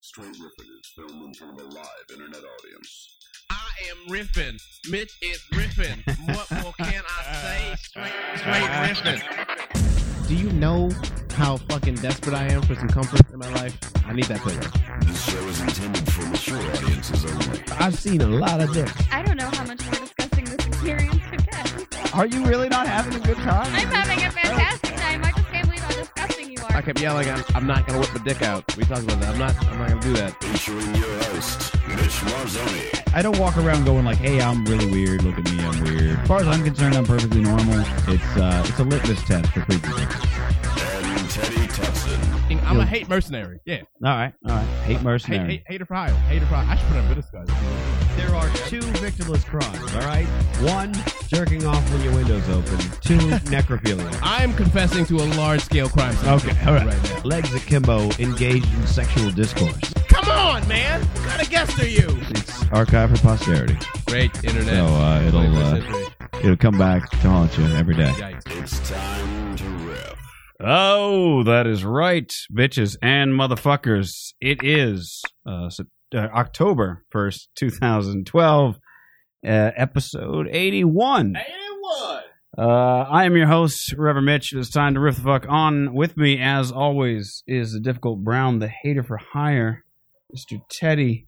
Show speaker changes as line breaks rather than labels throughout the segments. Straight Riffin is filmed in front of a live internet audience.
I am riffing. Mitch is riffing. What more can I say? Straight, straight riffing.
Do you know how fucking desperate I am for some comfort in my life? I need that pillow.
This show is intended for mature audiences only.
I've seen a lot of dick.
I don't know how much more disgusting this experience could get.
Are you really not having a good time?
I'm having a fantastic time. I just can't believe how disgusting you
I
are.
kept yelling, I'm, I'm not gonna whip my dick out. We talked about that. I'm not. I'm not gonna do that.
Featuring your host, Mitch Marzoni.
I don't walk around going like, "Hey, I'm really weird. Look at me, I'm weird." As far as I'm concerned, I'm perfectly normal. It's uh, it's a litmus test for creepy. All
And Teddy Tutson.
I'm a hate mercenary. Yeah.
right, all right. Hate
Hate,
mercenary.
hate, hater for hire. Hater for hire. I should put on with this guy.
There are two victimless crimes, all right? One, jerking off when your window's open. Two, necrophilia.
I'm confessing to a large scale crime.
Okay, all right.
Right now.
Legs akimbo, engaged in sexual discourse.
Come on, man. What kind of guest are you?
It's archived for posterity,
Great internet.
so
Oh,
uh, it'll
21st
uh,
century.
it'll come back to haunt you every day.
Yikes.
It's time to riff.
Oh, that is right, bitches and motherfuckers. It is uh, Sep- uh, October 1st, 2012, uh, episode 81. 81! Uh, I am your host, Reverend Mitch. It's time to riff the fuck on. With me, as always, is the difficult Brown, the hater for hire, Mr. Teddy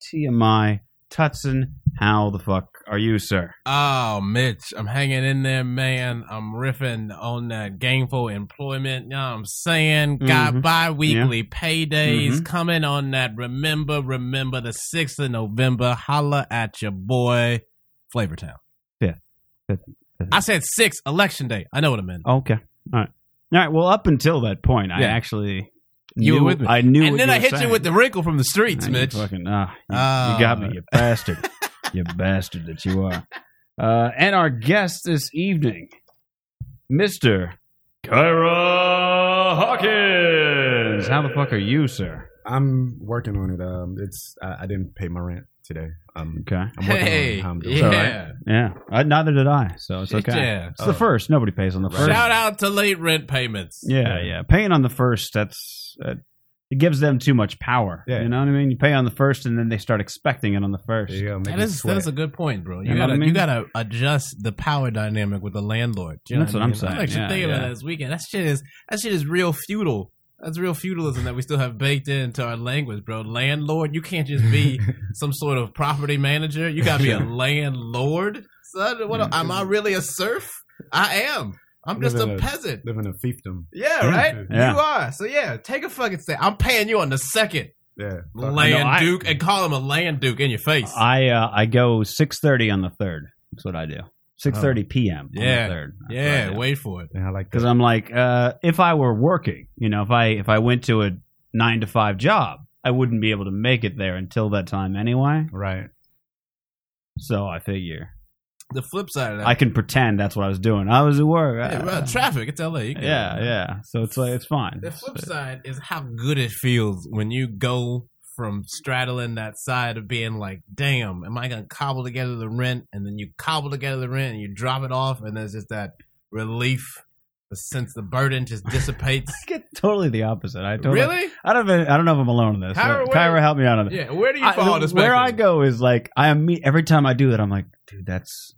TMI Tutson. How the fuck are you, sir?
Oh, Mitch, I'm hanging in there, man. I'm riffing on that gainful employment. You know what I'm saying? Got
Mhm.
bi weekly paydays
Mhm.
coming on that. Remember, remember the 6th of November. Holla at your boy, Flavortown.
Fifth. Fifth. Oh, Fifth.
I said 6th, election day. I know what I meant.
Okay. All right. All right. Well, up until that point, I
Yeah.
actually
You
knew,
were with me.
I knew,
and
what
then
you
I
were
hit you
saying.
with the wrinkle from the streets,
Ah, you
Mitch.
Fucking, ah, you,
Ah.
you got me, you bastard, you bastard that you are. Uh, and our guest this evening, Mister Kyra Hawkins. How the fuck are you, sir?
I'm working on it. Um, it's I, I didn't pay my rent today. Um,
Okay.
I'm working
Hey,
on how I'm doing.
It's all right.
yeah.
Yeah. I, neither did I. So it's
Shit,
okay.
yeah. Oh.
It's the first. Nobody pays on the first.
Shout out to late rent payments.
Yeah, yeah. Paying on the first, that's uh, it gives them too much power.
Yeah.
You know what I mean? You pay on the first and then they start expecting it on the first.
There you go, make
That
me
is
sweat.
that is a good point, bro. You,
You know what
gotta
I mean?
you gotta adjust the power dynamic with the landlord. You know
That's what
I
I'm
mean?
saying.
I'm actually
Yeah,
thinking about
yeah.
that this weekend. That shit is that shit is real feudal. That's real feudalism that we still have baked into our language, bro. Landlord, you can't just be some sort of property manager. You gotta be a landlord, son. What am I really a serf? I am. I'm just a
Living a-
peasant.
living in fiefdom.
Yeah,
Yeah.
right.
Yeah.
You are. So yeah, take a fucking stand. I'm paying you on the second
Yeah, fuck.
land
I-
duke and call him a land duke in your face.
I uh, I go six thirty on the third. That's what I do. Six thirty PM on
Oh. Yeah.
the third.
yeah, wait for it.
Yeah, I like
Because
that.
I'm like, uh, if I were working, you know, if I if I went to a nine to five job, I wouldn't be able to make it there until that time anyway.
Right.
So I figure
The flip side of that,
I can pretend that's what I was doing. I was at work.
Yeah,
Uh,
well, traffic. It's LA. You can-
yeah, yeah. So it's like it's fine.
The flip side is how good it feels when you go from straddling that side of being like, damn, am I going to cobble together the rent? And then you cobble together the rent and you drop it off. And there's just that relief. The sense the burden just dissipates.
I get totally the opposite. I totally,
really?
I don't. Even, I don't know if I'm alone in this.
Kyra,
Kyra,
where-
help me out on this.
Yeah. Where do you
I-
fall on this
where I
spectrum?
go is like I am. Every time I do that, I'm like, dude, that's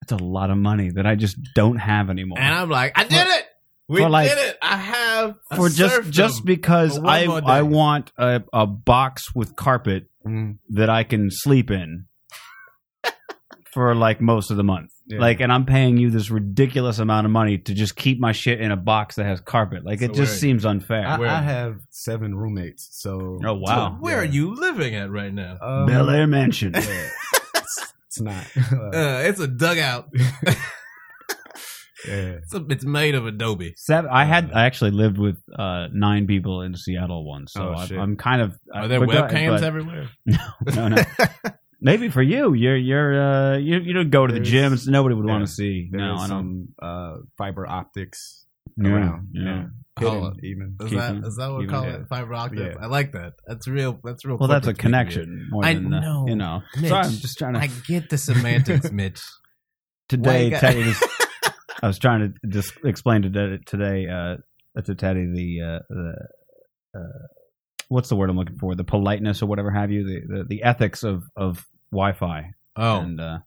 that's a lot of money that I just don't have anymore.
And I'm like, I did it. We
For like-
did it. I have a
for just
serfdom.
just because
for one
I
more day.
I want a, a box with carpet
Mm,
that I can sleep in for like most of the month.
yeah.
Like, and I'm paying you this ridiculous amount of money to just keep my shit in a box that has carpet. Like, it
So
just
weird.
seems unfair.
I,
where-
I have seven roommates. So
oh wow,
Where are
Yeah.
you living at right now?
um,
Bel Air Mansion.
Yeah. it's, it's not. Uh,
Uh, it's a dugout.
yeah.
It's, a, it's made of Adobe.
Seven, I had I actually lived with uh, nine people in Seattle once, so
Oh,
I'm,
shit.
I'm kind of. uh,
Are there
but go-
webcams
but-
everywhere?
No, no. Maybe for you, you're you're uh, you you don't go to the
There's-
gym. It's, nobody would want
yeah,
to see.
There
No,
is
I don't.
some uh, fiber optics
Yeah,
around.
yeah.
Hidden,
Oh,
even.
Is
Keep
that,
it.
is that what we
Keep it,
call
yeah.
it? Fiber optic.
Yeah.
I like that. That's real. That's real.
Well, that's a
corporate speak, Mitch.
connection. More
I
than, uh,
know,
you know.
Mitch.
Sorry, I'm just trying to.
I get the semantics, Mitch.
today,
Why you got-
Teddy. Just, I was trying to just explain to Teddy- today uh, to Teddy the uh, the uh, what's the word I'm looking for? The politeness or whatever have you, the the, the ethics of of Wi-Fi.
Oh,
And uh,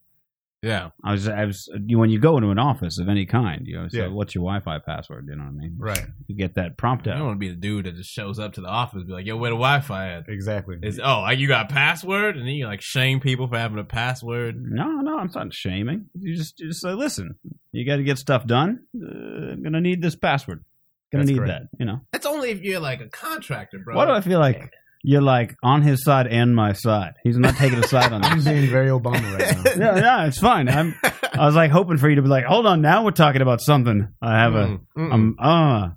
yeah,
I was I was you when you go into an office of any kind, you know, so
Yeah.
what's your Wi-Fi password? You know what I mean?
right.
You get that prompt
I don't
out.
want to be the dude that just shows up to the office and be like, yo, where the Wi Fi at?
Exactly.
It's, oh, like you got a password? And then you like shame people for having a password.
No, no, I'm not shaming. You just you just say, listen, you got to get stuff done. Uh, I'm gonna need this password. Gonna
That's
need
correct.
that. You know.
That's only if you're like a contractor, bro.
Why do I feel like you're like on his side and my side? He's not taking a side on
I'm
this.
being very Obama right now.
yeah, yeah, it's fine. I'm. I was like hoping for you to be like, hold on, now we're talking about something. I have a.
Mm, mm.
I'm. Uh,
I'm-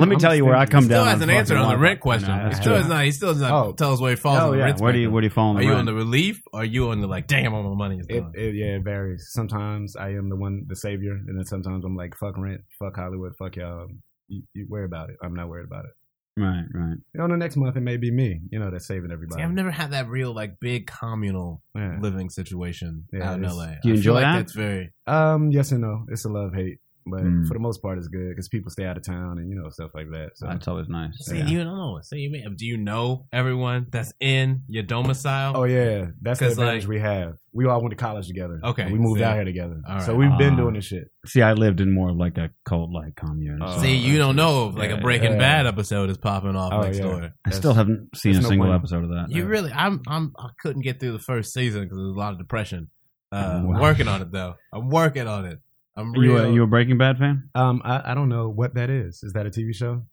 let me
I'm
tell you where I
thinking-
come
still
down.
has an
fucking
answer on the
Wi-Fi.
rent question.
No,
he
that's
still
true.
has not. He still does not
Oh.
tell us where he falls
Oh,
on the
yeah.
rent
Where do you
spectrum.
Where do you fall on
Are
the
you
rent?
on the relief? Or are you on the like? Damn, all my money is
It,
gone.
it yeah, it varies. Sometimes I am the one, the savior, and then sometimes I'm like, fuck rent, fuck Hollywood, fuck y'all. You, you worry about it. I'm not worried about it.
right, right.
You know, the next month it may be me. You know, that's saving everybody.
See, I've never had that real like big communal
Yeah.
living situation
Yeah,
out in
it's-
L.A.
Do you
I
enjoy
feel like
that?
That's very.
Um, yes and no. It's a love hate, but
Mm.
for the most part, it's good because people stay out of town and you know stuff like that. So
That's always nice.
See,
Yeah.
you don't know. See, you mean, do you know everyone that's in your domicile?
Oh yeah, that's the
'Cause,
advantage
like-
we have. We all went to college together.
Okay,
and we moved
see.
out here together,
All
so
right.
we've been
Ah.
doing this shit.
See, I lived in more of like a cult like commune.
Oh,
Uh,
so
See, you don't know if like
Yeah,
a Breaking
yeah.
Bad episode is popping off
Oh,
next
yeah.
door.
I still haven't seen a
there's no
single
point.
episode of that.
You really, I'm, I'm, I couldn't get through the first season because there's a lot of depression. Uh,
Wow.
I'm working on it though. I'm working on it. I'm
you
real.
a, you a Breaking Bad fan?
Um, I, I don't know what that is. Is that a TV show?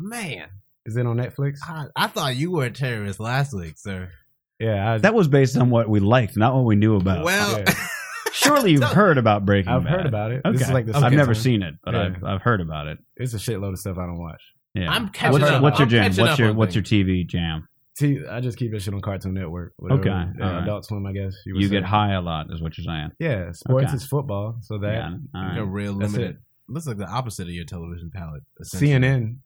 Man,
Is it on Netflix?
I, I thought you were a terrorist last week, sir.
Yeah, I,
That was based on what we liked, not what we knew about.
well,
yeah.
surely you've heard about Breaking
I've
Bad.
heard about it.
Okay.
This is like the
I've
second
never
time.
seen it, but
Yeah.
I've, I've heard about it.
It's a shitload of stuff I don't watch.
Yeah.
I'm catching
what's,
up.
What's your
I'm
jam?
catching
What's
up
your
on
What's your TV jam?
T- I just keep that shit on Cartoon Network. whatever.
Okay,
Yeah,
all right.
Adult Swim, I guess. would
You
say.
get high a lot, is what you're saying.
Yeah, sports
Okay.
is football, so that
Yeah. All right.
You're real
That's
limited.
it.
Looks like the opposite of your television palette. essentially.
CNN.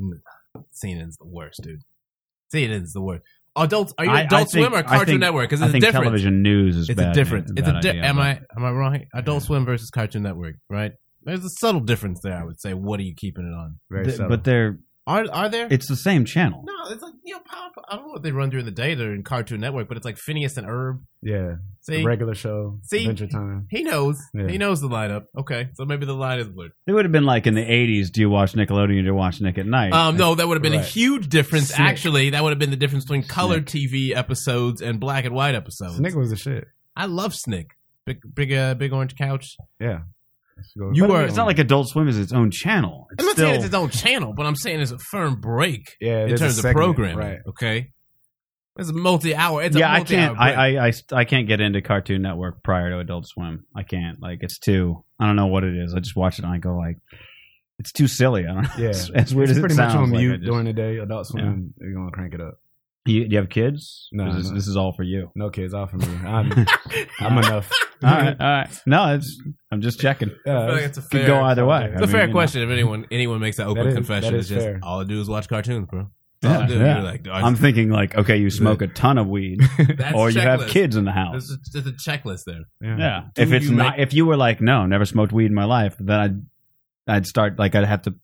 CNN's the worst, dude. CNN's the worst. Adults, are you
I- I
Adult
think-
Swim or
I
Cartoon
think-
Network? Because
I
it's
think
different.
television news is
It's
bad.
a difference. It's a
bad
di-
idea,
am
but-
I am I wrong? Adult Swim versus Cartoon Network, right? There's a subtle difference there. I would say. What are you keeping it on?
Very
Th-
subtle.
but they're
Are are there?
it's the same channel.
no, it's like you know, pop. I don't know what they run during the day. They're in Cartoon Network, but it's like Phineas and Herb.
yeah,
See,
the regular show.
See?
Adventure Time.
he knows.
Yeah.
He knows the lineup. Okay, so maybe the line is blurred.
It would have been like in the '80s. Do you watch Nickelodeon? or Do you watch Nick at Night?
Um, no, that would have been a
Right.
huge difference.
Snick.
Actually, that would have been the difference between color TV episodes and black and white episodes.
Snick was the shit.
I love Snick. Big, big, uh, big orange couch.
Yeah. Let's go.
You
But
are-
It's not like Adult Swim is its own channel. It's
I'm not
still,
saying it's its own channel, but I'm saying it's a firm break
yeah,
in
there's a
terms of
segment,
programming.
Right.
Okay, it's a multi-hour. It's
yeah,
a
I
multi-hour
can't. I, I, I st- I can't get into Cartoon Network prior to Adult Swim. I can't. Like it's too. I don't know what it is. I just watch it and I go like, it's too silly. I don't. know.
Yeah.
It's, as weird
it's
as
pretty
it
much
sounds.
on
like, I
mute
just-
during the day. Adult Swim, you're gonna crank it up.
you, do you have kids?
No,
Is This,
no.
this is all for you.
No kids off of me. I'm, I'm enough.
All right. All right. No, it's. I'm just checking.
Yeah,
I feel like
Uh, it's-
it's a
uh, Could
fair.
go either way.
It's
it's
I
a
mean,
fair
you know.
question. If anyone anyone makes that open
is-
confession,
that is
it's just
fair.
all I do is watch cartoons, bro. That's
Yeah,
all I do.
yeah.
You're like,
I'm thinking like, okay, you smoke a ton of weed,
that's
or you have
checklist.
kids in the house.
There's a, there's a checklist there.
Yeah.
Do
if it's
you
not, if you were like, no, never smoked weed in my life, then I'd, I'd start like I'd have to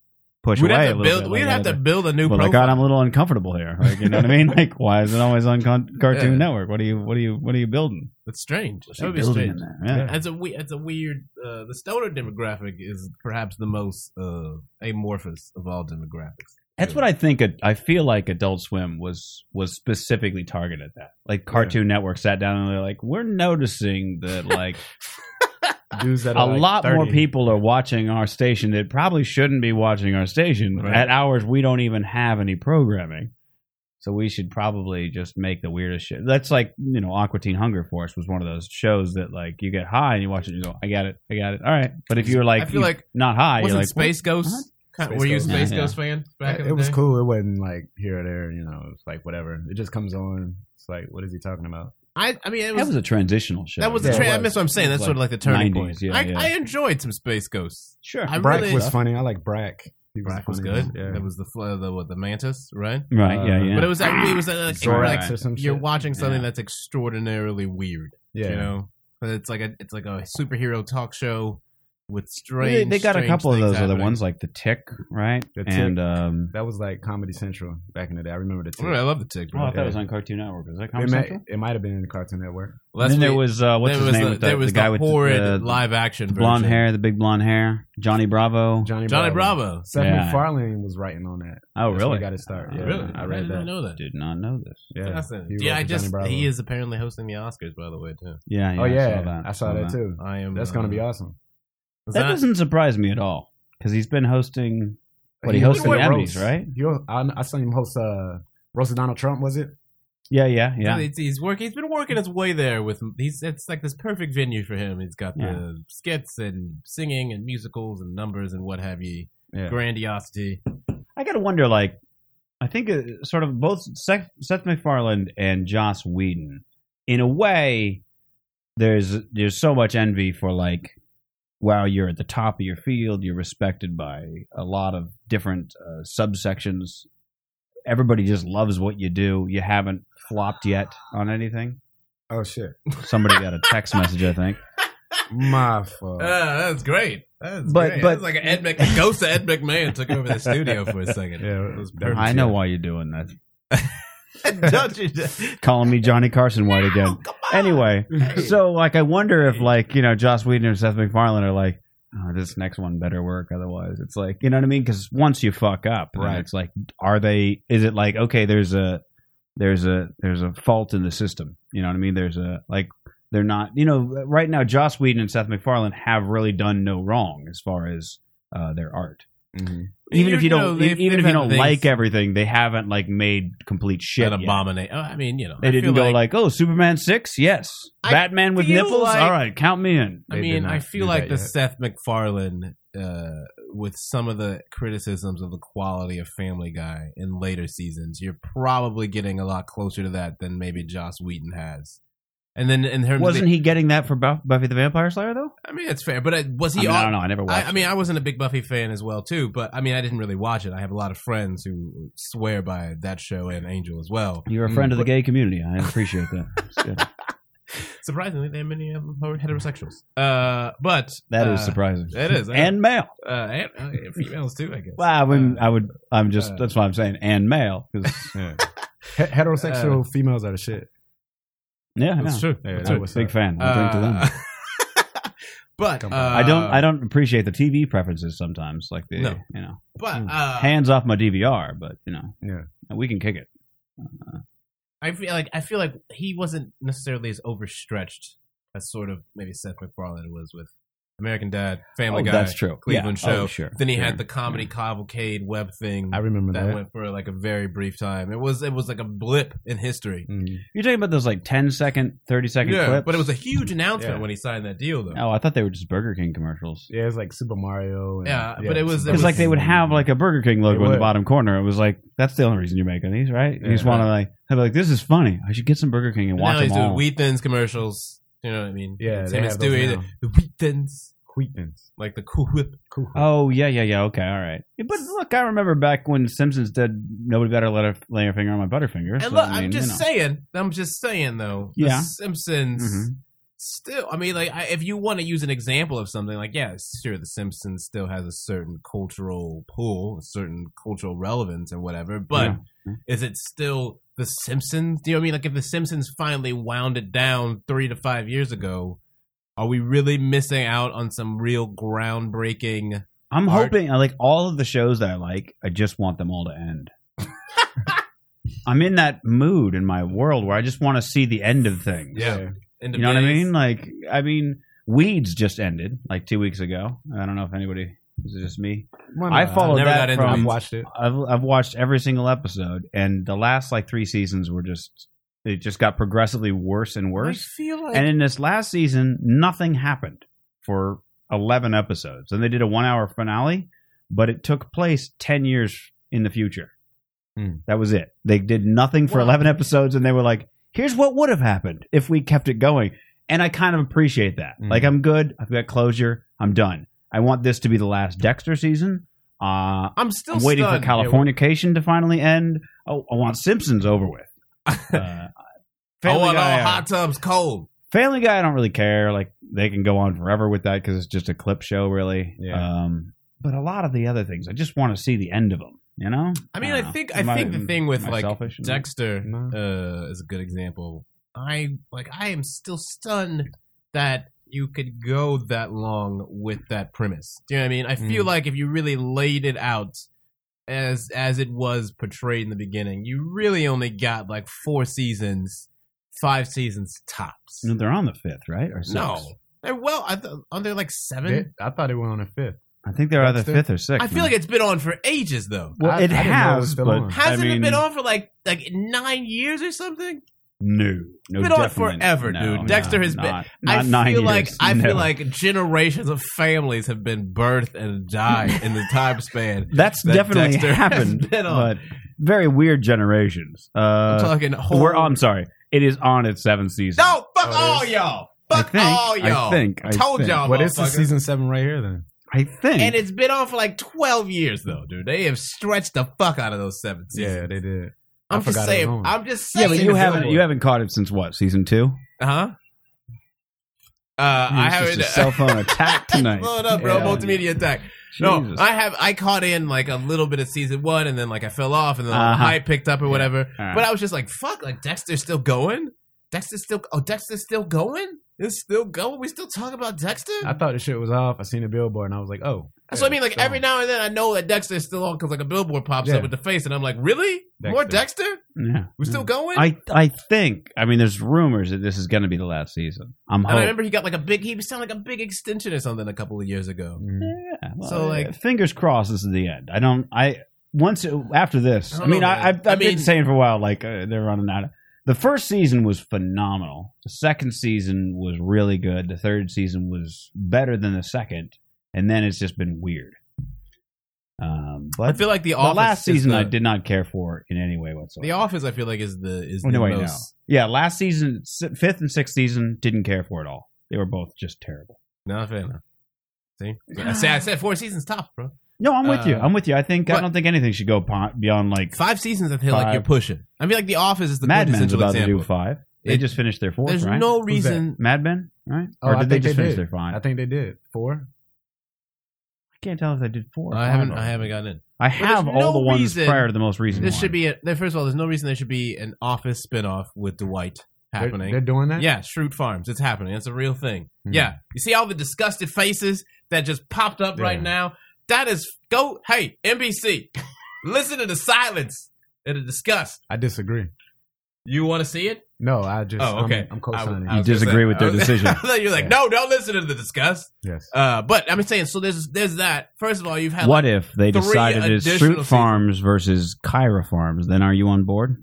push
We'd
away
have
a
to
little
build.
bit.
We'd
like,
have to
I'd-
build a new
But like,
profile.
God, I'm a little uncomfortable here. Like, you know what I mean? Like, why is it always on con- Cartoon
Yeah.
Network? What are you, what are you, what are you building?
It's strange. That
What are
would be
you building in
strange.
there? Yeah.
That's a we- that's a weird. Uh, the stoner demographic is perhaps the most uh, amorphous of all demographics.
That's what I think. It, I feel like Adult Swim was was specifically targeted at that. Like Cartoon Network sat down and they're like, we're noticing that like
Dudes that
a
are like
lot
30.
more people are watching our station that probably shouldn't be watching our station
Right.
at hours we don't even have any programming. So we should probably just make the weirdest shit. That's like you know, Aqua Teen Hunger Force was one of those shows that like you get high and you watch it, and you go, I got it, I got it, all right. But if you're like,
I feel
you-
like
not high,
wasn't
you're like
Space Ghost? kind-
Space
were you a
Ghost.
Space
Yeah,
Ghost fan back in
It
the
was
day?
cool. It wasn't like here or there, you know, it's like whatever. It just comes on. It's like, what is he talking about?
I, I mean, it
what? that
was,
was a transitional show.
that was
Yeah,
the
it
tra- I
was.
miss what I'm saying. That's
Like
sort of like the turning
90s,
point.
yeah,
I,
yeah.
I enjoyed some Space Ghosts.
sure,
I
Brack
really
was funny. I like Brack. He
Brack was
funny.
good.
Yeah.
That was the fl- the what, the mantis, right?
right? yeah,
Uh,
yeah.
But it was like, it was like,
Zorax
like
or some
you're
shit.
watching something
Yeah.
that's extraordinarily weird.
yeah.
you know but it's like a it's like a superhero talk show with
They,
strange.
they got a
strange
couple of
things
those other
happening.
ones like the Tick, right?
The Tick.
And um,
That was like Comedy Central back in the day. I remember the
Oh, I
tape.
love the tick.
oh, I
Bro.
thought it was on Cartoon Network. Was that
It
Comedy
might,
Central?
it might have been in the Cartoon Network.
Last
then there
week,
was uh, what's
there
his
was
name
the,
with
there
the,
was
the guy with
horrid
the, the
live action
blonde
version.
hair, the big blonde hair, Johnny Bravo.
Johnny,
Johnny Bravo.
Seth
Yeah.
MacFarlane was writing on that.
oh,
That's where
really?
he Got his start.
Oh,
Yeah,
really?
I read
didn't
that.
know that.
Did not know this.
Yeah,
Fascinating.
he
Yeah,
wrote
I
for
just
Johnny Bravo.
he is apparently hosting the Oscars, by the way, too.
Yeah, yeah
Oh yeah,
I saw that, Uh,
that too.
I am. uh,
That's gonna be awesome.
Is
That,
that-
doesn't surprise me at all because he's been hosting. What he,
He
hosted the
went
Emmys,
roast.
right?
He, ho- I, I saw him host uh, roasted Donald Trump. Was it?
Yeah, yeah, yeah.
He's, he's working. He's been working his way there with. He's it's like this perfect venue for him. He's got the skits and singing and musicals and numbers and what have you.
Yeah.
Grandiosity.
I gotta wonder, like, I think uh, sort of both Seth, Seth MacFarlane and Joss Whedon, in a way, there's there's so much envy for like, wow, you're at the top of your field, you're respected by a lot of different uh, subsections. Everybody just loves what you do. You haven't flopped yet on anything.
Oh shit,
Somebody got a text message, I think.
my fault.
Ah, that's great. That's
But-
great.
but-
That's like an Ed Mc, a ghost of Ed McMahon took over the studio for a second.
Yeah,
It was perfect.
I know why you're doing that.
Don't you oh, do-
calling me Johnny Carson White again. Anyway, so like I wonder if like you know Joss Whedon or Seth MacFarlane are like oh, this next one better work, otherwise it's like you know what I mean? Because once you fuck up, then
Right.
It's like are they? Is it like okay? There's a there's a there's a fault in the system. You know what I mean? There's a like they're not you know right now Joss Whedon and Seth MacFarlane have really done no wrong as far as uh, their art
Mm-hmm.
even if you don't e
they've-
even if
they've
you
had
don't
things
like everything, they haven't like made complete shit.
an
yet.
abomination. Oh, I mean, you know,
They
I
didn't
feel
go like, oh, Superman six, yes,
I
Batman with
feel
nipples,
like-
all right, count me in.
I
They did
mean, I
not
feel
do
like
that
the
yet.
Seth MacFarlane uh, with some of the criticisms of the quality of Family Guy in later seasons, you're probably getting a lot closer to that than maybe Joss Whedon has. And then in terms
Wasn't
of
he getting that for Buff- Buffy the Vampire Slayer though?
the, I mean, it's fair, but I, was
I,
he?
mean, I
all-
don't know. I never
I,
watched.
I mean, I wasn't a big Buffy fan as well, too. But I mean, I didn't really watch it. I have a lot of friends who swear by that show and Angel as well. Mm,
it. You're a friend of the gay community. I appreciate that. It's good.
Surprisingly, there are many of them who are heterosexuals. Uh, but
That is
uh,
surprising.
it is, I know.
and male.
uh, and, uh, females too, I guess.
Well, I mean, I would. I'm just.
uh,
that's why I'm saying and male. 'cause-
Yeah. He- heterosexual
uh,
females are the shit.
yeah,
That's
yeah.
true.
Yeah,
That's
that
true.
was-
Big fan. I'll drink to them.
Uh, but uh,
Come on.
I don't. I don't appreciate the TV preferences sometimes. Like the
No.
you know
But
Mm.
uh,
hands off my DVR, but you know
Yeah.
we can kick it.
I feel like I feel like he wasn't necessarily as overstretched as sort of maybe Seth MacFarlane was with American Dad, Family
oh,
Guy,
that's true.
Cleveland
Yeah.
Show.
Oh, sure.
Then he
sure.
had the comedy cavalcade web thing
I remember
that
that.
went for like a very brief time. It was it was like a blip in history.
Mm.
You're talking about those like 10 second, 30 second
Yeah,
clips.
but it was a huge announcement
Yeah.
when he signed that deal, though.
Oh, I thought they were just Burger King commercials.
Yeah, it's like Super Mario. and-
Yeah, but it was-
Super
it was-
Because like they would have like a Burger King
It
logo in the
would.
bottom corner. It was like that's the only reason you're making these, right? You just
Yeah.
want to like have like this is funny. I should get some Burger King
And
and watch
now he's
them all.
doing Wheat Thins commercials. You know what I mean?
Yeah,
it's
they
him and
have those
Stewie.
now.
The, the Wheat Thins,
Queepins.
like the Cool Whip
Cool.
oh yeah, yeah, yeah. Okay, all right. Yeah, but look, I remember back when Simpsons did "Nobody Better Let Her Lay Her Finger on My Butterfinger." so,
And look,
I mean,
I'm just
you know.
saying. I'm just saying, though.
Yeah.
The Simpsons.
Mhm.
Still, I mean, like, I, if you want to use an example of something, like, yeah, sure, The Simpsons still has a certain cultural pull, a certain cultural relevance, and whatever. But
Yeah.
is it still The Simpsons? Do you know what I mean? Like, if The Simpsons finally wound it down three to five years ago, are we really missing out on some real groundbreaking?
I'm
Art-
hoping I like all of the shows that I like. I just want them all to end. I'm in that mood in my world where I just want to see the end of things.
end of
You know what I
days?
mean? Like, I mean, Weeds just ended like two weeks ago. I don't know if anybody. Is it just me?
Well,
I followed
never
that
got into
from.
I've
Weeds.
watched it.
I've I've watched every single episode, and the last like three seasons were just it just got progressively worse and
I
worse.
feel like
And in this last season, nothing happened for 11 episodes. And they did a one hour finale, but it took place 10 years in the future.
Hmm.
That was it. They did nothing for
Wow.
11 episodes, and they were like, here's what would have happened if we kept it going. And I kind of appreciate that.
Hmm.
Like, I'm good. I've got closure. I'm done. I want this to be the last Dexter season. Uh,
I'm still
I'm waiting
stunned.
for
Yeah, we're-
Californication to finally end. Oh, I want Simpsons over with. Uh,
Oh, I
Family
want
Guy,
all
uh,
hot tubs cold.
Family Guy, I don't really care. Like they can go on forever with that because it's just a clip show, really.
Yeah.
Um, but a lot of the other things, I just want to see the end of them. You know.
I mean,
don't
I
know.
think I
Am
think the thing with
am I
like
selfish?
Dexter
No.
uh, is a good example. I like I am still stunned that you could go that long with that premise. Do you know what I mean? I feel
Mm.
like if you really laid it out as as it was portrayed in the beginning, you really only got like four seasons, five seasons tops.
No, they're on the fifth, right? Or sixth?
No. They're well, I th- aren't there like
They-
seven?
I thought it went on a fifth.
I think they're either
Dexter?
fifth or sixth.
I feel like it's been on for ages though.
well,
I- I
it
didn't know it was
has,
still
but
on.
Hasn't
Mm. I mean,
it been on for like like nine years or something?
No, no,
Been on
definitely
forever,
no,
dude.
no,
Dexter has been-
Not,
I
not nine
feel like
years.
I
No.
feel like generations of families have been birthed and died in the time span.
that's
that
definitely
Dexter has
happened,
been on.
but very weird generations.
I'm
Uh,
talking whole.
we're. I'm sorry. It is on its seventh season.
No, fuck
Oh, it
all
is?
y'all.
I
Fuck
think,
all y'all.
I think. I
Told
think.
y'all.
What is the
motherfuckers.
season seven right here then?
I think.
And it's been on for like 12 years though, dude. They have stretched the fuck out of those seven seasons.
Yeah, they did.
I'm
I
just
forgot it was
saying.
on.
I'm just
yeah,
saying.
but you haven't you haven't caught it since what season two?
huh? Uh, I
This is
haven't.
a cell phone attack tonight.
Blow it up, bro.
Yeah.
Multimedia attack. No,
Jesus.
I have I caught in like a little bit of season one, and then like I fell off, and then
Uh-huh.
the hype picked up or whatever.
Alright.
But I was just like, fuck, like Dexter's still going. Dexter's still oh Dexter's still going. It's still going. We still talk about Dexter.
I thought the shit was off. I seen a billboard and I was like, oh.
That's what I mean. Like every now and then, I know that Dexter's still on because like a billboard pops
Yeah.
up with the face, and I'm like, really? More Dexter?
yeah.
We're still going.
Mm. I I think. I mean, there's rumors that this is going to be the last season. I'm
and I
hoping.
remember he got like a big. He sounded like a big extension or something a couple of years ago.
Mm. Yeah, well,
So, like-
uh, fingers crossed, this is the end. I don't. I once it- after this.
I
I,
don't
mean,
know,
I,
man.
I've, I've
I
been
mean-
saying for a while, like uh, they're running out. of The first season was phenomenal. The second season was really good. The third season was better than the second, and then it's just been weird. Um, but
I feel like the,
the
office
last
is
season
the-
I did not care for in any way whatsoever.
The Office, I feel like, is the is
Oh, no,
the
wait, no.
most.
Yeah, last season, si- fifth and sixth season, didn't care for it at all. They were both just terrible.
Not a fan. See, I said, I said four seasons top, bro.
No, I'm with you.
Uh,
I'm with you. I think I
but-
don't think anything should go pon- beyond like
Five seasons, I feel like
Five.
you're pushing. I mean, like The Office is the
Mad Men's
quintessential
about
example.
to do five. They
It-
just finished their fourth,
There's
right?
no
that?
reason.
Mad Men, right?
Oh,
or
I
did they
think
just
they
finish
did.
their five?
I
I
think they did. Four?
can't tell if they did four. or
I
five
haven't.
of
I
them.
haven't gotten in.
I have
there's no
all the ones
reason-
prior to the most recent.
This
one.
should be. A, there- first of all, there's no reason there should be an Office spinoff with Dwight
They're,
happening.
they're doing that?
yeah, Shroot Farms. It's happening. It's a real thing.
Hmm.
Yeah, you see all the disgusted faces that just popped up right
Yeah.
now. That is go. Hey, NBC, listen to the silence and the disgust.
I disagree.
You want to see it?
No, I just.
Oh, okay.
I'm, I'm co signing.
I
You
was gonna
disagree with their
I was-
decision.
I thought you were like,
Yeah.
no, don't listen to the discuss.
Yes.
Uh, but I'm saying, so there's there's that. First of all, you've had
What if they
three
decided it's
additional
Fruit
seasons.
Farms versus Kyra Farms? Then are you on board?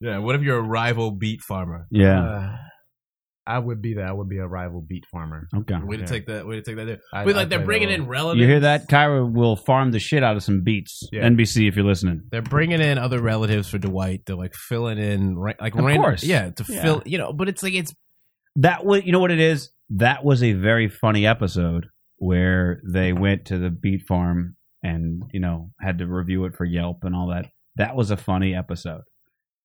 yeah. What if you're a rival beet farmer?
Yeah.
Uh, I would be that. I would be a rival beet farmer.
okay.
Way to
Yeah.
take that. Way to take that. There.
I-
but
I
like they're
play
bringing
that
in
role.
relevant.
You hear that? Kyra will farm the shit out of some beats.
Yeah.
NBC, if you're listening.
They're bringing in other relatives for Dwight. They're like filling in, right? Like
Of
random,
course.
yeah, to
Yeah.
fill. You know, but it's like it's
That was, you know what it is? That was a very funny episode where they went to the beet farm and, you know, had to review it for Yelp and all that. That was a funny episode.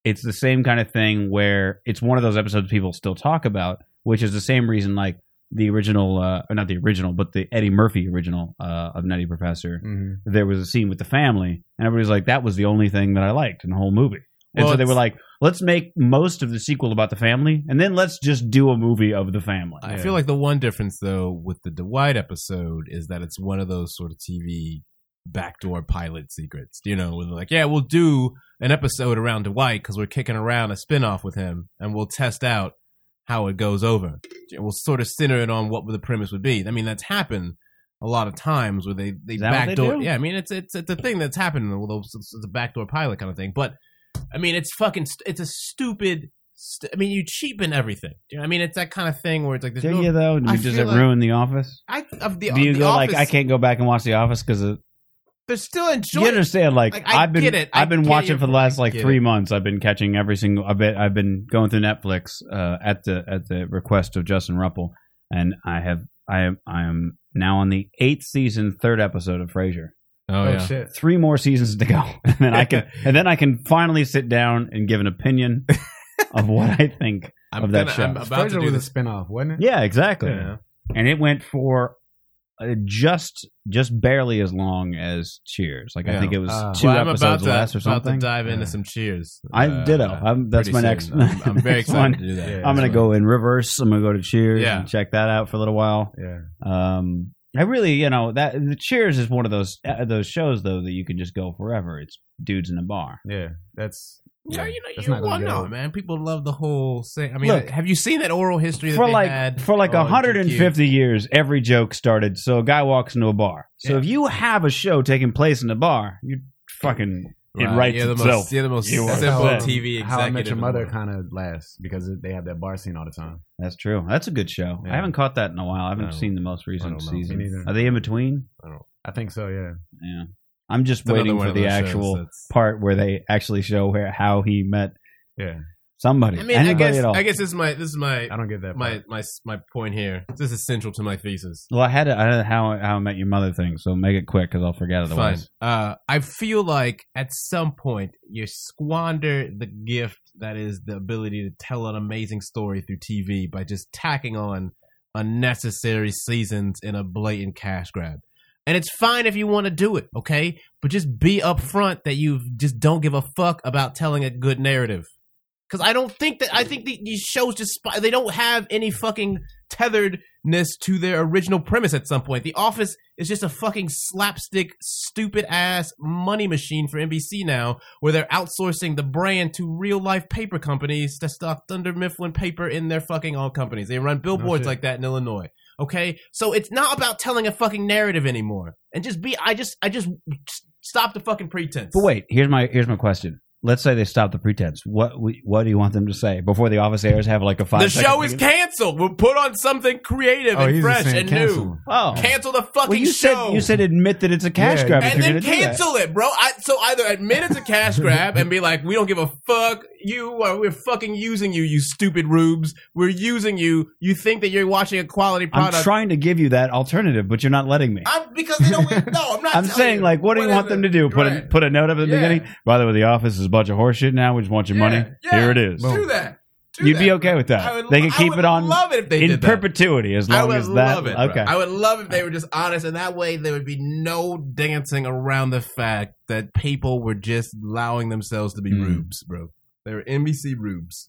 It's the same kind of thing where it's one of those episodes people still talk about, which is the same reason, like, the original, uh, or not the original, but the Eddie Murphy original uh, of Nutty Professor.
Mhm.
there was a scene with the family, and everybody's like, "That was the only thing that I liked in the whole movie." And
Well,
so they were
it's-
like, "Let's make most of the sequel about the family, and then let's just do a movie of the family."
I feel like the one difference though with the Dwight episode is that it's one of those sort of TV backdoor pilot secrets. You know, where they're like, yeah, we'll do an episode around Dwight because we're kicking around a spinoff with him, and we'll test out how it goes over. We'll sort of center it on what the premise would be. I mean, that's happened a lot of times where they they
Is that what they
backdoor.
do?
yeah, I mean, it's it's it's a thing that's happened. Although it's, it's a backdoor pilot kind of thing, but I mean, it's fucking. St- it's a stupid. St- I mean, you cheapen everything. You know, I mean, it's that kind of thing where it's like there's
do
no.
you though? Do
I
we- Does
feel
it
like-
ruin The Office?
I of the
Do you
the
go
office,
like, "I can't go back and watch The Office" because
They're still
you
enjoying.
understand? Like,
Like, I
I've been,
get it. I
I've been
get
watching
your
for the
point.
last
I
like
get
three
it.
months. I've been catching every single. I bet I've been going through Netflix uh, at the at the request of Justin Ruppel, and I have. I am I am now on the eighth season, third episode of Frasier.
oh,
Oh,
yeah.
shit.
three more seasons to go, and then I can and then I can finally sit down and give an opinion of what I think
I'm
of that
gonna-
show.
I'm about to
Frasier
do
was
this.
a spinoff, wasn't it?
Yeah, exactly.
Yeah.
And it went for uh, just just barely as long as Cheers. Like I
Yeah.
think it was
Uh,
two
Well, I'm about
episodes
to,
less or
about to
something.
dive into
Yeah.
some cheers.
I
uh,
ditto. I'm, that's
pretty
my
soon.
next.
I'm, I'm very
next
excited
one.
to do that.
Yeah.
I'm gonna go in reverse. I'm gonna go to Cheers
Yeah.
and check that out for a little while.
Yeah.
Um, I really, you know, that the Cheers is one of those uh, those shows though that you can just go forever. It's dudes in a bar.
Yeah. That's
Yeah, you know,
That's
you
not gonna
want
get
to
old.
man. People love the whole thing. I mean,
Look,
have you seen that oral history that
for
they
like
had Oh,
for like
on
150 years, every joke started. So a guy walks into a bar. So
Yeah.
if you have a show taking place in a bar, you fucking
GQ?
it writes
you're the
itself.
Most, you're the most
You are
simple
set.
TV executive.
How I Met Your
in the
Mother
world.
kind of lasts because it- they have that bar scene all the time.
That's true. That's a good show. I
Yeah.
haven't caught that in a while. I haven't
No.
seen the most recent
don't know. Me
season.
neither.
Are they in between?
I don't. I think so. Yeah.
Yeah. I'm just
It's another
waiting
one
for
of
the
those shows
actual
that's-
part where they actually show where how he met
Yeah.
somebody.
I mean, I
Anybody
guess
at all.
I guess this is my this is my
I don't get that.
my
part.
my my point here. This is central to my thesis.
well, I had a, I had a how how I met your mother thing, so make it quick because I'll forget
Fine.
otherwise.
Uh, I feel like at some point you squander the gift that is the ability to tell an amazing story through TV by just tacking on unnecessary seasons in a blatant cash grab. And it's fine if you want to do it, okay? But just be upfront that you just don't give a fuck about telling a good narrative. Because I don't think that I think the, these shows just spy, they don't have any fucking tetheredness to their original premise. At some point, The Office is just a fucking slapstick, stupid ass money machine for NBC now, where they're outsourcing the brand to real life paper companies to stock Thunder Mifflin paper in their fucking all companies. They run billboards
shit.
like that in Illinois. Okay, so it's not about telling a fucking narrative anymore, and just be. I just, I just stop the fucking pretense.
But wait, here's my here's my question. Let's say they stop the pretense. What we, what do you want them to say before the office airs? Have like a five.
the show
second-
is canceled. We'll put on something creative
Oh,
and
he's just
fresh
saying
and
cancel.
new.
them.
oh.
Cancel the fucking
well, you
show.
said you said admit that it's a cash
Yeah,
grab.
and
if you're
then
gonna do that.
cancel it, bro. I, so either admit it's a cash grab and be like, we don't give a fuck. You are, we're fucking using you, you stupid rubes. We're using you. You think that you're watching a quality
I'm
product.
trying to give you that alternative, but you're not letting me.
I'm- because they don't. No, I'm not.
I'm
telling
saying,
you.
like, what do you want them to
Whatever.
do? Put a,
Right.
put a note up at the
Yeah.
beginning. By the way, the office is a bunch of horseshit now. We just want your
Yeah,
money.
yeah.
Here it is.
Do that. Do
You'd
that.
be okay with
I
that.
would,
they can
I
keep
would
it on
Love it if they
in
did that.
perpetuity as long
I would
as that.
love it. bro.
okay.
I would love if they were just honest, and that way there would be no dancing around the fact that people were just allowing themselves to be
Mm.
rubes, bro. They were NBC rubes.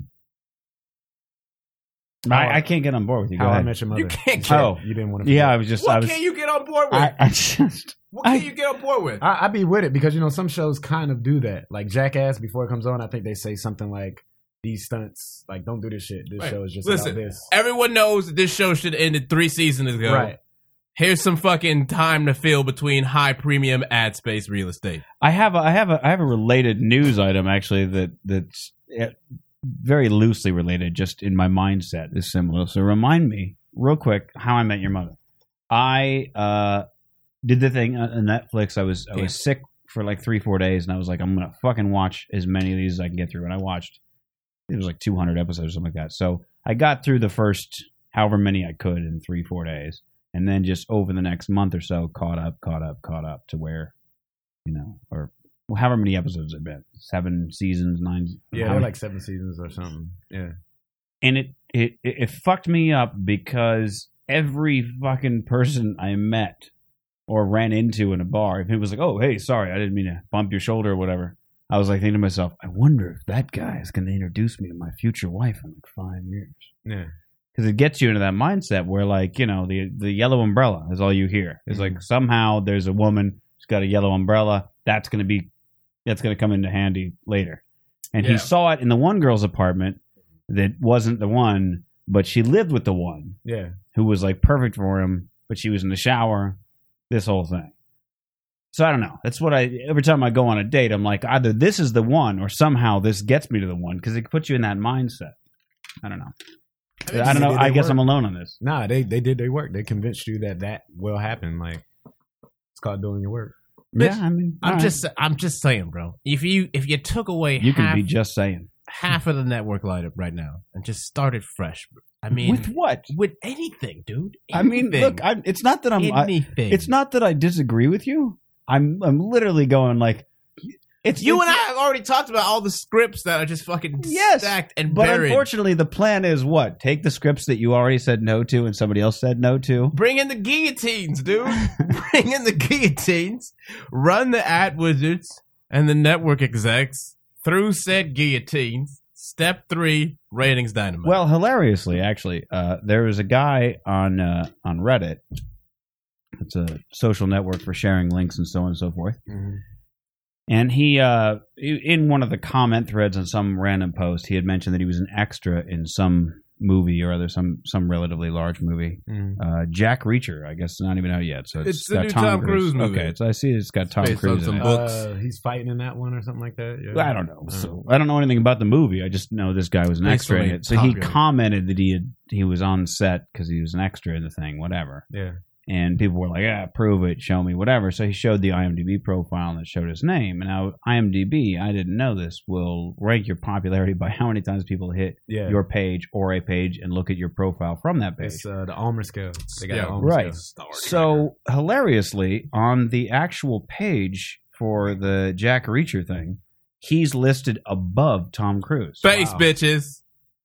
I, I can't get on board with you. Go
How I
ahead.
Met Your Mother.
You can't get.
Oh,
You didn't want to.
yeah. I was just.
what
I was.
can you get on board with?
I, I just.
what can
I-
you get on board with?
I, I'd be with it because you know some shows kind of do that. Like Jackass, before it comes on, I think they say something like, "These stunts, like, don't do this shit. This
Right.
show is just
Listen,
about this."
Everyone knows that this show should have ended three seasons ago.
Right.
Here's some fucking time to fill between high premium ad space real estate.
I have a, I have a I have a related news item actually that that's eh, very loosely related, just in my mindset is similar. So remind me real quick how I met your mother. I uh, did the thing on on Netflix. I was I
Yeah.
was sick for like three four days, and I was like, I'm gonna fucking watch as many of these as I can get through. And I watched it was like 200 episodes or something like that. So I got through the first however many I could in three four days, and then just over the next month or so, caught up, caught up, caught up to where you know, or well, however many episodes it been, seven seasons, nine.
Yeah,
how
they're
many-
like seven seasons or something. Yeah.
and it, it it it fucked me up because every fucking person I met or ran into in a bar, if it was like, oh hey, sorry, I didn't mean to bump your shoulder or whatever. I was like thinking to myself, I wonder if that guy is going to introduce me to my future wife in like five years.
Yeah.
Because it gets you into that mindset where, like, you know, the the yellow umbrella is all you hear. It's like somehow there's a woman who's got a yellow umbrella. That's going to be, that's going to come into handy later. And he
Yeah.
saw it in the one girl's apartment that wasn't the one, but she lived with the one
Yeah.
who was like perfect for him, but she was in the shower, this whole thing. So I don't know. That's what I every time I go on a date, I'm like either this is the one or somehow this gets me to the one because it puts you in that mindset. I don't know. I don't know.
Did
I
they
guess
work?
I'm alone on this.
Nah, they they did their work. They convinced you that that will happen. Like it's called doing your work.
Bitch,
yeah, I mean, all
I'm
right.
just, I'm just saying, bro. If you, if you took away
You can
half,
be just saying.
half of the network lineup right now and just started fresh. I mean,
With
with,
what?
anything, dude.
I mean,
Anything.
look, I, it's not that I'm. I,
anything.
it's not that I disagree with you. I'm. I'm literally going like, It's
You
it's-
and I have already talked about all the scripts that are just fucking
Yes,
stacked and
But
buried.
unfortunately, the plan is what? Take the scripts that you already said no to and somebody else said no to.
Bring in the guillotines, dude. Bring in the guillotines. Run the ad wizards and the network execs through said guillotines. Step three, ratings dynamite.
Well, hilariously, actually, uh, there was a guy on uh, on Reddit. It's a social network for sharing links and so on and so forth. And he, uh, i- in one of the comment threads on some random post, he had mentioned that he was an extra in some movie or other, some some relatively large movie.
Mhm.
Uh, Jack Reacher, I guess, not even out yet. So it's,
It's the
got
new Tom Cruise movie.
Okay, so I see it's got Tom
Based on
Cruise. in
some
it.
books.
Uh, he's fighting in that one or something like that. Yeah.
I don't know. So I don't know anything about the movie. I just know this guy was an
Thanks
extra
for
in
being
it. So he
popular.
commented that he had he was on set because he was an extra in the thing, whatever.
Yeah.
And people were like, "Yeah, prove it, show me, whatever." So he showed the IMDb profile and it showed his name. And now IMDb, I didn't know this, will rank your popularity by how many times people hit
Yeah.
your page or a page and look at your profile from that page.
it's uh, the Almer scale. They got
Yeah,
the Almer
right.
scale.
So hilariously, on the actual page for the Jack Reacher thing, he's listed above Tom Cruise.
Face,
Wow.
bitches.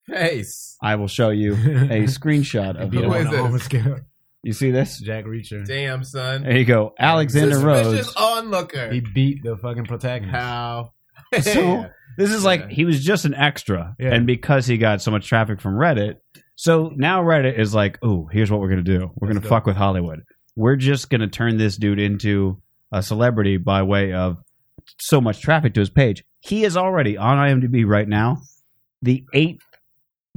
Face.
I will show you a screenshot of
Beat
Who
him
the.
is
on the
this?
Almer scale.
You see this?
Jack Reacher.
Damn, son.
There you go, Alexander
Suspicious
Rhodes.
onlooker.
He beat the fucking protagonist.
How?
So this is like
Yeah.
he was just an extra,
Yeah.
and because he got so much traffic from Reddit, so now Reddit is like, "Ooh, here's what we're gonna do. We're
Let's
gonna
go.
fuck with Hollywood. We're just gonna turn this dude into a celebrity by way of so much traffic to his page. He is already on IMDb right now, the eighth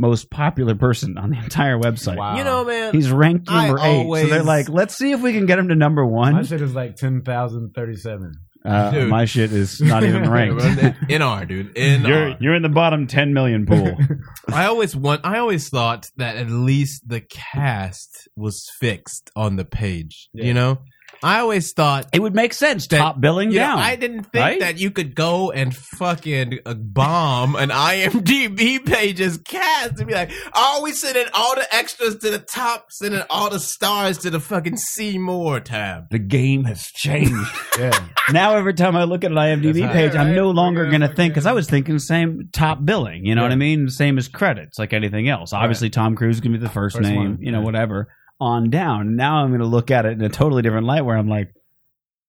most popular person on the entire website.
Wow.
you know, man.
He's ranked
I
number eight. so they're
always-
like, let's see if we can get him to number
My
one.
shit is like ten thousand thirty-seven.
Uh,
Dude.
my shit is not even ranked.
NR, dude. NR.
you're you're in the bottom ten million pool.
I always want. I always thought that at least the cast was fixed on the page.
Yeah.
You know, I always thought.
it would make sense.
That-
Top billing
Yeah,
down.
I didn't think
right?
that you could go and fucking uh, bomb an IMDb page's cast and be like, "Oh, we sending all the extras to the top, sending all the stars to the fucking see more tab."
the game has changed.
Yeah.
now every time I look at an
That's
IMDb
hot.
page, I'm
Yeah,
no
right.
longer
Yeah,
gonna
like
think because
that.
I was thinking same top billing. You know what I
Yeah.
mean? Same as credits, like anything else. Obviously, Tom Cruise is gonna be the first,
First
name.
one.
You know,
Yeah.
whatever. On down. Now I'm gonna look at it in a totally different light, where I'm like,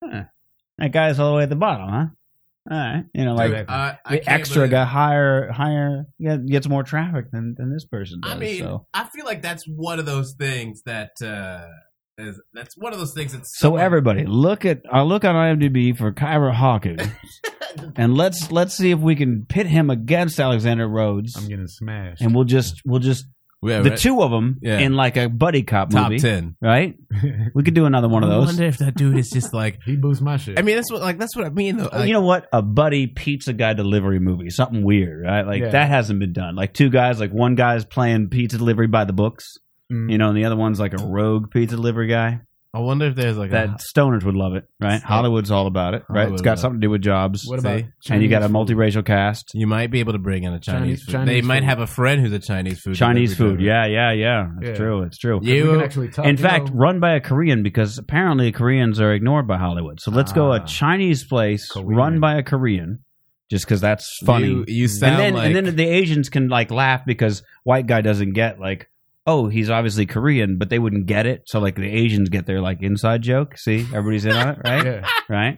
huh, that guy's all the way at the bottom, huh? All right, you know, like
Dude,
I- I
the
can't
extra
believe-
got higher, higher yeah, gets more traffic than than this person does.
I mean,
so,
I feel like that's one of those things that uh, is, that's one of those things that's
so everybody, look at I look on IMDb for Kyra Hawkins, and let's let's see if we can pit him against Alexander Rhodes,
I'm getting smashed.
and we'll just we'll just
yeah,
the two of them
Yeah.
in like a buddy cop
top
movie,
ten.
right? We could do another one of
I
those.
wonder if that dude is just like.
he boosts my shit.
I mean, that's what like that's what I mean though.
Uh, you know what? A buddy pizza guy delivery movie, something weird, right? Like
Yeah.
that hasn't been done. Like two guys, like one guy's playing pizza delivery by the books,
Mm.
you know, and the other one's like a rogue pizza delivery guy.
I wonder if there's like
That stoners would love it,
Yeah.
right? Hollywood's all about it, right? It's
Hollywood,
got
yeah.
something to do with jobs,
what
See?
about
and you got a
Chinese food?
multiracial cast.
you might be able to bring in a Chinese.
Chinese-
food.
Chinese
they might
food.
have a friend who's a Chinese food.
Chinese
delivery
food,
driver.
yeah, yeah, yeah. It's
Yeah.
true. It's true.
We
You
can actually talk,
In
you
fact,
know,
run by a Korean because apparently Koreans are ignored by Hollywood. So let's go a
Ah.
Chinese place
Korean.
run by a Korean, just because that's funny.
You, you sound
and then
like
and then the Asians can like laugh because white guy doesn't get like oh he's obviously Korean but they wouldn't get it so like the Asians get their like inside joke see everybody's in on it right
yeah.
right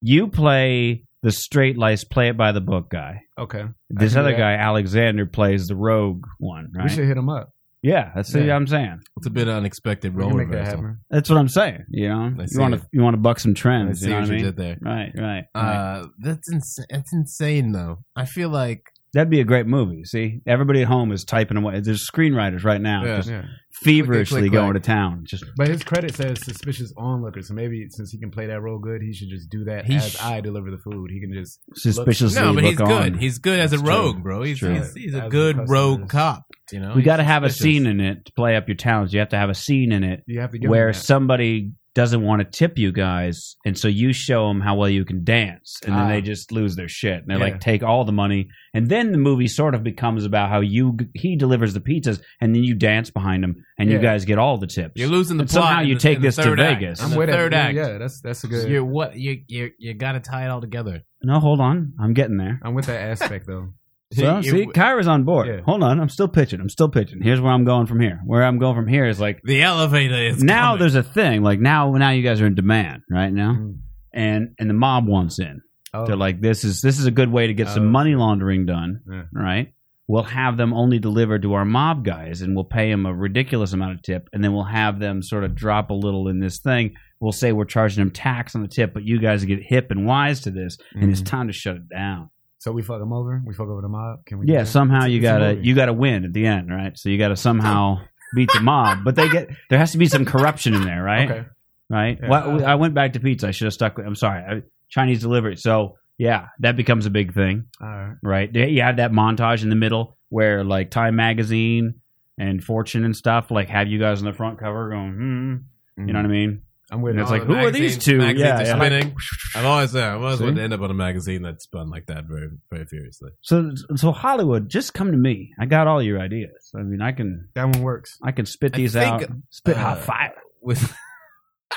you play the straight lice play it by the book guy
Okay.
this
can do
other
that.
guy Alexander plays the rogue one
We
right
should hit him up.
yeah that's
Yeah.
what I'm saying
it's a bit of unexpected
We
role
can make that
reversal.
happen.
that's what I'm saying you know
I
you
see
want
it.
to you want to buck some
I
trends you
see
know
what
what I
you
mean
did there.
right right, right.
Uh, that's insane. That's insane though. I feel like
that'd be a great movie see everybody at home is typing away there's screenwriters right now
Yeah.
just
Yeah.
feverishly
Click, click,
going
click.
to town. Just
But his credit says suspicious onlooker, so maybe since he can play that role good, he should just do that
He
as
sh-
I deliver the food. He can just
suspiciously
no, but
look
he's good.
on.
He's good as a
That's true.
rogue, bro. He's
That's true.
he's, he's a
As
good
a customer
rogue
is-
cop. You know,
we
He's
got to have a
suspicious.
scene in it to play up your talents. You have to have a scene in it
you have to give
where
him that.
somebody doesn't want to tip you guys, and so you show them how well you can dance, and then
Ah.
they just lose their shit. And they're
Yeah.
like, take all the money, and then the movie sort of becomes about how you he delivers the pizzas, and then you dance behind him, and you
Yeah.
guys get all the tips.
You're losing the
And
plot.
somehow
in
you
the-
take
in the
this to
third act.
Vegas.
In
I'm
the
with it.
third
Yeah,
act.
Yeah, that's that's a good.
You're what you you you got to tie it all together.
No, hold on. I'm getting there.
I'm with that aspect though.
So,
It-
see, Kyra's on board.
Yeah.
Hold on. I'm still pitching. I'm still pitching. Here's where I'm going from here. Where I'm going from here is like
the elevator is
now
coming.
there's a thing. Like now now you guys are in demand right now.
Mm.
And and the mob wants in.
Oh,
They're like, this is this is a good way to get
Oh.
some money laundering done,
Yeah.
right? We'll have them only deliver to our mob guys, and we'll pay them a ridiculous amount of tip, and then we'll have them sort of drop a little in this thing. We'll say we're charging them tax on the tip, but you guys get hip and wise to this, and it's
Mhm.
time to shut it down.
so we fuck them over. We fuck over the mob. Can we? do
Yeah,
that?
somehow you
It's a
gotta
movie.
you gotta win at the end, right? So you gotta somehow beat the mob, but they get there has to be some corruption in there, right?
Okay.
right?
Yeah.
Well, I went back to pizza. I should have stuck. with I'm sorry, I, Chinese delivery. So yeah, that becomes a big thing,
All right.
right? They- You have that montage in the middle where like Time Magazine and Fortune and stuff like have you guys on the front cover going, hmm,
Mm-hmm.
you know what I mean?
I'm with
And
it.
it's
All
like,
the
who are these
magazines-
two?
magazines
Yeah,
are
yeah.
spinning. I've always, yeah, I've always
See?
wanted to end up on a magazine that spun like that very, very furiously.
So so Hollywood, just come to me. I got all your ideas. I mean, I can
that one works.
I can spit
I
these
think,
out. Spit hot
uh,
fire.
With,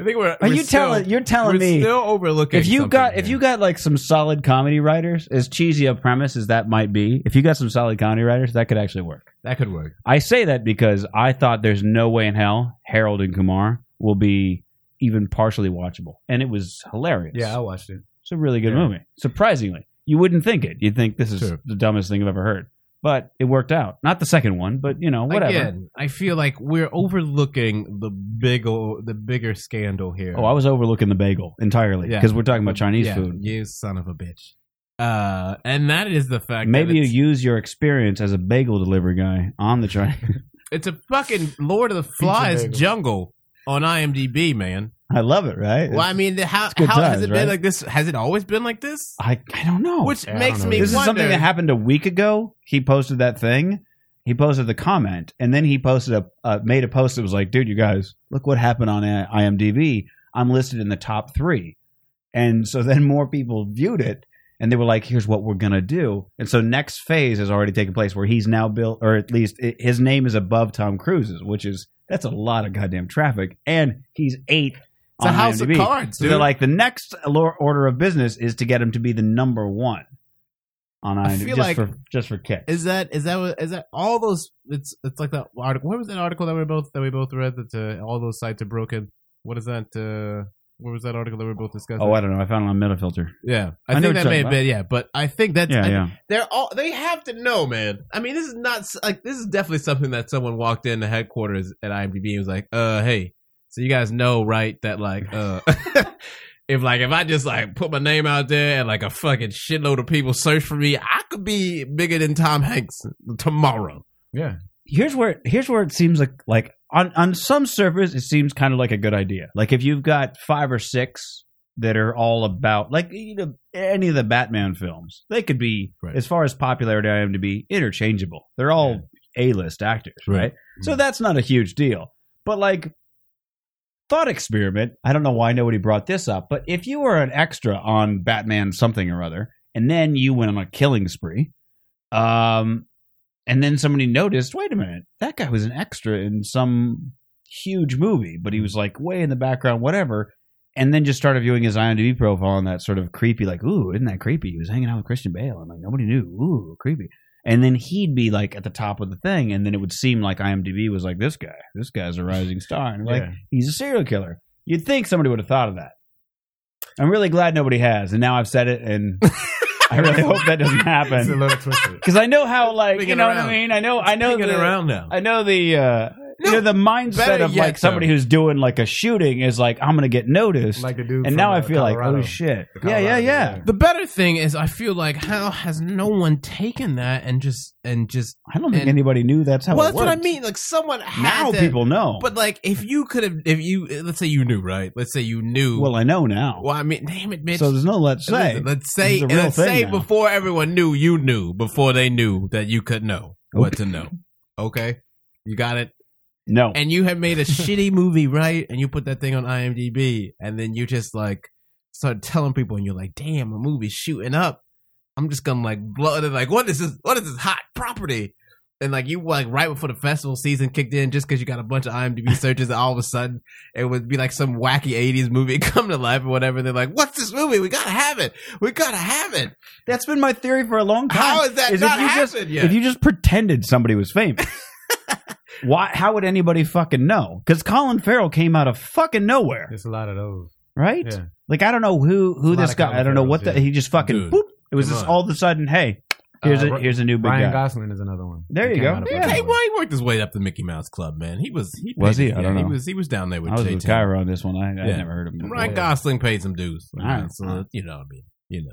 I think we're.
Are
we're
you
still,
telling? You're
We're
telling me.
still overlooking.
if you
something
got if
here.
you got like some solid comedy writers, as cheesy a premise as that might be, if you got some solid comedy writers, that could actually work.
that could work.
I say that because I thought there's no way in hell Harold and Kumar will be even partially watchable, and it was hilarious.
Yeah, I watched it.
it's a really good
Yeah.
movie. Surprisingly, you wouldn't think it. You'd think this is
Sure.
the dumbest thing I've ever heard, but it worked out. Not the second one, but you know whatever.
Again, I feel like we're overlooking the big ol the bigger scandal here.
Oh, I was overlooking the bagel entirely
Yeah.
because we're talking about Chinese
yeah,
food.
You son of a bitch. Uh, and that is the fact.
Maybe
that
you
it's,
use your experience as a bagel delivery guy on the Chinese.
it's a fucking Lord of the Flies
bagel.
jungle on IMDb, man.
I love it, right?
Well, I mean, the- how
good
how has
times,
it
right?
been like this? Has it always been like this?
I, I don't know.
Which
yeah, I
makes
don't know.
me
this is
wonder.
something that happened a week ago. He posted that thing. He posted the comment, and then he posted a uh, made a post that was like, "Dude, you guys, look what happened on uh, IMDb. I'm listed in the top three. And so then more people viewed it, and they were like, "Here's what we're gonna do." And so next phase has already taken place, where he's now built, or at least i his name is above Tom Cruise's, which is that's a lot of goddamn traffic, and he's eighth.
It's a
on
house
IMDb.
of cards,
So
dude.
they're like, the next lo- order of business is to get him to be the number one on
I
IMDb
feel
just
like-
for just for kicks.
is that is that what- is that all those? It's it's like that article. What was that article that we both that we both read that uh, all those sites are broken? What is that? Uh, what was that article that we were both discussing?
Oh, I don't know. I found it on Metal Filter.
yeah, I,
I know
think that
what you're
may
talking
have been yeah, but I think that's
Yeah,
I-
yeah.
they're all they have to know, man. I mean, this is not s- like this is definitely something that someone walked in the headquarters at IMDb and was like, "Uh, hey, so you guys know, right? That like, uh, if like if I just like put my name out there and like a fucking shitload of people search for me, I could be bigger than Tom Hanks tomorrow."
Yeah.
Here's where here's where it seems like like on on some servers it seems kind of like a good idea. Like if you've got five or six that are all about like you know any of the Batman films, they could be
Right.
as far as popularity I am to be interchangeable. They're all A list actors,
Right.
right? So that's not a huge deal. But like thought experiment, I don't know why nobody brought this up, but if you were an extra on Batman something or other, and then you went on a killing spree, um, and then somebody noticed, wait a minute, that guy was an extra in some huge movie, but he was like way in the background, whatever. And then just started viewing his IMDb profile and that sort of creepy, like, ooh, isn't that creepy? He was hanging out with Christian Bale and like nobody knew. Ooh, creepy. And then he'd be like at the top of the thing, and then it would seem like IMDb was like, this guy, this guy's a rising star, and like
Yeah.
he's a serial killer. You'd think somebody would have thought of that. I'm really glad nobody has, and now I've said it, and I really hope that doesn't
It's a
happen
little twisted.
because I know how like
Swing
you
it
know what
around.
I mean. I know I know
Hanging
the
around now.
I know the uh,
No,
you know the mindset
better
of
yet,
like somebody
though.
who's doing like a shooting is like I'm gonna get noticed,
Like the dude.
and
from,
now
uh,
I feel like
Colorado.
oh shit,
The
yeah,
Colorado
yeah,
dude,
yeah.
the better thing is, I feel like how has no one taken that and just and just
I don't think
And-
anybody knew that's how.
well,
it
that's what I
worked.
mean. Like someone had
Now
to-
people know,
But like, if you could have, if you let's say you knew, right? Let's say you knew.
well, I know now.
Well, I mean, damn it, bitch.
so there's no let's say.
Listen, let's say,
It's a
and
real
let's
thing
say
now.
before everyone knew, you knew before they knew that you could know what to know. Okay, you got it.
no,
And you have made a shitty movie, right? And you put that thing on IMDb, and then you just like start telling people, and you're like, "Damn, a movie's shooting up." I'm just gonna like blow it. Like, what is this? What is this hot property? and like you like right before the festival season kicked in, just because you got a bunch of IMDb searches, and all of a sudden it would be like some wacky '80s movie come to life or whatever. They're like, "What's this movie? We gotta have it. We gotta have it."
That's been my theory for a long time.
How is that
Is
not
if you just-
happened yet?
If you just pretended somebody was famous, why? How would anybody fucking know? Because Colin Farrell came out of fucking nowhere,
There's a lot of those.
right?
Yeah.
Like I don't know who who
A lot
this
of
guy.
Colin
I don't know what the
Farrells, yeah.
he just fucking
Dude,
boop. It was
come
just
on.
all of a sudden. Hey, here's
Uh,
a here's a new big
Ryan
guy.
Gosling is another one.
There
He
you
came
go.
out of
Yeah.
Hey,
Hollywood.
well, he worked his way up the Mickey Mouse Club, man. He was he
Was
paid
he?
his-
I don't
yeah,
know.
He was he was down there with
I was
J.
with
Tim.
Kyra on this one. I, I
Yeah.
never heard of him.
Ryan
before.
Gosling paid some dues.
All right.
So you know, what I mean, you know,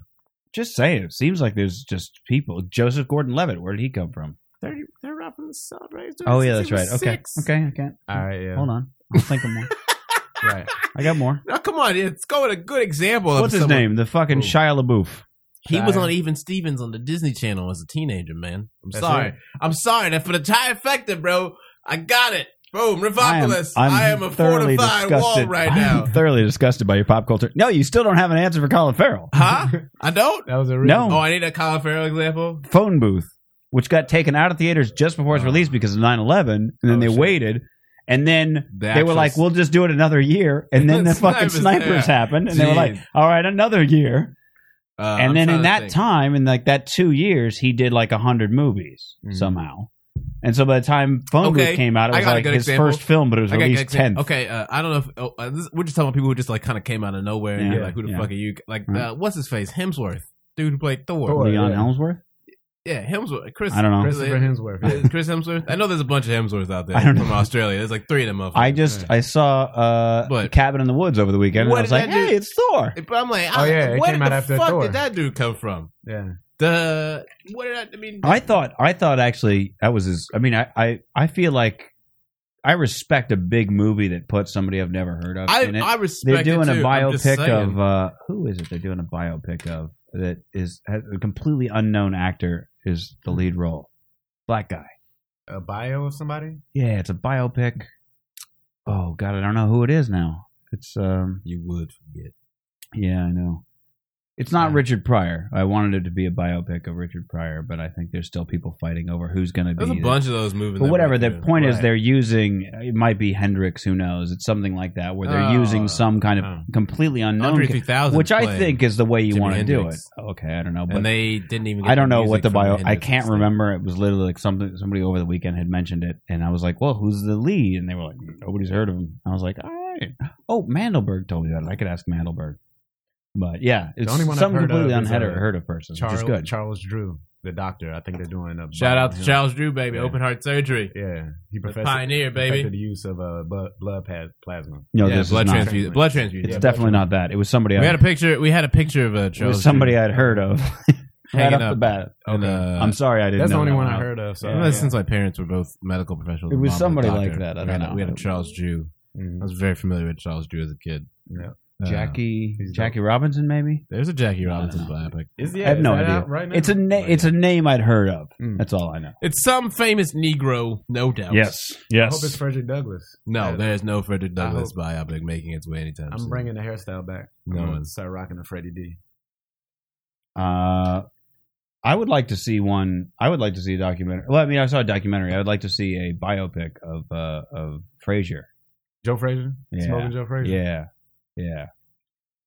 Just saying, it seems like there's just people. Joseph Gordon-Levitt. Where did he come from?
they're they're out from the sub, right?
Oh yeah, that's right. Okay, okay, okay.
All right, yeah.
Hold on, I'm thinking more.
Right.
I got more.
Now come on, it's going a good example.
What's
of
his
someone-
name? The fucking
Who?
Shia LaBeouf.
He was on Even Stevens on the Disney Channel as a teenager, man. I'm
That's
sorry.
right.
I'm sorry. That for the trifecta, bro. I got it. Boom,
I am-
Revocalis.
I'm
I am a
thoroughly
fortified wall
disgusted.
right
I am
now.
thoroughly disgusted by your pop culture. No, you still don't have an answer for Colin Farrell.
Huh? I don't.
That was a
No.
Oh, I need a Colin Farrell example.
Phone booth, which got taken out of theaters just before its release because of 9-11, and then
Oh,
they
shit.
waited, and then
The
they were
actual-
like, "We'll just do it another year," and then the fucking
Snipers,
snipers
yeah.
happened, and they were like,
Jeez.
"All right, another year."
Uh,
and
I'm
then
trying
in
to
that
think.
time, in like that two years, he did like a hundred movies
Mhm.
somehow. And so by the time Phone
Okay,
Booth came out, it
I
was
got a
like
good
his
example.
first film, but it was
I got
released
got-
tenth.
Okay, uh, I don't know if oh, uh, this, we're just talking about people who just like kind of came out of nowhere and
Yeah,
you're like, who the
yeah. Mm-hmm.
fuck are you? Like,
Right.
uh, what's his face? Hemsworth, dude who played Thor.
Thor.
Leon
Yeah.
Ellsworth.
Yeah, Hemsworth. Chris.
I don't know.
Christopher Hemsworth. yeah.
Chris Hemsworth. I know there's a bunch of Hemsworths out there
I don't
from
know.
Australia. There's like three of them. motherfuckers.
I just I saw uh
But-
Cabin in the Woods over the weekend.
What
and I was
did
like,
that do?
hey, it's Thor.
But I'm like,
Oh,
I-
yeah, it
where
came
did
out
the
after
fuck
Thor.
did that dude come from?
Yeah.
The where did I, I mean?
I thought I thought actually that was his. I mean, I I, I feel like I respect a big movie that puts somebody I've never heard of.
I
in it.
I respect.
they're doing
it
a
too. I'm just
biopic
saying.
of uh who is it? They're doing a biopic of that is has a completely unknown actor is the lead role, black guy.
A bio of somebody?
Yeah, it's a biopic. Oh God, I don't know who it is now. It's um
You would forget.
Yeah, I know. It's not
Yeah.
Richard Pryor. I wanted it to be a biopic of Richard Pryor, but I think there's still people fighting over who's going to be.
There's a
the-
bunch of those movies.
But whatever. The point is,
Right.
they're using. It might be Hendrix. Who knows? It's something like that, where they're
Oh,
using some kind of
oh.
completely unknown,
Andre
ca-
3000,
which I
played,
think is the way you
Jimi
want to do it.
Hendrix.
Okay, I don't know, but
and they didn't even. Get
I don't know what
music
the
from
bio. I
Hendrix
can't
and stuff.
remember. It was literally like something somebody over the weekend had mentioned it, and I was like, "Well, who's the lead?" And they were like, "Nobody's heard of him." I was like, "All right." Oh, Mandelberg told me that. I could ask Mandelberg. But yeah, it's
only one I've
some
heard
completely
of is,
unheard
uh,
heard of person, which is
Charles
good.
Charles Drew, the doctor. I think they're doing a
Shout out
bio on
to
him.
Charles Drew, baby.
Yeah.
Open heart surgery.
Yeah. He
The
professed
pioneer,
perfected
baby.
the use of uh, bu- blood pa- plasma.
no,
yeah,
this
blood
is not.
transfusion. Blood transfusion.
It's
Yeah, blood
definitely not that. It was somebody.
We
I,
had a picture. We had a picture of uh,
it
Charles.
was somebody I'd heard of right
Hanging
off the
up.
bat.
And, uh,
I'm sorry, I didn't.
That's the
know
only
that
one I heard of. So
Yeah.
I remember since my parents were both medical professionals.
It
my
was
mom a
somebody
doctor.
like that. I
we
don't
had a-
know.
We had a Charles Drew. I
Mhm.
was very familiar with Charles Drew as a kid.
Yeah.
Uh,
Jackie
He's dope.
Jackie Robinson, maybe.
There's a Jackie
I don't
Robinson
know.
biopic.
Is the
I have
is
no
that
idea.
out right now?
It's a na-
Oh,
it's a name I'd heard of.
Mm.
That's all I know.
It's some famous Negro, no doubt.
I hope it's Frederick Douglass.
No, there's no Frederick
I
Douglass biopic making its way anytime
I'm
soon.
bringing the hairstyle back.
No
I'm
one.
gonna start rocking a Freddie D.
Uh, I would like to see one. I would like to see a documentary. Well, I mean, I saw a documentary. I would like to see a biopic of uh of Frasier.
Joe Frazier?
Yeah.
Smoking Joe Frazier?
Yeah, yeah,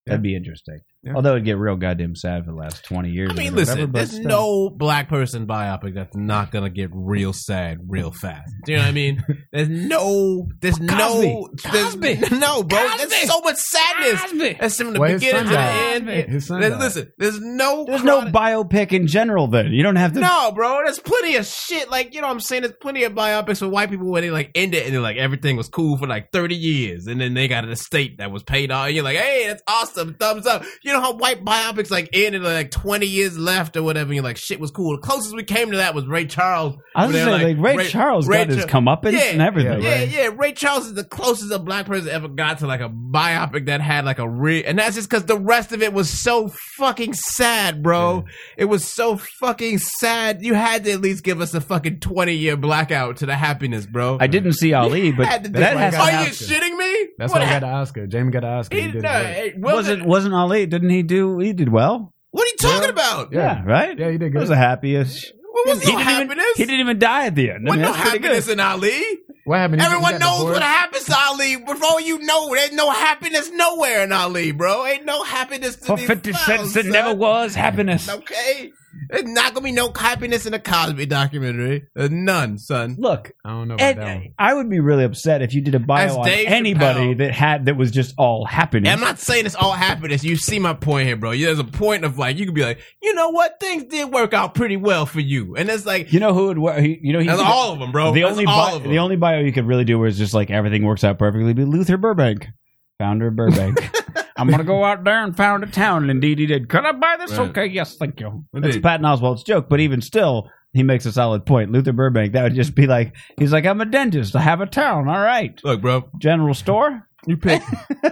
that'd be interesting.
Yeah.
Although it'd get real goddamn sad for the last twenty years.
I
or
mean,
whatever,
listen,
but
there's
still.
no black person biopic that's not gonna get real sad real fast. Do you know what I mean? There's no, there's no, there's no, bro. There's so much sadness. That's from the
Well, his
beginning to
son
the
died.
end.
His son
Then
died.
listen, there's no,
There's no
chronic-
biopic in general. Then you don't have to.
No, bro, there's plenty of shit. Like, you know what I'm saying? There's plenty of biopics with white people where they like end it and they're like, everything was cool for like 30 years. And then they got an estate that was paid off. And you're like, hey, that's awesome. Thumbs up. You know how white biopics like end and like 20 years left or whatever. And you're like, shit was cool. The closest we came to that was Ray Charles.
I was
They're
just saying, like, Ray, Charles
Ray
got his
Char-
comeuppance
Yeah,
and everything.
yeah, yeah. Ray Charles is the closest a black person ever got to like a biopic that had like a real, and that's just because the rest of it was so fucking sad, bro. It was so fucking sad. You had to at least give us a fucking twenty year blackout to the happiness, bro.
I didn't see Ali, but
Had to do
that
why I
has
got
to
Are you
happen.
shitting me?
That's
what
why I got
happened?
an Oscar. Jamie got an Oscar. He
He-
did
no,
great.
it wasn't-
Wasn't wasn't Ali? Didn't he do? He did well.
What are you talking about?
Yeah, right.
Yeah, he did
It was
good.
the happiest.
What What was
He
no
didn't, even,
happiness?
he didn't even die at the end. I
What
mean,
no
that's pretty good.
happiness in Ali?
What happened? He- he
Everyone
got
knows
divorced?
what happens to Ali. Before you know, there's no happiness nowhere in Ali, bro. Ain't no happiness to
For
these
50
clowns,
cents, it
son.
never was happiness.
Okay, there's not gonna be no happiness in the Cosby documentary. There's none, son.
Look,
I don't know about
and
that one.
I would be really upset if you did a
As
bio on
Dave
anybody
Chappelle.
that had that was just all happiness.
And I'm not saying it's all happiness. You see my point here, bro. There's a point of like you could be like, you know what, things did work out pretty well for you, and it's like
you know who would? wa- he- You know he.
that's all of them, bro.
the
Oh, That's
only
all
bi-
of them.
the only bio you could really do was just like everything works out perfectly. Be Luther Burbank, founder of Burbank. I'm gonna go out there and found a town. Indeed, he did. Could I buy this?
Right.
Okay, yes, thank you. That's
Indeed.
Patton Oswald's joke, but even still, he makes a solid point. Luther Burbank, that would just be like he's like I'm a dentist. I have a town. All right,
Look, bro,
general store.
you pick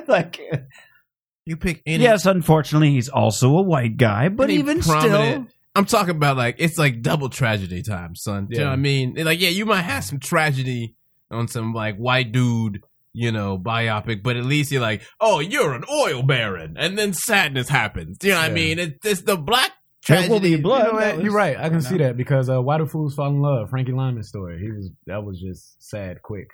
like
you pick any
yes, unfortunately, he's also a white guy, but
Any
even still.
prominent- I'm talking about like it's like double tragedy time, son. Do you know
Yeah.
what I mean? And, Like, yeah, you might have some tragedy on some like white dude, you know, biopic, but at least you're like, oh, you're an oil baron, and then sadness happens. Do you know what I
Yeah.
mean? It's, it's the black
There
tragedy.
will be blood.
You know
That
what? You're
was-
right. I can see
no.
that because uh, why do fools fall in love? Frankie Lyman's story. He was that was just sad, quick.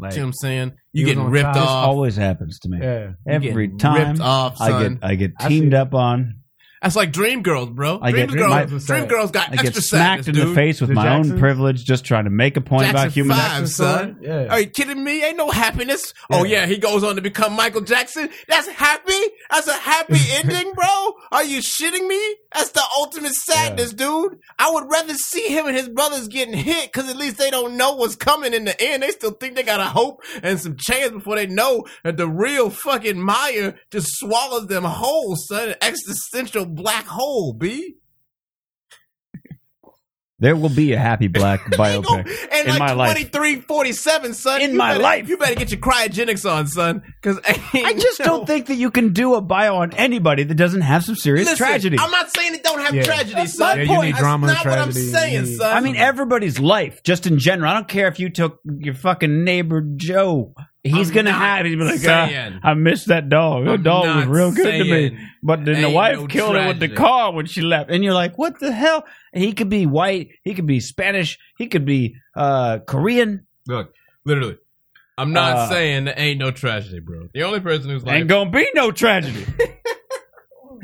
Like
You know what I'm saying?
He
You
was
getting
on
ripped
trial.
This
off.
always happens to me.
yeah,
You
Every
getting
time
ripped off,
I
son.
get I get
I
teamed
see-
up on.
That's like Dream Girls, bro.
I get
Dream Girls,
my-
Dream Girls got
I
extra
get smacked
sadness,
in
dude.
the face with
The
my own
Jacksons?
privilege, just trying to make a point about
Jackson
human.
Five, son.
yeah.
Are you kidding me? Ain't no happiness. Oh
Yeah.
yeah, he goes on to become Michael Jackson. That's happy. That's a happy ending, bro. Are you shitting me? That's the ultimate sadness, dude. I would rather see him and his brothers getting hit because at least they don't know what's coming in the end. They still think they got a hope and some chance before they know that the real fucking Maya just swallows them whole, son. An existential black hole, b.
There will be a happy black
Ain't gonna-
biopic.
And
in
like
my life.
2347, son.
In
you
my
better-
life.
You better get your cryogenics on, son. Cause
I just don't think that you can do a bio on anybody that doesn't have some serious
Listen,
tragedy.
I'm not saying it don't have
Yeah.
tragedy,
That's
son.
my Yeah, you point. need
That's
drama,
not what I'm
tragedy, you
saying,
need-
son.
I mean, everybody's life, just in general. I don't care if you took your fucking neighbor Joe. He's
I'm
gonna
not
have. He's be like,
saying.
"Ah, I miss that dog. That
I'm
dog was
not
real good to
saying
me. But then the
ain't
wife
no
killed her with the
tragedy.
car when she left. And you're like, what the hell? And he could be white. He could be Spanish. He could be uh, Korean.
look, literally. I'm not
Uh,
saying there ain't no tragedy, bro. The only person who's like,
Ain't gonna be no tragedy.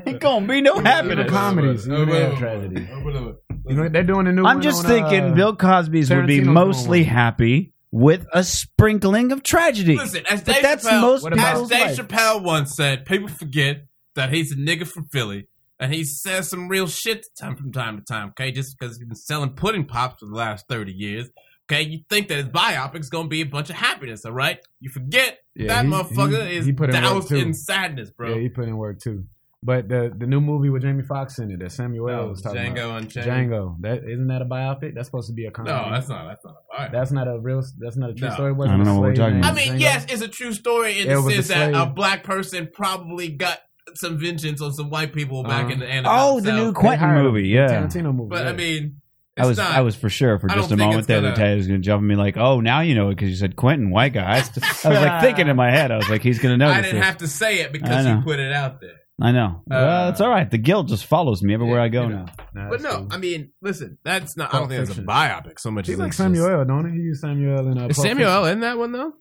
Ain't gonna be no
Even
happiness.
comedies,
Oh,
even they
whatever.
have tragedy.
Oh, whatever.
You know, they're doing a new.
I'm
one
just
on,
thinking
uh,
Bill Cosby's would be
Tarantino's
mostly
going.
happy with a sprinkling of tragedy.
Listen, as
But
Dave
that's
Chappelle,
most
What about-
as
people's
Dave
life.
Chappelle once said, people forget that he's a nigga from Philly, and he says some real shit time from time to time. Okay, just because he's been selling pudding pops for the last thirty years. Okay, you think that his biopic's gonna be a bunch of happiness, all right? You forget
Yeah,
that
he-
motherfucker
he-
is
he put in work,
doused
too.
in sadness, bro.
Yeah, he put in work too. But the the new movie with Jamie Foxx in it that Samuel
No,
was talking about.
Django Unchained.
Django. That isn't that a biopic? That's supposed to be a comedy.
No, that's not. That's not. All right.
That's not a real. That's not a true
No.
story.
I don't know what we're talking
I
about.
mean, yes, it's a true story in
Yeah, it
the
was a
sense that a
slave.
black person probably got some vengeance on some white people back
Uh-huh.
in the end.
Oh, the new Quentin
hired him.
movie. Yeah.
Tarantino movie.
But
yeah.
I mean, it's
I was
not.
I was for sure for
I don't
just a
think
moment
it's
there that
gonna-
Taylor was gonna jump and be like, oh now you know it because you said Quentin white guy. I, st- I was like thinking in my head, I was like he's gonna notice
I didn't
this.
have to say it
I
because you
know.
put it out there.
I
Uh,
know. well, it's all right. The guilt just follows me everywhere
Yeah,
I go
you
now.
Nah,
But
that's
no,
cool.
I mean, listen, that's not. I don't
Pulp
think it's a
Fiction.
biopic so much.
He's
as
like
it's just-
Samuel, don't he? He used Samuel in uh,
Is
Pulp
Samuel
Fiction.
in that one though?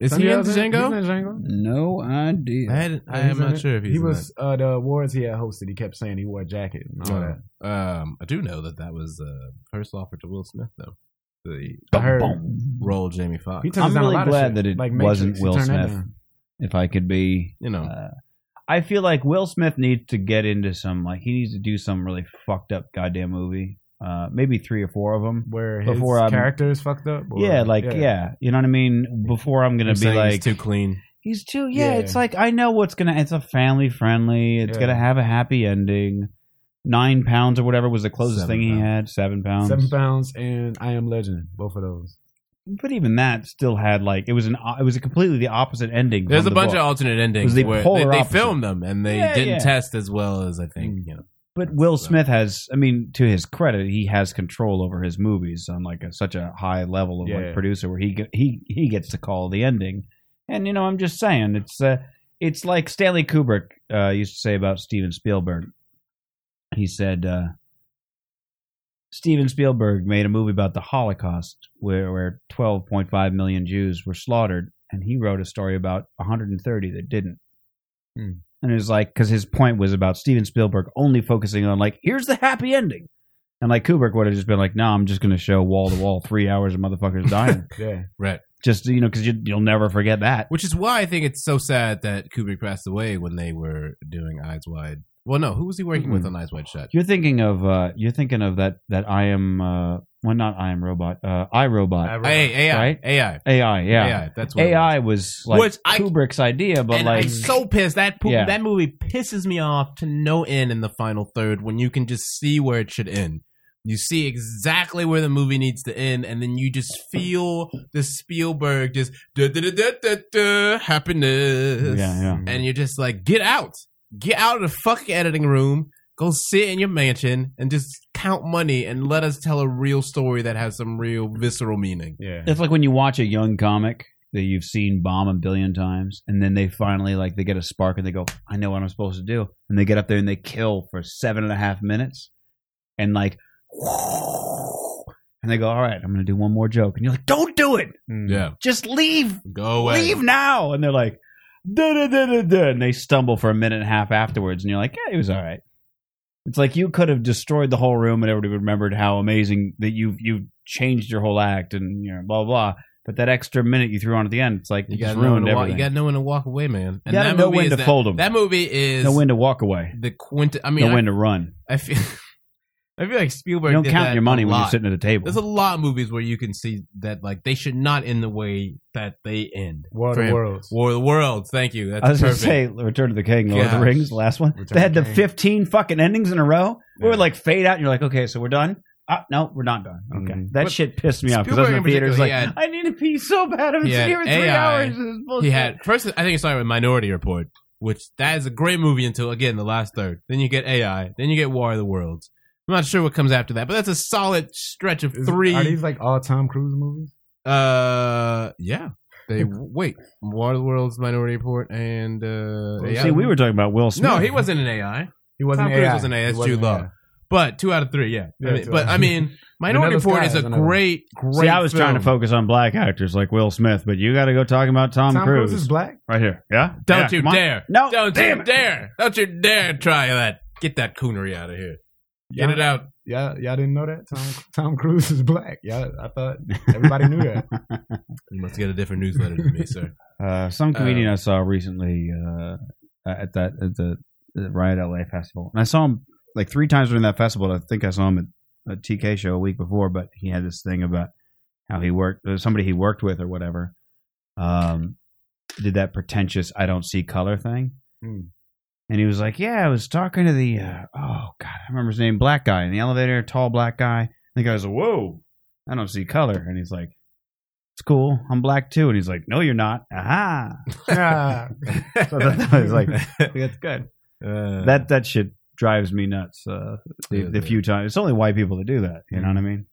Is
Samuel's
he in Django?
He's in Django.
No
I,
idea.
hadn't- I
He's
am
in
not
it.
sure if he's
He
in
was uh, the awards he had hosted. He kept saying he wore a jacket and all
Oh.
that.
that. Um, I do know that that was uh, first offer to Will Smith though. The
I heard.
role Jamie Foxx.
He turns
I'm
down a
really
lot of
glad
shit,
that it
Matrix,
wasn't
he
Will
turned that
Smith.
down.
If I could be
You know,
uh, I feel like Will Smith needs to get into some like he needs to do some really fucked up goddamn movie. Uh maybe 3 or 4 of them.
Where his
Before I'm-
character is fucked up. or-
yeah, like yeah. you know what I mean? Before I'm going to be like
too clean.
He's too. Yeah,
Yeah.
it's like I know what's gonna. It's a family friendly. It's
Yeah.
gonna have a happy ending. Nine pounds or whatever was the closest
Seven
thing he
pounds.
had. Seven pounds.
Seven pounds and I Am Legend. Both of those.
But even that still had like it was an. It was a completely the opposite ending.
There's a
from the
bunch
book.
of alternate endings
the
where they,
polar
they
opposite.
filmed them and they
Yeah,
didn't
yeah.
test as well as I think. You know,
But Will Smith has. I mean, to his credit, he has control over his movies on like a, such a high level of like
Yeah.
producer where he get- he he gets to call the ending. And you know, I'm just saying it's uh, it's like Stanley Kubrick uh, used to say about Steven Spielberg. He said. Uh, Steven Spielberg made a movie about the Holocaust where, where 12.5 million Jews were slaughtered, and he wrote a story about 130 that didn't.
Hmm.
And it was like, because his point was about Steven Spielberg only focusing on, like, here's the happy ending. And like Kubrick would have just been like, no, I'm just going to show wall to wall three hours of motherfuckers dying.
Yeah.
Right.
just, you know, because you, you'll never forget that.
Which is why I think it's so sad that Kubrick passed away when they were doing Eyes Wide. Well, no, who was he working with
Mhm.
on Eyes Wide Shut?
You're thinking of, uh, you're thinking of that, that I am, uh, well, not I am robot, uh, I robot,
Hey, AI,
Right?
AI,
AI, yeah.
AI. That's what it
AI was like
Which I-
Kubrick's idea, but
and
like
I'm so pissed that po-
Yeah.
that movie pisses me off to no end in the final third when you can just see where it should end. You see exactly where the movie needs to end, and then you just feel the Spielberg just da da da da da da happiness.
Yeah, yeah.
And you're just like, get out, get out of the fucking editing room, go sit in your mansion, and just count money, and let us tell a real story that has some real visceral meaning.
Yeah.
it's like when you watch a young comic that you've seen bomb a billion times, and then they finally like they get a spark and they go, "I know what I'm supposed to do," and they get up there and they kill for seven and a half minutes, and like, and they go, "All right, I'm gonna do one more joke," and you're like, "Don't do it,
Yeah,
just leave,
go away.
leave now," and they're like. Da, da, da, da, da, and they stumble for a minute and a half afterwards, and you're like, "Yeah, it was all right." It's like you could have destroyed the whole room and everybody remembered how amazing that you've you've changed your whole act and you know blah blah. But that extra minute you threw on at the end, it's like
You
you
got
just
to know when
ruined
to walk.
everything.
You got to know when to walk away, man.
You gotta
that
know
movie
when
is
to
that,
fold 'em.
That movie is
know when to walk away,
the quint. I mean,
know
I,
when to run.
I feel. I feel like
You
Spielberg.
don't
did
count
that
your money
a
when you're
lot.
sitting at a table.
There's a lot of movies where you can see that like they should not end the way that they end.
War of
For
the
him.
Worlds.
War of the Worlds. Thank you. That's
I was
perfect.
gonna say Return of the King, Lord of
Gosh.
the Rings, the last one.
Return
they had
of the
the
King.
fifteen fucking endings in a row. It
Yeah.
would like fade out, and you're like, okay, so we're done. Uh, no, we're not done. Okay,
Mhm.
that
Mm-hmm. But
shit pissed me off because I was in the
Spielberg in
theater. It's like,
particular,
I need to pee so bad. I've been
he had
sitting here for three
AI.
hours. This is bullshit.
He had first. I think it started with Minority Report, which that is a great movie until again the last third. Then you get AI. Then you get War of the Worlds. I'm not sure what comes after that, but that's a solid stretch of
Is-
three.
Are these like all Tom Cruise movies?
Uh, yeah. They wait. Water World's Minority Report and uh, AI.
See, we were talking about Will Smith.
no, he wasn't an AI,
He wasn't
Tom Cruise
AI.
wasn't AI,
He
that's
wasn't
Jude Law.
AI.
but two out of three. Yeah,
Yeah,
I mean,
two
but
out of-
I mean, Minority Report
Vanilla Sky
is
is
a
another one.
great, great.
See, I was trying to
film.
focus on black actors like Will Smith, but you got to go talking about Tom,
Tom
Cruise.
Cruise is black.
right here. Yeah, Yeah,
Don't you
come on.
dare!
No,
Don't
damn
you
it.
dare! Don't you dare try that! Get that coonery out of here! Get
Yeah.
it out!
Y'all, y'all didn't know that Tom Tom Cruise is black. Y'all, I thought everybody knew that.
You must get a different newsletter than me, sir.
Uh, some comedian I saw recently uh, at that at the, the Riot LA festival, and I saw him like three times during that festival. I think I saw him at a TK show a week before, but he had this thing about how he worked uh, somebody he worked with or whatever. Um, did that pretentious "I don't see color" thing,
Mm.
and he was like, "Yeah, I was talking to the uh, oh god, I remember his name, black guy in the elevator, tall black guy." And the guy was like, "Whoa, I don't see color," and he's like. It's cool. I'm black too, and he's like, "No, you're not." Aha!
Ah.
So that- that was like-
that's good.
Uh,
that that shit drives me nuts. Uh, the,
Yeah,
the
yeah.
few times it's only white people that do that. You know what I mean?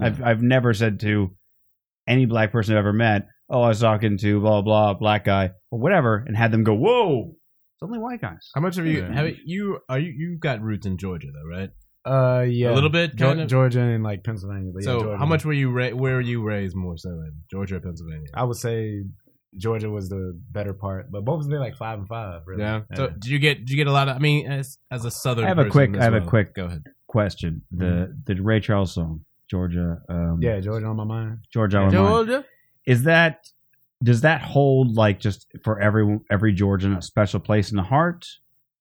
I've I've never said to any black person I've ever met, "Oh, I was talking to blah blah black guy or whatever," and had them go, "Whoa, it's only white guys."
how much have you?
Yeah.
Have you- you are you? You've got roots in Georgia, though, right?
Uh, yeah,
A little bit,
Geor-
kind of?
Georgia and like Pennsylvania. But yeah,
so,
Georgia.
how much were you? Ra- where were you raised more so in Georgia or Pennsylvania?
I would say Georgia was the better part, but both of them like five and five. Really.
Yeah. So, did you get? Did you get a lot of? I mean, as as a southern,
I have a
person
quick-
as
I have a
well.
quick-
Go ahead.
Question: the the Ray Charles song, Georgia, um,
yeah, Georgia on my mind.
Georgia, on my mind. is that does that hold like just for every every Georgian a special place in the heart,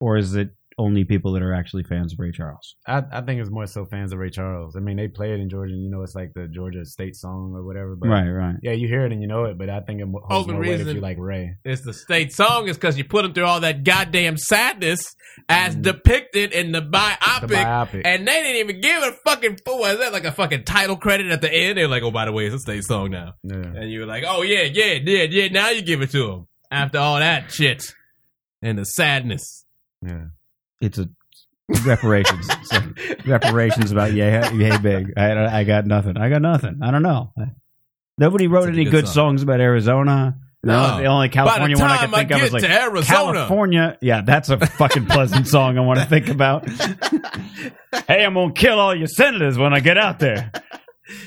or is it only people that are actually fans of Ray Charles?
I, I think it's more so fans of Ray Charles. I mean, they play it in Georgia, and you know it's like the Georgia state song or whatever. But
Right, right.
Yeah, you hear it and you know it, but I think it mo- holds
Open
more weight if
reason.
you like Ray.
It's the state song. Is because you put them through all that goddamn sadness
Mm.
as depicted in the
The
biopic,
biopic.
and they didn't even give it a fucking fool. Was that like a fucking title credit at the end? They're like, oh, by the way, it's a state song now,
yeah.
and you're like, oh yeah, yeah, yeah, yeah. Now you give it to them after all that shit and the sadness.
it's a reparations. It's like reparations about yay, yay big. I, don't- I got nothing. I got nothing. I don't know. Nobody wrote
It's a
any
good
good
song.
songs about Arizona. No, the
By
only
the
California one I could
time I,
think of
get
was like
to Arizona,
California. Yeah, that's a fucking pleasant song I want to think about. hey, I'm gonna kill all your senators when I get out there.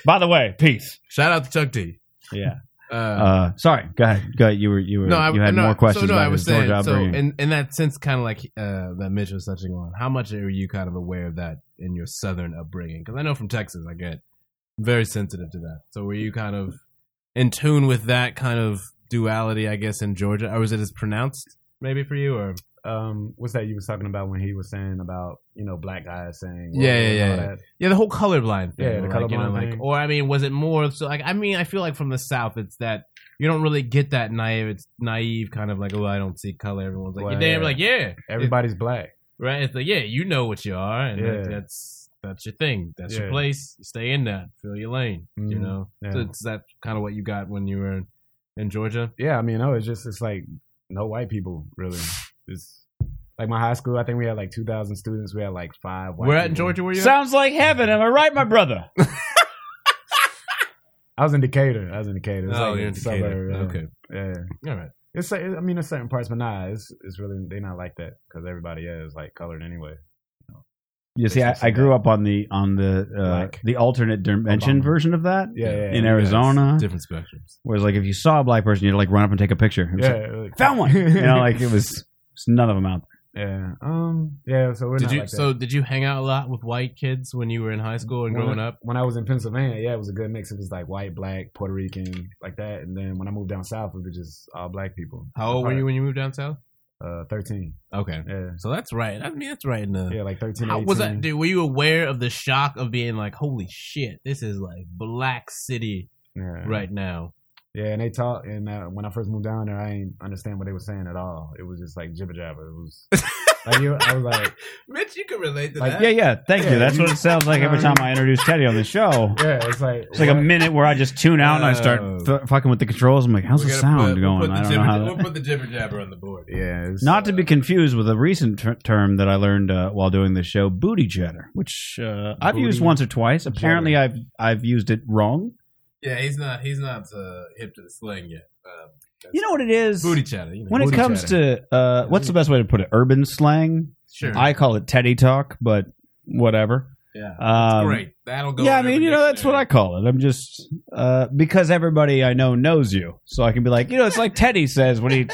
By the way, peace.
shout out to Chuck D.
Yeah.
Uh,
Uh, sorry, go ahead. Go ahead. You were you were
no, I,
you had
no,
more questions
So no,
about
I was
his Georgia
saying. So
upbringing.
in, in that sense, kind of like uh, that Mitch was touching on. How much are you kind of aware of that in your Southern upbringing? Because I know from Texas, I get very sensitive to that. So were you kind of in tune with that kind of duality? I guess in Georgia, or was it as pronounced maybe for you? Or
Um, what's that you was talking about when he was saying about you know black guys saying
Yeah,
well,
yeah,
and all
yeah, yeah.
that?
yeah, the whole colorblind thing.
Yeah, the
like, you know,
colorblind
like-
thing.
or I mean, was it more so? Like, I mean, I feel like from the South, it's that. You don't really get that naive. It's naive, kind of like, oh, I don't see color. Everyone's like,
Well,
you're damn,
yeah.
like, yeah,
Everybody's black.
right? It's like, yeah, you know what you are, and that-
Yeah.
that's that's your thing. That's your
Yeah.
place. Stay in that. Feel your lane. You
Mhm.
know,
Yeah.
so it's that kind of what you got when you were in, in Georgia.
Yeah, I mean, no, it's just it's like no white people really. It's like my high school. I think we had like two thousand students. We had like five. White
Where at in
people.
Georgia were you? at?
Sounds like heaven. Am I right, my brother?
I was in Decatur. I was in Decatur. It's
Oh,
like
you're in
a
Decatur.
suburb, yeah.
Okay,
Yeah.
all right.
It's cer- I mean, in certain parts, but nah, it's it's really they not like that because everybody yeah, is like colored anyway.
You see, I, I grew up on the on the uh,
Black.
the alternate dimension
Obama.
version of that
Yeah, yeah.
in
yeah.
Arizona.
Different spectrums.
Whereas, like, if you saw a black person, you'd like run up and take a picture. It was like,
Yeah, like-
found one. You know, like it was, it's none of them out
yeah, um, yeah. So we're
Did
not
you
like that.
so did you hang out a lot with white kids when you were in high school and
When I-
growing up?
when I was in Pennsylvania, yeah, it was a good mix. It was like white, black, Puerto Rican, like that. And then when I moved down south, it was just all black people.
How old were you when you moved down south?
Uh, thirteen.
Okay,
Yeah,
so that's right. I mean, that's right in the.
yeah, like thirteen.
How was that,
18.
dude? Were you aware of the shock of being like, "Holy shit, this is like Black City
Yeah.
right now"?
Yeah, and they talk. And uh, when I first moved down there, I didn't understand what they were saying at all. It was just like jibber jabber. It was like you, I was like,
Mitch, you can relate to
there. Yeah, yeah. Thank you.
Yeah.
That's what it sounds like every time I introduce Teddy on the show.
yeah, it's like
It's like a
what?
minute where I just tune out and I start f- fucking with the controls. I'm like, how's the
We're gonna
sound
Oh. put-
going?
We'll put,
I
the
don't know
jibber,
how.
we'll
That-
put the jibber jabber on the board.
yeah, it's,
not to
uh,
be confused with a recent ter- term that I learned uh, while doing the show, booty chatter, which uh, I've used
Booty
once or twice. Apparently, I've I've used it wrong.
Yeah, he's not. He's not uh, hip to the slang yet. Um, that's-
You know what it is?
booty chatter. You know,
when it
booty
comes
chatter.
to uh, what's the best way to put it? Urban slang.
sure,
I call it Teddy Talk, but whatever.
yeah,
Um,
great. That'll go.
yeah, I
in every
mean, you know, that's what I
dictionary.
call it. I'm just uh, because everybody I know knows you, so I can be like, you know, it's like Teddy says when he,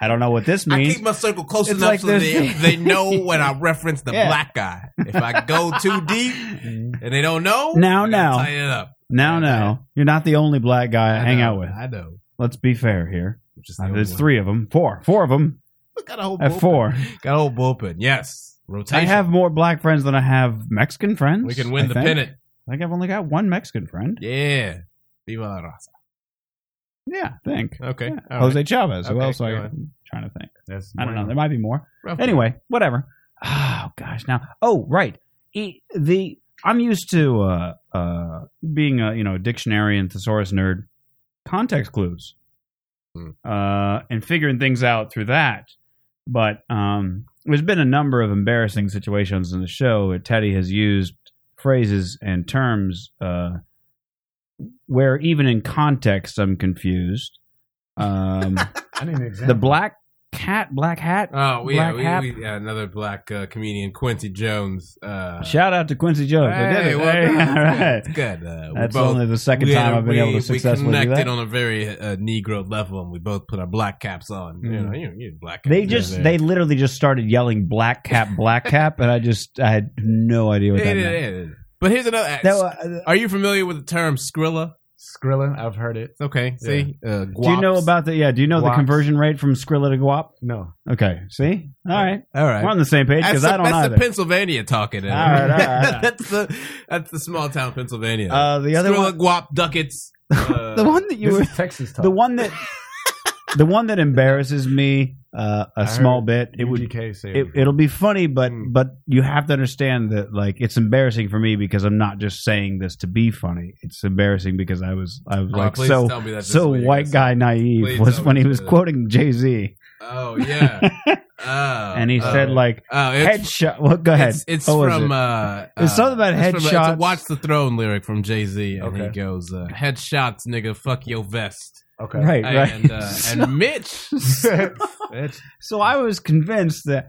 I don't know what this
I
means.
keep my circle close
It's
enough
like
so
this-
they, they know when I reference the
Yeah.
black guy. If I go too deep and they don't know,
Now,
I gotta
now.
tighten it up.
now,
Yeah,
now, you're not the only black guy I,
I
hang
know,
out with.
I know.
Let's be fair here.
Which is
Uh,
the
There's
only
three of them, four, four of them
one. Got a whole
at
bullpen.
four.
Got a whole bullpen. Yes,
I
rotation.
have more black friends than I have Mexican friends.
We can win
I
the
think.
pennant.
I think I've only got one Mexican friend.
Yeah, viva la raza.
Yeah, I think.
Okay,
Yeah.
all
Jose
right.
Chavez. Who
Okay,
else? I,
go
I'm trying to think.
That's
I don't know.
bueno.
There might be more.
Rough.
Anyway, whatever. Oh gosh. Now, oh right. E- the I'm used to uh, uh, being a you know dictionary and thesaurus nerd. Context clues,
Hmm.
uh, and figuring things out through that. But um, there's been a number of embarrassing situations in the show where Teddy has used phrases and terms uh, where even in context I'm confused. Um,
I need an
the
example.
black cat, black hat.
Oh, we- yeah,
Black
we,
Hap.
we yeah, another black uh, comedian, Quincy Jones. Uh,
Shout out to Quincy Jones. I Oh, did
hey,
it.
well
Hey,
done.
all right.
It's good. It's good. Uh, we
That's
both-
only the second
we-
time I've been
we-
able to successfully
We
do
connected
that.
on a very uh, Negro level, and we both put our black caps on. You
Mhm.
know, you, you black.
They
caps.
just
Yeah.
they literally just started yelling black cap, black cap, and I just I had no idea what
Yeah,
that
yeah,
meant. uh,
yeah, yeah. But here's another.
That wa-
Are you familiar with the term Skrilla?
Skrilla. I've heard it.
Okay, see, uh,
do you know
guaps.
about the yeah, do you know the
Guaps.
conversion rate from Skrilla to Guap?
No,
Okay. See? All right.
All right.
We're on the same page
that's
because
the,
I don't
that's the
either.
Pennsylvania talking.
All right, all right, all right.
that's the that's the small town Pennsylvania.
uh, the other
Skrilla,
one,
guap, ducats. Uh,
the one that you
this
were
is Texas talk.
the one that the one that embarrasses me uh, a
I
small bit. It
it
would
UGK said.
it, it'll be funny, but
Hmm.
but you have to understand that like it's embarrassing for me because I'm not just saying this to be funny. It's embarrassing because I was I was
Oh,
like
please
so
tell me that's
so
just what you
white
guys-
guy naive
Please
was
tell
when
me
he
you
was
did it.
quoting Jay Z
Oh yeah. Oh,
and he
oh.
said like
Oh, it's,
headshot. Well, go ahead.
it's, it's
What was
from
it?
uh,
It's
uh,
something about
it's from,
headshots.
It's a "Watch the Throne" lyric from Jay Z, and he
Okay.
goes, uh, "Headshots, nigga, fuck your vest."
Okay.
Right, right.
And, uh, and Mitch.
That's-
so I was convinced that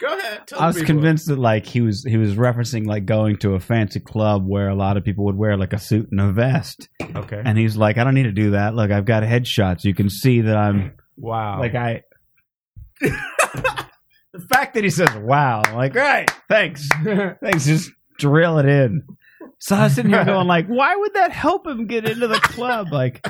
Go ahead. Tell
I was
people.
convinced that like he was he was referencing like going to a fancy club where a lot of people would wear like a suit and a vest,
okay.
and he's like, I don't need to do that. Look, I've got headshots. You can see that I'm
Wow.
like I. the fact that he says "Wow," I'm like, all right, thanks, thanks, just drill it in. So I was sitting here going like, why would that help him get into the club? Like,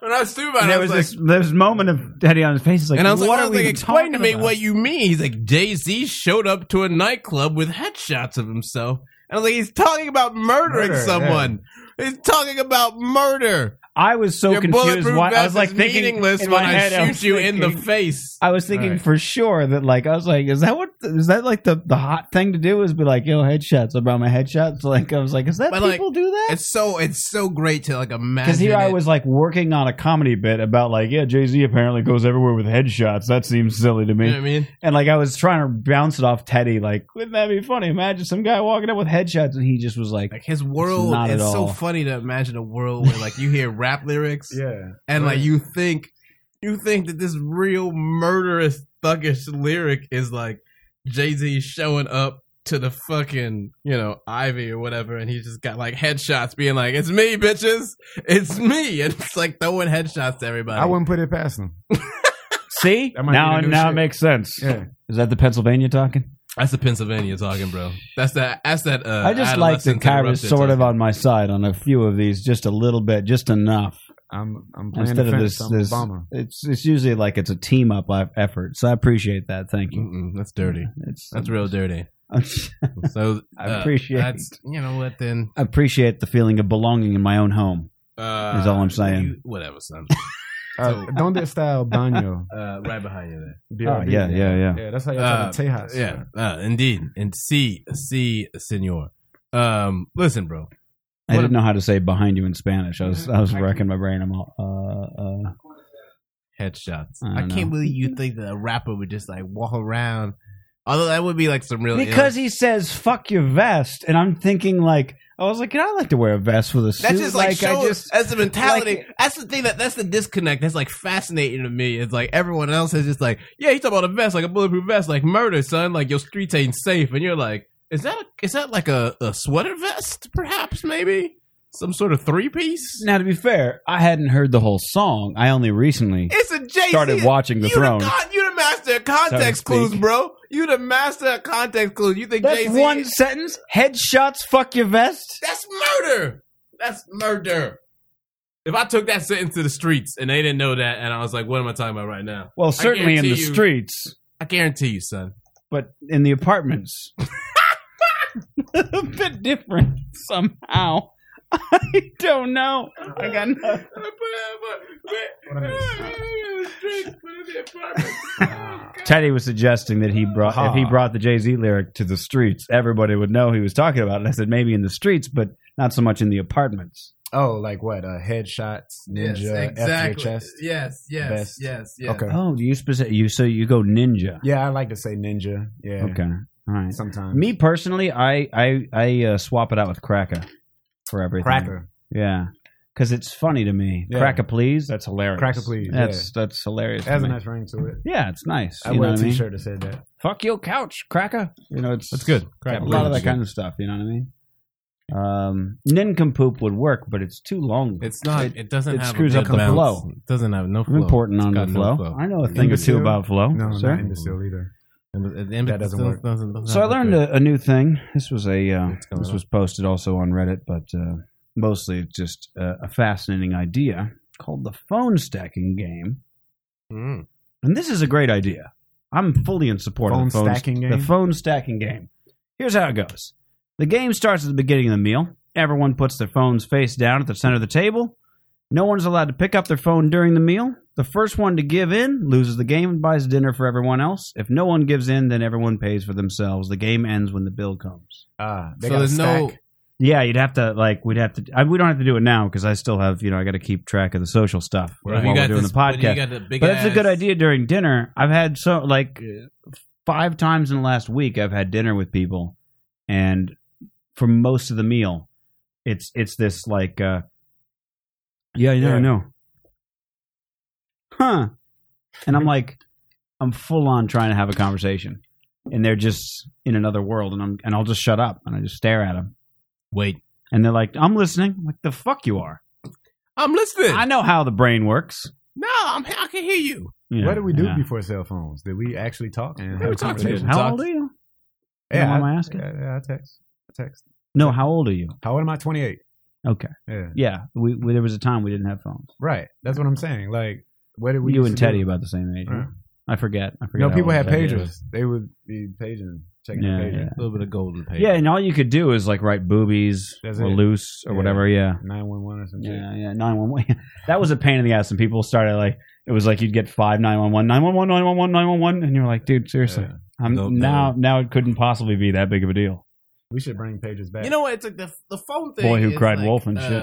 When I was thinking about
and
it, I
there
was
was
like,
this there was this moment of Teddy on his face. He's like,
and I was
what
like,
are
I was
we
like
even
explain to
talking
me
about?"
what you mean. He's like, Jay Z showed up to a nightclub with headshots of himself. And I was like, he's talking about murdering
Murder, yeah.
someone. He's talking about murder.
I was so
Your
confused.
bulletproof
Why,
vest
I was like
is
thinking
meaningless
in
when
my
I
head,
shoot
was
you in the
thinking-
face.
I was thinking
Right.
for sure that like I was like, is that what is that like the the hot thing to do is be like, yo, headshots. I brought my headshots. Like I was like, is that
But, like,
people do that?
It's so it's so great to like imagine.
Because here I
it.
was like working on a comedy bit about like, yeah, Jay Z apparently goes everywhere with headshots. That seems silly to
You
me.
know what I mean?
And like I was trying to bounce it off Teddy. Like, wouldn't that be funny? Imagine some guy walking up with headshots, and he just was like,
Like his world.
not
It's,
at
so
all.
funny to imagine a world where like you hear rap lyrics
yeah.
and like
Right.
you think you think that this real murderous thuggish lyric is like Jay Z showing up to the fucking you know Ivy or whatever, and he just got like headshots, being like, "It's me, bitches, it's me," and it's like throwing headshots to everybody.
I wouldn't put it past them.
"See,
That might be
now
the new
now it
shit."
makes sense."
Yeah.
Is that the Pennsylvania talking?
that's the Pennsylvania talking, bro. That's that. That's that. Uh,
I just like that
adolescence
Kyra's
interrupted
sort of
talking.
on my side on a few of these, just a little bit, just enough.
I'm I'm playing
Instead of this,
defense. I'm
this
Obama.
it's it's usually like it's a team up life effort. So I appreciate that. Thank you.
Mm-mm, that's dirty.
It's
That's real dirty. So
I
uh,
appreciate
That's you know what then.
I appreciate the feeling of belonging in my own home.
Uh,
all I'm saying.
you- whatever, son.
Uh, don't get style Bano.
Uh, right behind you there.
Oh, yeah, yeah, yeah.
Yeah, that's how you
Uh,
talk to Tejas.
Yeah, uh, indeed. And see, see, senor. Um, listen, bro.
I
What
didn't
a-
know how to say behind you in Spanish. I was I was wrecking my brain. I'm all uh, uh,
Headshots.
I
I,
don't
can't
know.
believe you think that a rapper would just like walk around. Although that would be like some real
because he says "fuck your vest," and I'm thinking like I was like, I like to wear a vest with a suit.
that's just like,
I
shows
just
that's the mentality.
like-
that's the thing that that's the disconnect. That's like fascinating to me. It's like everyone else is just like, yeah, you talking about a vest, like a bulletproof vest, like murder, son. Like your streets ain't safe, and you're like, is that is that like a, a sweater vest, perhaps, maybe some sort of three piece?
now to be fair, I hadn't heard the whole song. I only recently
It's a Jay
started watching the
you
throne.
The con- you the master of context
So to
clues,
speak.
bro. You the master of context clues. You think
That's
Jay Z?
one sentence. Headshots. Fuck your vest.
That's murder. That's murder. If I took that sentence to the streets and they didn't know that, and I was like, "What am I talking about right now?"
Well, certainly in the
guarantee you-
streets,
I guarantee you, son.
but in the apartments, a bit different somehow. I don't know. I got no. Teddy was suggesting that he brought if he brought the Jay Z lyric to the streets, everybody would know he was talking about. it. And I said maybe in the streets, but not so much in the apartments.
Oh, like what? Uh, headshots, ninja, F to your chest.
Yes, yes,
Vest.
yes, yes.
Okay.
Oh, do you specific? You so you go ninja?
Yeah, I like to say ninja. Yeah.
Okay, all right.
Sometimes.
Me personally, I I I uh, swap it out with cracker for everything.
Cracker.
yeah, because it's funny to me.
Yeah.
Cracker, please. That's hilarious.
Cracker please,
That's that's hilarious.
It has
to
a
me.
nice ring to it.
yeah, it's nice.
I
you know
wear a
what I mean?
t-shirt that said that.
Fuck your couch, cracker. You know, it's
That's good.
a lot of that kind of stuff. You know what I mean? Um, nincompoop would work, but it's too long.
It's not. It, doesn't.
it
have
screws
a
up
big
the
bounce.
flow.
It doesn't have no
I'm
flow.
important on the
got no
flow.
flow.
I know a thing or two
Imbecile?
about flow.
No,
sir.
not imbecile either.
And the- the impact
doesn't
still
work.
doesn't- doesn't
So I
have that
learned uh,
good.
a, a new thing. This was a uh,
going
this
on?
was posted also on Reddit, but uh, mostly it's just uh, a fascinating idea called the phone stacking game.
Mm.
And this is a great idea. I'm fully in support
Phone
of the phone
stacking
The
game?
phone stacking game. Here's how it goes. The game starts at the beginning of the meal. Everyone puts their phones face down at the center of the table. No one's allowed to pick up their phone during the meal. The first one to give in loses the game and buys dinner for everyone else. If no one gives in, then everyone pays for themselves. The game ends when the bill comes.
Ah, they
So
got a
there's no.
stack.
Yeah, you'd have to like we'd have to. I, we don't have to do it now because I still have you know I got to keep track of the social stuff
Well, if
while
you
we're
got
doing
this-
the podcast.
You got the big
But that's a good
ass-
idea during dinner. I've had so like uh, five times in the last week I've had dinner with people and for most of the meal it's it's this like uh Yeah, you never
Yeah.
know. Huh. And I'm
Mm-hmm.
like, I'm full on trying to have a conversation. And they're just in another world and I'm and I'll just shut up and I just stare at them.
Wait,
And they're like, I'm listening. I'm like, the fuck you are.
I'm listening.
I know how the brain works.
no, I'm. I can hear you.
Yeah,
what did we do
yeah.
before cell phones? Did we actually talk and have
we
a
talked to
conversation?
How old are you?
Yeah,
Am I
I,
asking?
yeah, yeah, I text. I text.
No, how old are you?
How old am I? 28.
Okay.
Yeah.
Yeah. We, we there was a time we didn't have phones.
Right. That's what I'm saying. Like, what did we
you
used
and
to do?
Teddy about the same age.
Yeah.
I forget. I forget.
No,
how
people
old
had
Teddy is.
pagers. They would be paging, checking
Yeah,
the pager.
yeah.
A little bit of golden paper.
Yeah, and all you could do is like write boobies
That's
or
it.
loose or
Yeah.
whatever. Yeah.
911 or something.
Yeah, yeah, nine one one. That was a pain in the ass, and people started like it was like you'd get five nine one one nine one one nine one one nine one one, and you're like, dude, seriously, I'm
No,
now now it couldn't possibly be that big of a deal.
We should bring pagers back.
You know what? It's like the the phone thing.
Boy Who
is
Cried
like,
Wolf and
uh,
shit.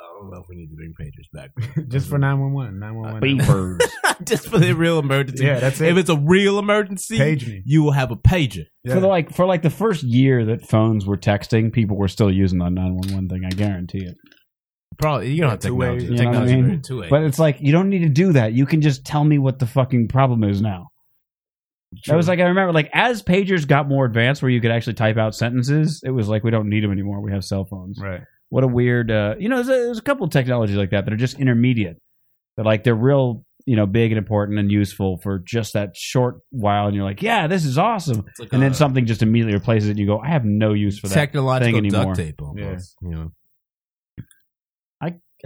I don't know if we need to bring pagers back.
just for 911. 911.
Beepers.
Just for the real emergency.
Yeah, that's
If
it.
it's a real emergency,
Page me.
you will have a pager.
Yeah.
For the, like for like the first year that phones were texting, people were still using the nine one one thing. I guarantee it.
Probably you don't have
Two
technology.
you
ways,
know what I
technology
mean?
two way.
But it's like you don't need to do that. You can just tell me what the fucking problem is now. That was like I remember, like as pagers got more advanced, where you could actually type out sentences. It was like we don't need them anymore. We have cell phones.
Right.
what a weird uh, you know there's a, there's a couple of technologies like that that are just intermediate they're like they're real you know big and important and useful for just that short while and you're like yeah this is awesome
It's like
and then
a
something just immediately replaces it and you go i have no use for that
technological
thing anymore.
duct tape. Almost, You know.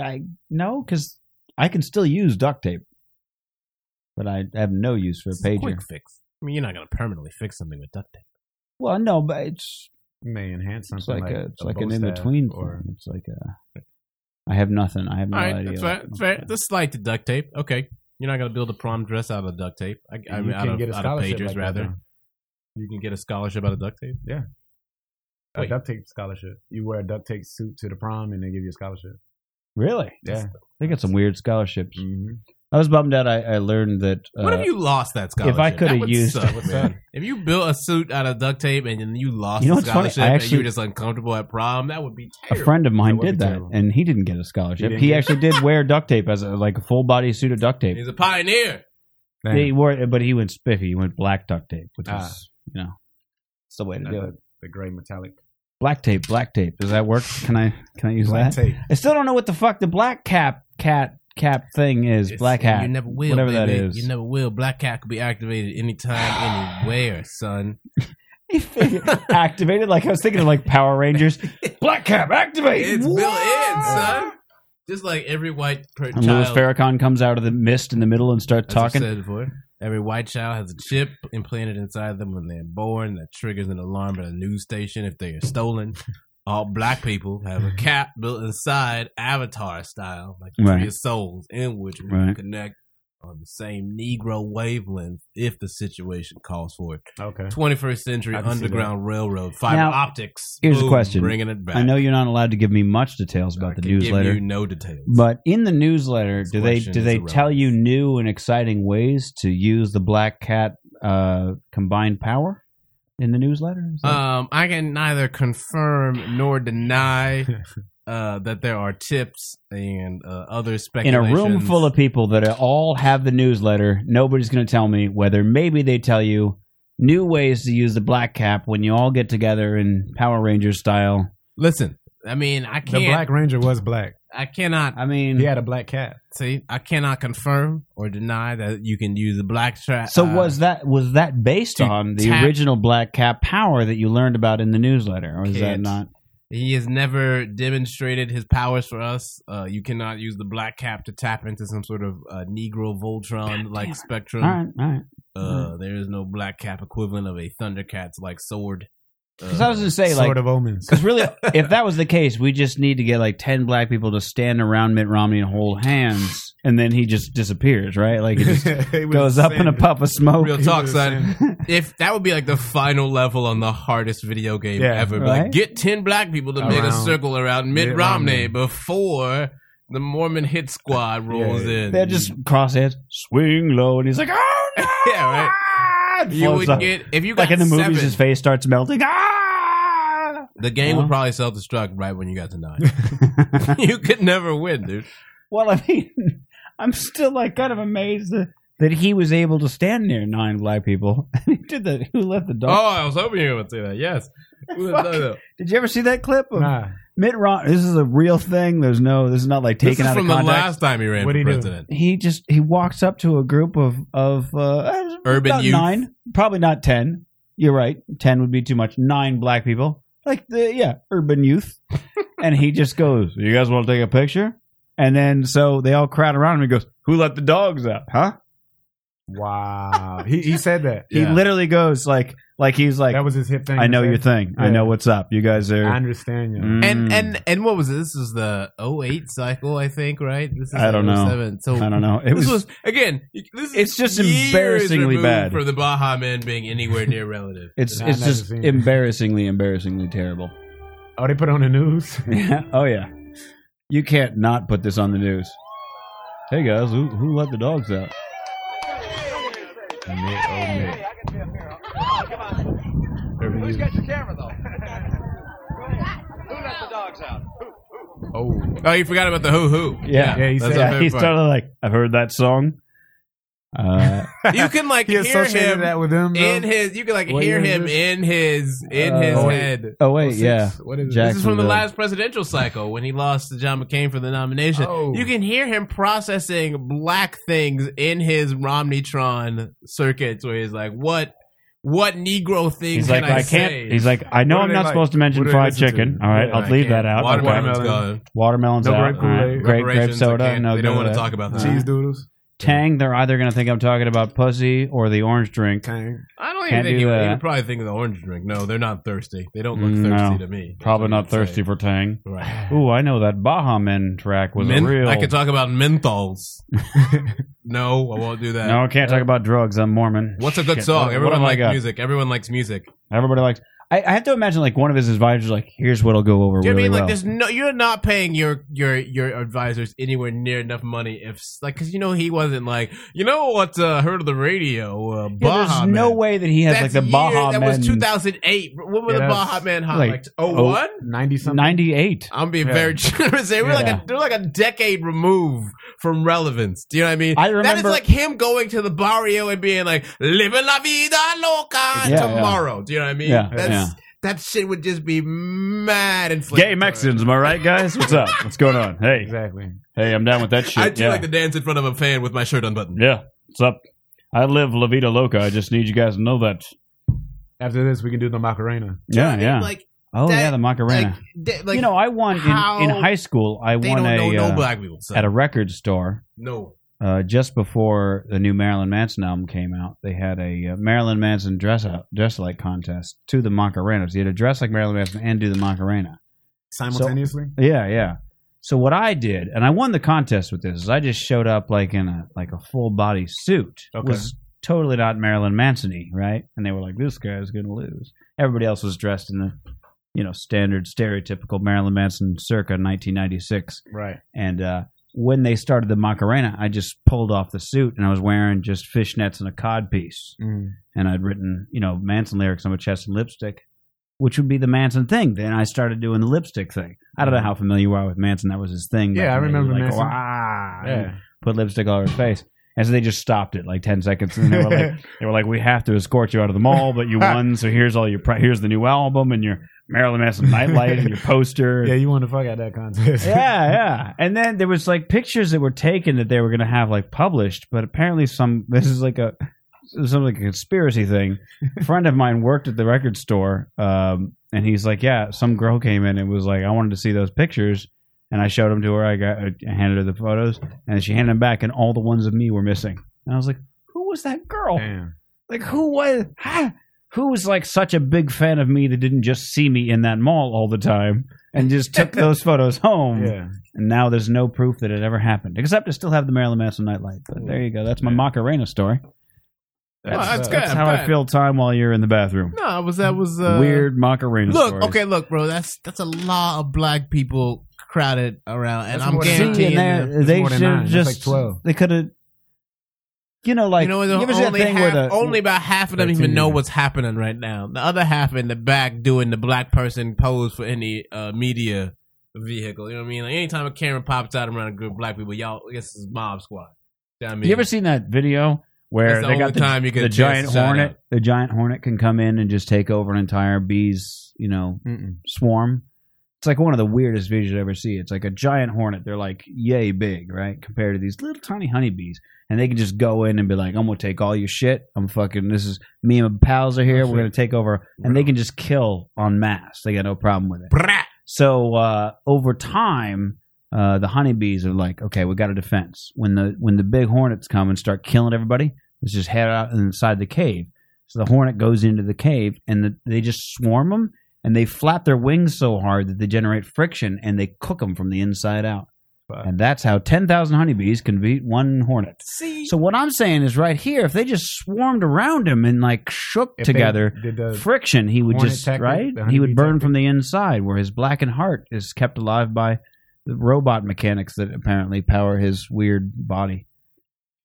i no because i can still use duct tape but i have no use for a
It's a
pager
quick fix. I mean, you're not going to permanently fix something with duct tape.
well no but it's
You may enhance
it's
something.
like, a it's like
bow
an
staff
in-between
Or,
thing it's like a i have nothing i have no
All right,
idea
that's fair. That's fair. This slide to duct tape. Okay, you're not going to build a prom dress out of duct tape. I, I
You
mean, out
can
of,
get a
out of
scholarship
pagers
like that
rather.
now.
you can get a scholarship out of duct tape.
a
Wait.
duct tape scholarship. You wear a duct tape suit to the prom and they give you a scholarship.
really
Yeah.
they got some weird scholarships
Mm-hmm.
I was bummed out. I, I learned that. Uh,
What if you lost that
I
scholarship?
coulda
That would
used-
suck,
What's
man.
that?
If you built a suit out of duct tape and then you lost
You know
the
what's funny? I
scholarship and you
actually-
were just uncomfortable at prom, that would be
a
terrible.
friend of mine
That would
did
be
that,
terrible.
and he didn't get a scholarship.
He didn't
He,
get-
actually did wear duct tape as a, like a full body suit of duct tape.
He's a pioneer.
He wore, it, but he went spiffy. He went black duct tape, which is
Ah.
you know, it's the way to
Not
do it.
the, the gray metallic.
Black tape, black tape. Does that work? Can I can I use
Black
that?
tape.
I still don't know what the fuck the black cap cat cap thing is.
It's-
black hat.
You never will.
whatever that
baby.
is.
You never will. Black hat could be activated anytime, anywhere, son.
activated. Like I was thinking of like Power Rangers. black cap activate.
It's built in,
Whoa!
son. Just like every white per
And Louis
child.
Farrakhan comes out of the mist in the middle and starts
as I've
talking.
said before, every white child has a chip implanted inside them when they're born that triggers an alarm at a news station if they are stolen. All black people have a cap built inside avatar style, like the
Right.
tree of souls, in which we
Right.
can connect on the same Negro wavelength if the situation calls for it.
Okay.
21st century
I can see that.
underground railroad, fiber
Now,
optics.
here's a
boom,
question.
Bringing it back.
I know you're not allowed to give me much details
I
about the
can give
newsletter,
you no details.
but in the newsletter,
This
do they
question
do
is
they tell
irrelevant.
you new and exciting ways to use the black cat uh, combined power in the newsletter? Is that-
Um, I can neither confirm nor deny uh, that there are tips and uh, other
in a
speculations.
room full of people that all have the newsletter, nobody's going to tell me whether maybe they tell you new ways to use the black cap when you all get together in Power Rangers style.
listen, I mean, I
The
can't,
Black Ranger was black.
I cannot
I mean,
He had a black cat.
see, I cannot confirm or deny that you can use the black uh, trap.
So
Uh,
was that was that based
to
on the
tap-
original black cap power that you learned about in the newsletter, or is that
Can't.
not?
he has never demonstrated his powers for us? Uh, you cannot use the black cap to tap into some sort of uh, Negro Voltron like spectrum.
All right, all right.
Uh, there is no black cap equivalent of a Thundercats like sword.
Because I was
Uh,
gonna say like,
Sword of Omens.
because really, if that was the case, we just need to get like ten black people to stand around Mitt Romney and hold hands, and then he just disappears, right? Like he just
He was
goes up in a
sand-
puff of smoke.
Real
He
talk,
was
son.
sand-
if that would be like the final level on the hardest video game
Yeah,
ever. Be
right?
Like get ten black people to make a
Around
circle around Mitt
Mitt
Romney,
Romney.
before the Mormon hit squad rolls
yeah.
in.
They're just crosshands, swing low, and he's like, oh no!
Yeah, right.
Ah! And
you
floats
would
up.
get if you got
like in the
seven,
movies, his face starts melting. Ah!
the game
Huh?
would probably self destruct right when you got to nine. you could never win, dude.
Well, I mean, I'm still like kind of amazed that, that he was able to stand near nine black people. he did that. Who left the
Oh,
dog?
I was hoping you would say that. Yes.
Did you ever see that clip of
Nah,
Mitt Romney? This is a real thing. There's no. This is not like
This
taken
is
out
from
of
the
context.
last time he ran
What'd
for
he do?
president.
he just he walks up to a group of of uh,
Urban
about
youth.
nine, probably not ten. You're right, ten would be too much. Nine black people, like the yeah, urban youth, and he just goes, "You guys want to take a picture?" And then so they all crowd around him. He goes, "Who let the dogs out?" Huh?
wow. he he said that.
He literally goes like like he's like,
that was his hip thing.
"I
to
know
say.
your thing. I
Yeah.
know what's up. You guys are."
I understand you.
And
Mm.
and and what was it? This is the 08 cycle, I think, right? This is
I don't know.
07. So
I don't know. It
this was,
was,
again. This is
It's just
years
embarrassingly
removed
bad.
from the Baja Men being anywhere near relative.
it's
I've
it's
never
just
seen it.
embarrassingly embarrassingly terrible.
Oh, they put on the news.
Yeah. Oh yeah. You can't not put this on the news. Hey guys, who who let the dogs out?
Urban youth. Oh,
oh, you forgot about the hoo hoo.
Yeah.
yeah, he
That's
said.
a-
he's totally like, I've heard that song. Uh,
you can like
He
hear
associated
him
that with them. though?
in his. You can like
What
hear
year is
him
this?
in his in his
Uh,
head.
oh wait, yeah.
Six. What is it?
Jack-
This is from the
Jacksonville.
last presidential cycle when he lost to John McCain for the nomination.
Oh.
You can hear him processing black things in his Romneytron circuits, where he's like, "What, what Negro things
He's
can
like,
I,
I
say?"
can't. He's like, I know
What do
I'm
they
not
like?
supposed to mention
What do they
fried
listen to?
chicken. All right,
Yeah,
I'll leave that out.
Watermelon's uh,
Okay.
gone.
Watermelon's
No
out.
grape
All right.
Kool-Aid.
Grape, grape
Corporations, they
soda.
can't-
No
they
good
don't
with
want to
that.
talk about that.
cheese doodles.
Tang. They're either going to think I'm talking about pussy or the orange drink.
Kang.
I don't even
Can't
think
do
you would
that.
even probably think of the orange drink. No, they're not thirsty. They don't look
Mm,
thirsty
no.
to me. That's
Probably
what
not
I'm saying.
thirsty for Tang.
Right.
Ooh, I know that Baja Men track was
Men-
a real.
I could talk about menthols. no, I won't do that.
No, I can't talk about drugs. I'm Mormon.
What's a good
Shit,
song?
what- what
Everyone
have I
likes
got?
music. Everyone likes music.
Everybody likes. I, I have to imagine like one of his advisors like, here's what'll go over
Do you know
really
what I mean? Like,
well.
there's no, you're not paying your your your advisors anywhere near enough money if, like, because you know he wasn't like, you know what? Uh, heard of the radio? Uh,
Yeah,
Baja
there's no
Man.
way that he has
That's
like the Baja
year,
Men.
That was 2008. When were
Yeah,
the
that's
Baja Man Oh, hot?
like, oh,
Like 01?
90 something.
98.
I'm being
Yeah.
very generous. They were like
Yeah.
a, they're like a decade removed from relevance. Do you know what I mean?
I
that is
remember-
like him going to the barrio and being like "Living la vida loca"
Yeah,
tomorrow. Do you know what I mean?
Yeah,
That's,
yeah.
That shit would just be mad and
Gay Mexicans, am I right, guys? What's up? What's going on? Hey,
Exactly.
hey, I'm down with that shit.
I do
yeah.
like to dance in front of a fan with my shirt unbuttoned.
yeah, what's up? I live La Vida Loca. I just need you guys to know that.
After this, we can do the Macarena.
Do you know
Yeah,
what I mean?
yeah.
Like,
oh,
that-
yeah, the Macarena.
like, they, like
you know, I won
how
in, in high school. I
they
won
don't know
a
no
uh,
black people. So.
at a record store.
no,
uh, just before the new Marilyn Manson album came out, they had a uh, Marilyn Manson dress up, dress like contest to the Macarena. So you had to dress like Marilyn Manson and do the Macarena.
Simultaneously?
Yeah, yeah. So what I did, and I won the contest with this, is I just showed up like in a like a full body suit. It
Okay.
was totally not Marilyn Manson-y, right? And they were like, "This guy's gonna lose." Everybody else was dressed in the, you know, standard stereotypical Marilyn Manson circa 1996
right.
and uh, when they started the Macarena, I just pulled off the suit and I was wearing just fishnets and a cod piece.
Mm.
And I'd written, you know, Manson lyrics on my chest and lipstick, which would be the Manson thing. Then I started doing the lipstick thing. I don't know how familiar you are with Manson. That was his thing.
Mm. Yeah,
back
I
in the day.
remember
like,
Manson.
"Wah," and
Yeah.
Put lipstick all over his face. And so they just stopped it like 10 seconds. And they were like, they were like, we have to escort you out of the mall, but you won. So here's all your, pri- here's the new album and your Marilyn Manson nightlight and your poster.
yeah, you want to fuck out that contest.
yeah, yeah. And then there was like pictures that were taken that they were going to have like published, but apparently some this is like a some like a conspiracy thing. A friend of mine worked at the record store, um, and he's like, "Yeah, some girl came in and was like, I wanted to see those pictures." And I showed them to her. I got I handed her the photos, and she handed them back, and all the ones of me were missing. And I was like, "Who was that girl?
Damn.
Like, who was ha? who was like such a big fan of me that didn't just see me in that mall all the time and just took those photos home?"
Yeah.
And now there's no proof that it ever happened, except I still have the Marilyn Manson nightlight. But there you go. That's my Macarena story.
Well, that's
uh,
good.
That's
I'm
how I
glad.
feel time while you're in the bathroom.
No, I was that was uh,
Weird Macarena
Look,
stories.
okay, look, bro. That's that's a lot of black people crowded around, and
That's
I'm
more than
See,
guaranteeing.
and
you-
they-
It's
they
more than
should
nine.
have
That's
just
like 12.
They could have, you know, like
you know, the
you ever see that
only,
thing
half,
where the
only about half of them even
13.
know what's happening right now. The other half in the back doing the black person pose for any uh, media vehicle. You know what I mean? Like anytime a camera pops out around a group of black people, y'all, I guess it's mob squad. You know what I mean?
You ever seen that video where
That's the
they
only
got the,
time you get
the
a chance
giant
to shout
hornet?
out.
The giant hornet can come in and just take over an entire bee's, you know,
Mm-mm.
swarm. It's like one of the weirdest views you'd ever see. It's like a giant hornet. They're like yay big, right? Compared to these little tiny honeybees, and they can just go in and be like, "I'm gonna take all your shit. I'm fucking. This is me and my pals are here. We're gonna take over." And they can just kill on mass. They got no problem with it.
Brat!
So uh, over time, uh, the honeybees are like, okay, we got a defense. When the when the big hornets come and start killing everybody, let's just head out inside the cave. So the hornet goes into the cave, and the, they just swarm them, and they flap their wings so hard that they generate friction, and they cook them from the inside out.
Wow.
And that's how ten thousand honeybees can beat one hornet.
See,
So what I'm saying is, right here, if they just swarmed around him and like shook
If they
together,
did the-
friction, he would
Hornet
just
tactic,
right.
the
He would
honeybee
burn
tactic.
from the inside, where his blackened heart is kept alive by the robot mechanics that apparently power his weird body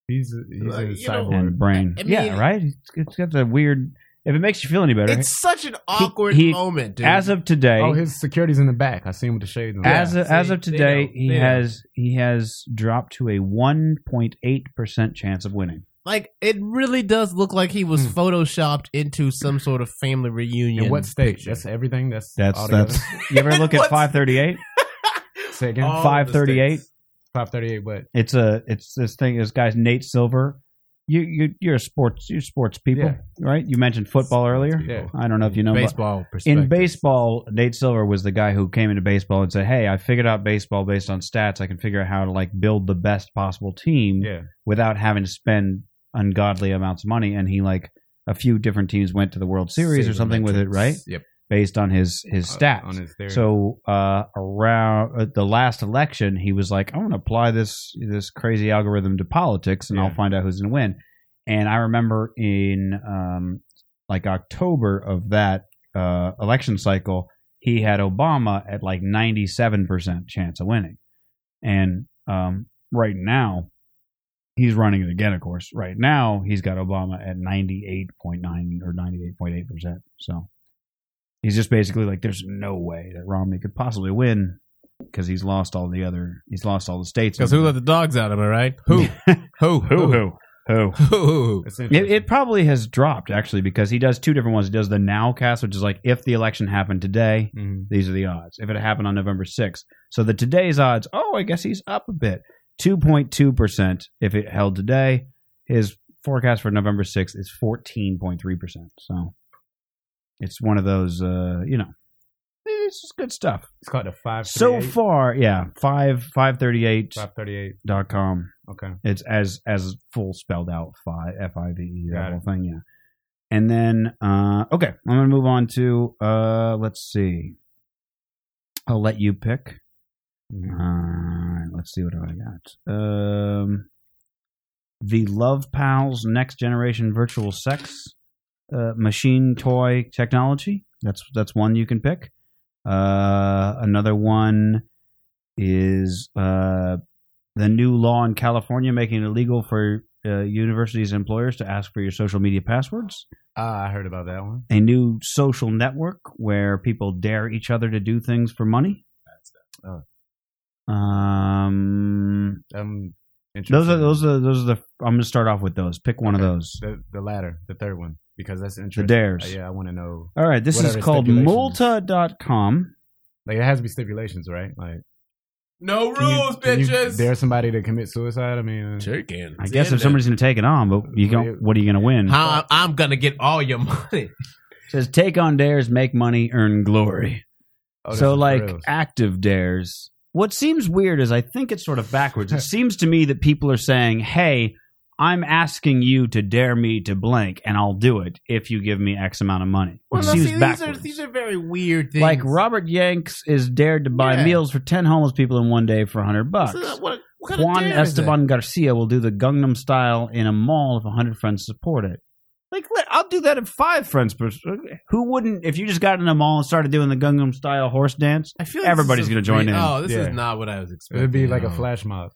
he's a, he's
Like,
a
you know,
cyborg.
and brain.
I
yeah,
mean-
right. It's- It's got the weird. If it makes you feel any better,
it's such an awkward
he-
moment, dude.
as of today,
oh, his security's in the back. I see him with the shades on.
as
Yeah,
of, as
see,
of
they
today,
know,
he
they know.
has he has dropped to a one point eight percent chance of winning.
like, it really does look like he was
Hmm.
photoshopped into some sort of family reunion.
in what state?
picture.
That's everything. That's
That's
all
that's. You ever look at
What's-
five thirty eight?
second
All the
538.
states.
five thirty eight. But
It's a it's this thing. This guy's Nate Silver. You you you're a sports you sports people,
Yeah.
right? You mentioned football earlier.
yeah,
I don't know if you know but
baseball perspective.
In baseball, Nate Silver was the guy who came into baseball and said, "Hey, I figured out baseball based on stats. I can figure out how to like build the best possible team
yeah.
without having to spend ungodly amounts of money." And he like a few different teams went to the World Series or something with it,
Sabermetrics.
right?
Yep.
Based on his his stats.
Uh, on his theory.
So uh, around uh, the last election, he was like, "I'm going to apply this this crazy algorithm to politics, and
Yeah.
I'll find out who's going to win." And I remember in um, like October of that uh, election cycle, he had Obama at like 97 percent chance of winning, and um, right now he's running it again. Of course, right now he's got Obama at 98.9 or 98.8 percent. So. He's just basically like, there's no way that Romney could possibly win because he's lost all the other, he's lost all the states.
Because who let the dogs out? Am I right? Who? Who?
who, who?
Who?
It's
It,
interesting.
it probably has dropped actually because he does two different ones. He does the nowcast, which is like if the election happened today,
Mhm.
these are the odds. If it happened on November 6th, so the today's odds. Oh, I guess he's up a bit, two point two percent if it held today. His forecast for November 6th is fourteen point three percent. So it's one of those, uh, you know, it's just good stuff.
It's called the five.
so far yeah 5 538
five thirty eight.
dot com
Okay.
it's as as full spelled out five f-i-v-e E, that
Got
whole
it.
thing yeah and then uh okay i'm gonna move on to uh let's see i'll let you pick
Mm-hmm.
uh, let's see what have i got um the love pals next generation virtual sex uh, machine toy technology that's that's one you can pick uh another one is uh the new law in California making it illegal for uh, universities and employers to ask for your social media passwords.
Ah, I heard about that one.
A new social network where people dare each other to do things for money.
Oh.
Um,
Um,
those are those are those are the. I'm gonna start off with those. Pick one
Okay.
of those.
The, the latter, the third one, because that's
The
interesting.
dares.
Uh, yeah, I want to know.
All right, this
What
is
are the
called
stipulations?
Multa.com.
Like, it has to be stipulations, right? Like,
No
can you-
rules,
can you
bitches.
dare somebody to commit suicide? I mean,
Sure can.
I guess if somebody's gonna take it on, but you don't. What are you gonna win?
How I'm gonna get all your money.
It says take on dares, make money, earn glory.
oh, this
so
is for
like
reals.
active dares what seems weird is i think it's sort of backwards it seems to me that people are saying hey i'm asking you to dare me to blank and i'll do it if you give me x amount of money
Well,
it
now,
seems
see, these are
backwards
these are very weird things.
like robert yanks is dared to buy
Yeah.
meals for 10 homeless people in one day for 100 bucks
So that- what, what kind of
juan
dare is that?
esteban garcia will do the gangnam style in a mall if 100 friends support it like let- i'll do that if five friends pers- who wouldn't if you just got in a mall and started doing the gangnam style horse dance
I feel
Everybody's
this is
gonna
a
join
great-
in.
Oh, this
Yeah.
is not what I was expecting.
it'd be like
at
a
all.
flash mob.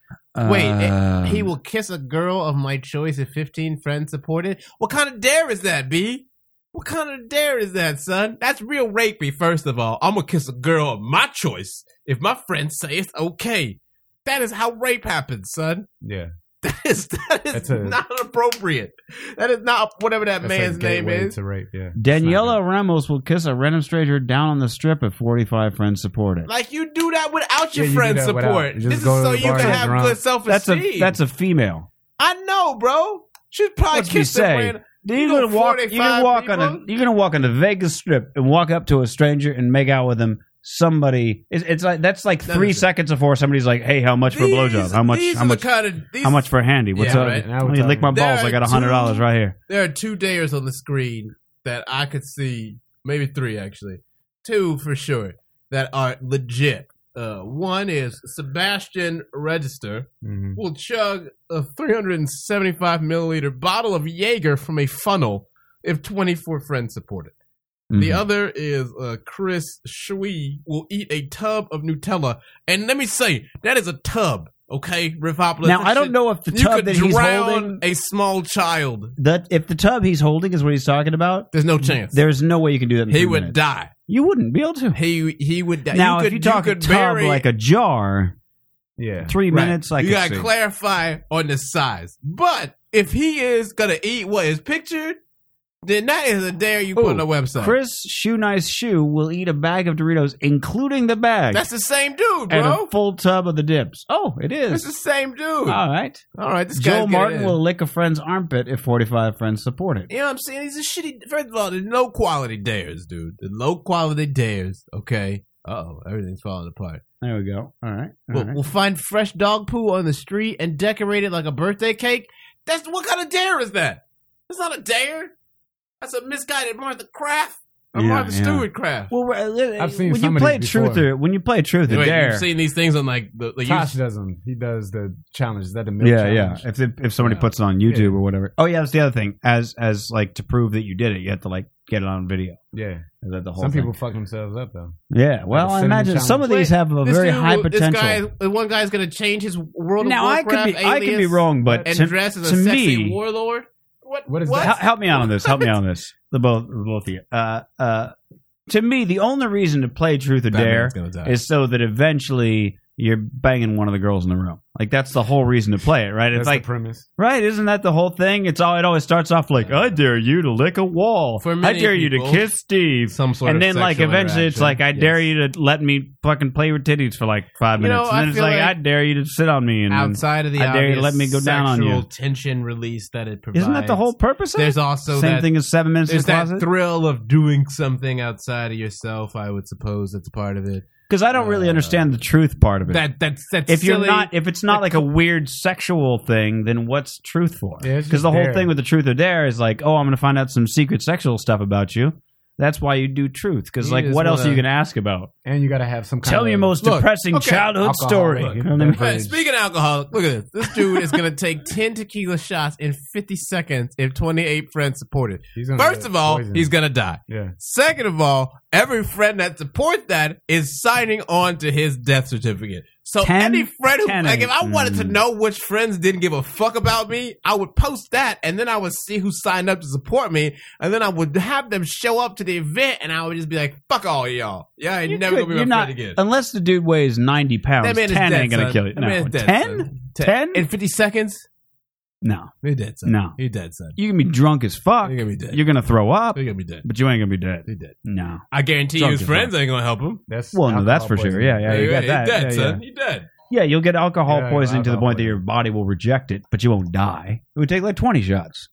Wait,
Um,
he will kiss a girl of my choice if 15 friends support it. What kind of dare is that, B? What kind of dare is that, son? That's real rapey, first of all. I'm gonna kiss a girl of my choice if my friends say it's okay. That is how rape happens, son.
Yeah.
That is that is
That's a-
not appropriate. That is not whatever that
That's
man's
a
name
gateway
is.
to rape. Yeah.
Daniela Ramos will kiss a random stranger down on the strip if 45 friends support it.
Like you do that without your
Yeah, you do
friend
that without-
support.
you just
This is
go to
so
the
you
bar
can
and
have
drunk.
good self
That's a
esteem.
that's a female.
I know, bro. She'd probably
What's me
kiss the
say?
random.
You're
know
gonna walk. You're gonna
45
walk on
people?
a. You're gonna walk on the Vegas Strip and walk up to a stranger and make out with them. Somebody, it's, it's like that's like
No,
three
no, no.
seconds before somebody's like, "Hey, how much for a blowjob?
These-
How much?
these
How
are the
much?
kind of- these-
How much for handy? What's
Yeah,
up?
right.
Now we're
Let me lick my
talking.
balls. I got a hundred dollars right here.
There are two dares on the screen that I could see, maybe three actually, two for sure that are legit. Uh, one is Sebastian Register
Mm-hmm.
will chug a 375 milliliter bottle of Jaeger from a funnel if 24 friends support it. The
Mm-hmm.
Mhm.
other is uh, Chris Shui will eat a tub of Nutella, and let me say that is a tub, okay, Rivopolis.
Now
That
I don't
shit-
know if the
You
tub
could
that he's
drown
holding,
a small child.
that if the tub he's holding is what he's talking about.
There's no chance.
There's no way you can do that. In
he
three
would
minutes.
die.
You wouldn't be able to.
He he would die.
now,
you could,
if you talk a
could
tub
bury,
like a jar,
Yeah.
three
Right.
minutes. I
you
could
gotta
see.
clarify on the size. But if he is gonna eat what is pictured, then that is a dare you put
Ooh,
on the website.
Chris Shoe Nice Shoe will eat a bag of Doritos, including the bag,
That's the same dude,
and a
bro.
full tub of the dips. Oh, it
It's
is.
the same dude.
All right.
All right, this
Joel
guy's
Uh, Martin
getting in.
will lick a friend's armpit if 45 friends support it.
You know what I'm saying? He's a shitty. First of all, the low quality dares, dude. The low quality dares. Okay. Uh oh, everything's falling apart.
There we go. All right. All
We'll,
Mm-hmm.
right.
we'll find fresh dog poo on the street and decorate it like a birthday cake. That's what kind of dare is that? That's not a dare. That's a misguided Martha Kraft. A
Yeah,
Martha
yeah.
Stewart Kraft.
Well, we're- uh,
I've seen
when
some
you
of
play
these
truth
before.
or when you play truth or
Wait,
dare.
You've seen these things on like the, the
Tosh
youth-
does them. He does the challenges. That the milk
yeah, yeah.
challenge?
If it, if somebody
Yeah.
puts it on YouTube
Yeah.
or whatever. Oh yeah, that's the other thing. As as like to prove that you did it, you have to like get it on video.
yeah,
Is that the whole
Some
thing?
people fuck themselves up though.
Yeah. Well, I
cinnamon
imagine some of
challenge.
these have a
This
very
dude
high
will-
potential.
This guy, one guy's gonna change his world.
now
of
I could
Warcraft
be I could be
alias
wrong, but
And
to-
dress as a
to
sexy
me-
warlord. What?
What is
Hel-
that?
help me out on this. Help me out on this. The both the both of you. Uh, uh, to me, the only reason to play Truth or Dare is so that eventually you're banging one of the girls in the room. Like that's the whole reason to play it, right?
That's
It's like
the premise.
right, isn't that the whole thing? It's all it always starts off like I dare you to lick a wall.
For
I
many
dare you to
people,
kiss Steve.
some sort
And
of
then, like,
sexual
eventually, it's like,
interaction.
I dare
Yes.
you to let me fucking play with titties for like five
You know,
minutes.
I
and then it's
feel
like,
like-
I dare you to sit on me. And then,
outside of the
I dare you to
obvious
let me go down on
sexual
you.
tension release that it provides.
isn't that the whole purpose? Of it?
There's also
same
that
thing as seven minutes in
there's
the
that
closet.
thrill of doing something outside of yourself. I would suppose that's part of it.
Because I don't really
Uh,
understand the truth part of it.
That that's that's
if you're
silly.
not, if it's not like a weird sexual thing, then what's truth for?
Yeah,
Because
it's just
the whole
dare.
thing with the truth or dare is like, oh, I'm going to find out some secret sexual stuff about you. That's why you do truth. Because
You
like,
just
what else are
wanna-
you going to ask about?
And you got to have some. Kind
Tell
of,
me your most
Look,
depressing
okay,
childhood
alcohol,
story.
look,
You know what I mean?
All right, speaking of alcoholic, look at this. This dude is gonna take ten tequila shots in fifty seconds if twenty eight friends support it.
He's gonna
First
get
of all,
poisoned.
he's gonna die.
yeah.
Second of all, every friend that supports that is signing on to his death certificate. So
Ten-
any friend who,
ten
like, if I
and-
wanted to know which friends didn't give a fuck about me, I would post that, and then I would see who signed up to support me, and then I would have them show up to the event, and I would just be like, "Fuck all y'all, yeah, ain't
You
never
could-
gonna be
you're
my
not-
friend again."
Unless the dude weighs ninety pounds,
That man is
ten
dead,
ain't gonna
son.
kill you.
That
no,
man is dead,
ten?
son. Ten-
Ten?
in fifty seconds.
No,
You're dead, son.
no.
You're dead, son.
You can be drunk as fuck.
You're gonna be dead.
You're gonna throw up,
You're gonna be dead.
but you ain't gonna be dead.
You're dead.
No.
I guarantee you,
Drunk
his
as
friends ain't gonna help him.
That's
Well, no, that's
alcohol
for sure.
poisoning.
Yeah, yeah, you got
you're
that.
dead,
yeah, yeah.
son. You're dead.
Yeah, you'll get alcohol
Yeah,
poisoning to the
alcohol
point that your body will reject it, but you won't die. It would take like 20 shots.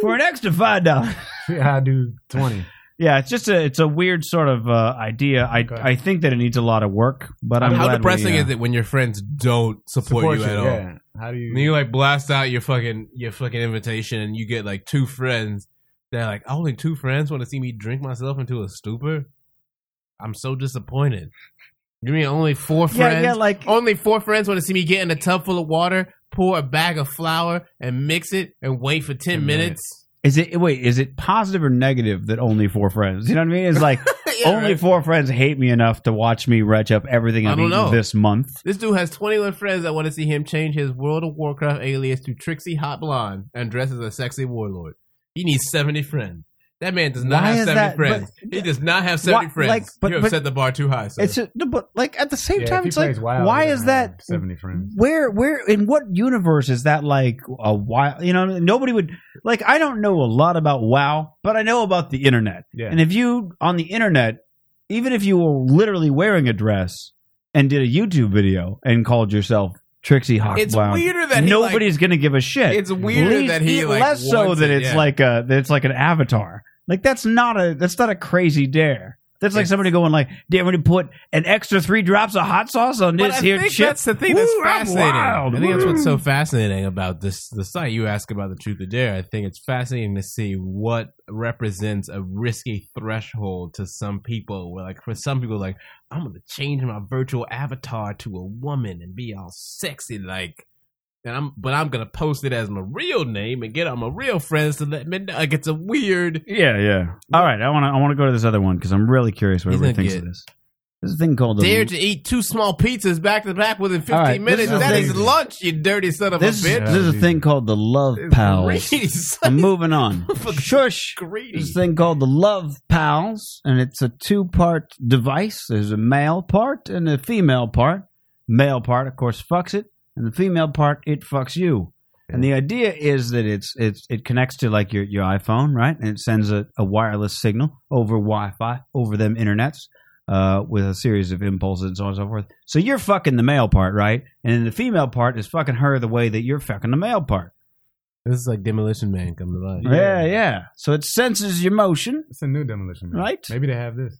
For an extra five dollars.
See how I do twenty.
Yeah, it's just a it's a weird sort of uh, idea. I
Okay.
I think that it needs a lot of work, but I'm
How
glad
depressing
we, uh,
is it when your friends don't support,
Support
you
you,
at all?
Yeah. How do
And you like blast out your fucking your fucking invitation, and you get like two friends. They're like, only two friends want to see me drink myself into a stupor. I'm so disappointed. You mean only four
Yeah,
friends? Oh.
yeah, like
Only four friends want to see me get in a tub full of water, pour a bag of flour, and mix it, and wait for ten,
Ten
minutes.
is it wait, is it positive or negative that only four friends? You know what I mean? It's like
Yeah,
only
right?
four friends hate me enough to watch me retch up everything
I
I've
don't
eaten
know.
this month.
This dude has 21 friends that want to see him change his World of Warcraft alias to Trixie Hot Blonde and dress as a sexy warlord. He needs 70 friends. That man does not
Why
have
is
70
that-
friends.
but-
he does not have 70
Why-
friends.
like, but-
you have
but-
set the bar too high, sir.
It's a, but like at the same
Yeah, if
time,
he
it's like
plays wild,
why
he
is
doesn't have
that?
seventy friends?
Where where in what universe is that like a wild? You know, nobody would like. I don't know a lot about WoW, but I know about the internet.
Yeah,
And if you on the internet, even if you were literally wearing a dress and did a YouTube video and called yourself Trixie Hawk
It's
Wow,
weirder that he,
nobody's gonna give a shit.
It's weirder
Least-
that he like,
less so
wants
that
it,
it's
yeah.
like a that it's like an avatar. Like that's not a that's not a crazy dare. That's like
It's-
somebody going like, "Damn, we put an extra three drops of hot sauce on
But
this
I
here
think
chip."
that's the thing that's
Woo, I'm
fascinating.
wild.
I think that's
Woo.
what's so fascinating about this the site. You ask about the truth or dare. I think it's fascinating to see what represents a risky threshold to some people. Where like for some people, like I'm gonna change my virtual avatar to a woman and be all sexy, like. And I'm, but I'm gonna post it as my real name and get all my real friends to let me know. Like it's a weird.
Yeah, yeah. All right, I want to I want to go to this other one because I'm really curious what
He's
everybody
gonna
thinks of this. There's a thing called the
Dare to eat two small pizzas back to back within 15
All right, this
minutes.
is the
That
thing.
is lunch, you dirty son of
this,
a bitch.
this is a thing called the love pals.
Greedy son
I'm moving on. Shush.
greedy.
This thing called the Love Pals, and it's a two part device. There's a male part and a female part. Male part, of course, fucks it, and the female part, it fucks you. And the idea is that it's it's it connects to like your, your iPhone, right? And it sends a, a wireless signal over Wi Fi, over them internets, uh, with a series of impulses and so on and so forth. So you're fucking the male part, right? And then the female part is fucking her the way that you're fucking the male part.
This is like Demolition Man come to life.
Yeah, yeah. So it senses your motion,
it's a new demolition, man.
Right?
Maybe they have this.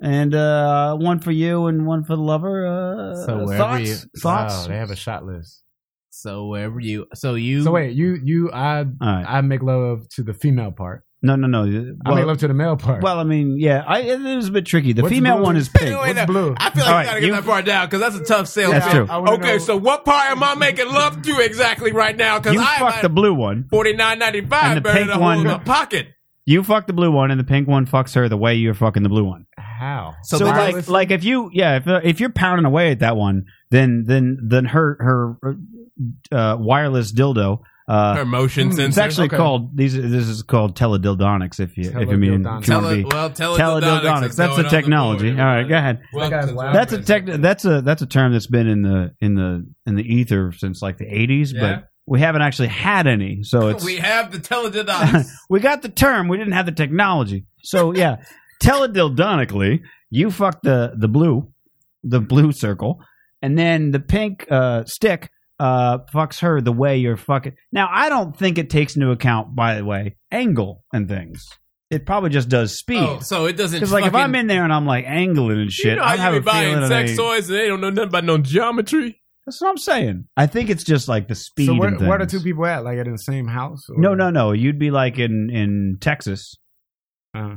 and uh, one for you and one for the lover. Uh,
So wherever
thoughts,
you-
Wow,
thoughts.
they have a shot list.
So wherever you, so you,
So wait, you you I
All right.
I make love to the female part.
No, no, no.
I make
Well,
love to the male part.
well, I mean, yeah. I, it is a bit tricky. The
What's
female
blue?
one is pink.
Wait,
What's blue?
I feel like
All
you
right,
gotta get
you-
that part down because that's a tough sale.
That's
pitch.
true.
I wanna
Okay,
know-
so what part am I making love to exactly right now? Because
You
I
fucked the blue one.
forty nine ninety five
And the
buried
pink
a hole in
one-
my pocket.
You fuck the blue one, and the pink one fucks her the way you're fucking the blue one.
how?
So,
So the
like,
wireless-
like if you, yeah, if, uh, if you're pounding away at that one, then then then her her uh, wireless dildo. Uh,
Her motion sensor.
It's actually
Okay.
called these. This is called teledildonics. If you, if you mean, if you want to
Tele,
be
well, teledildonics.
teledildonics.
is
That's the
going on the
technology.
board.
All right, go ahead.
Well,
That guy's wild.
That's a tech. That's a that's a term that's been in the in the in the ether since like the '80s,
Yeah.
but we haven't actually had any. So it's
we have the teledildonics.
we got the term, we didn't have the technology. So yeah, teledildonically, you fuck the the blue, the blue circle, and then the pink uh, stick uh, fucks her the way you're fucking. Now I don't think it takes into account, by the way, angle and things. It probably just does speed.
oh, so it doesn't.
Because like if
fucking-
I'm in there and I'm like angling and shit,
you know
I
how
have
you
a
be buying
feeling.
sex
that I-
toys and they don't know nothing about no geometry.
That's what I'm saying. I think it's just like the speed.
So where,
and
where are
things.
two people at? Like at the same house? or-
No, no, no. You'd be like in in Texas,
Uh-huh.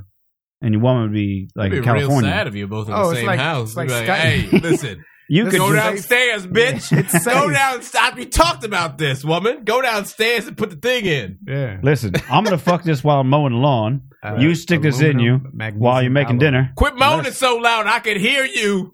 and your woman would be like
It'd
in
be real sad
California.
if you're both in
Oh,
the
it's
same
like-
house.
it's like
You'd be
Skype.
hey, listen,
You could
It's
go
safe.
downstairs, bitch.
It's
go
safe.
downstairs. We talked about this, woman. Go downstairs and put the thing in.
Yeah.
listen. I'm gonna fuck this while I'm mowing the lawn.
Uh,
you stick this in you
aluminum, magnesium
while you're making
alloy.
dinner.
Quit moaning so loud I could hear you.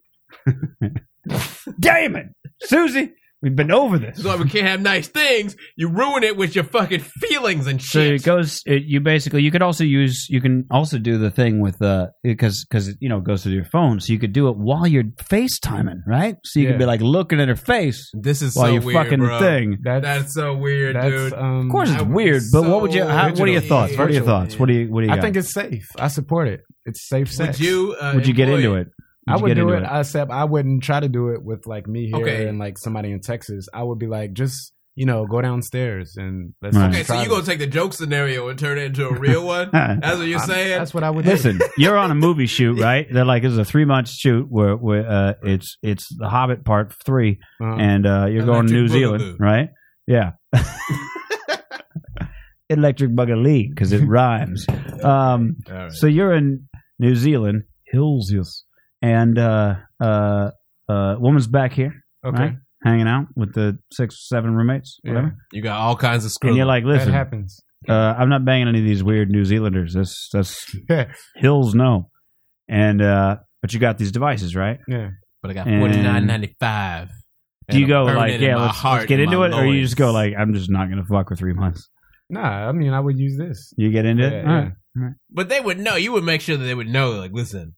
Damn it, Susie. We've been over this.
That's why we can't have nice things. You ruin it with your fucking feelings and
So
shit.
it goes. It, you basically you could also use you can also do the thing with uh because because you know it goes to your phone, so you could do it while you're FaceTiming, right? So you could
Yeah.
be like looking at her face
this is
while
so
you're
weird,
fucking
bro.
thing.
That's,
That's so weird,
that's,
dude.
Um,
Of course, it's
I would
weird, but what would you?
so
How, what are your
digital.
thoughts? What are your
Virtual.
thoughts? What do you? What do you?
I
got?
think it's safe. I support it. It's safe sex.
Would you? Uh,
Would you get
employ
into it? Would
I
you
would
get
do
into
it, except I wouldn't try to do it with like me here
Okay.
and like somebody in Texas. I would be like, just you know, go downstairs and let's.
Right.
Okay, so
try
you gonna
this.
take the joke scenario and turn it into a real one? That's what you're
I'm-
saying.
That's what I would do.
Listen, you're on a movie shoot, right? They're like, this is a three month shoot where, where uh, it's it's the Hobbit part three,
Um,
and uh, you're going
Electric
to New
Boogaloo.
Zealand, right? Yeah. Electric Boogaloo, because it rhymes. Um,
All right.
So you're in New Zealand, hills, yes, and uh, uh, uh, woman's back here,
okay,
right? Hanging out with the six, seven roommates,
Yeah.
whatever.
You got all kinds of screw.
And you're like,
that
listen,
happens.
uh, I'm not banging any of these weird New Zealanders. That's that's
Yeah,
hills no and uh but you got these devices right
yeah.
but I got
And-
forty nine ninety five.
do you go like yeah let's, let's get into it or you just go like i'm just not gonna fuck for three months
Nah, I mean, I would use this.
You get into
Yeah,
it?
yeah.
All right.
But they would know. You would make sure that they would know. Like, listen,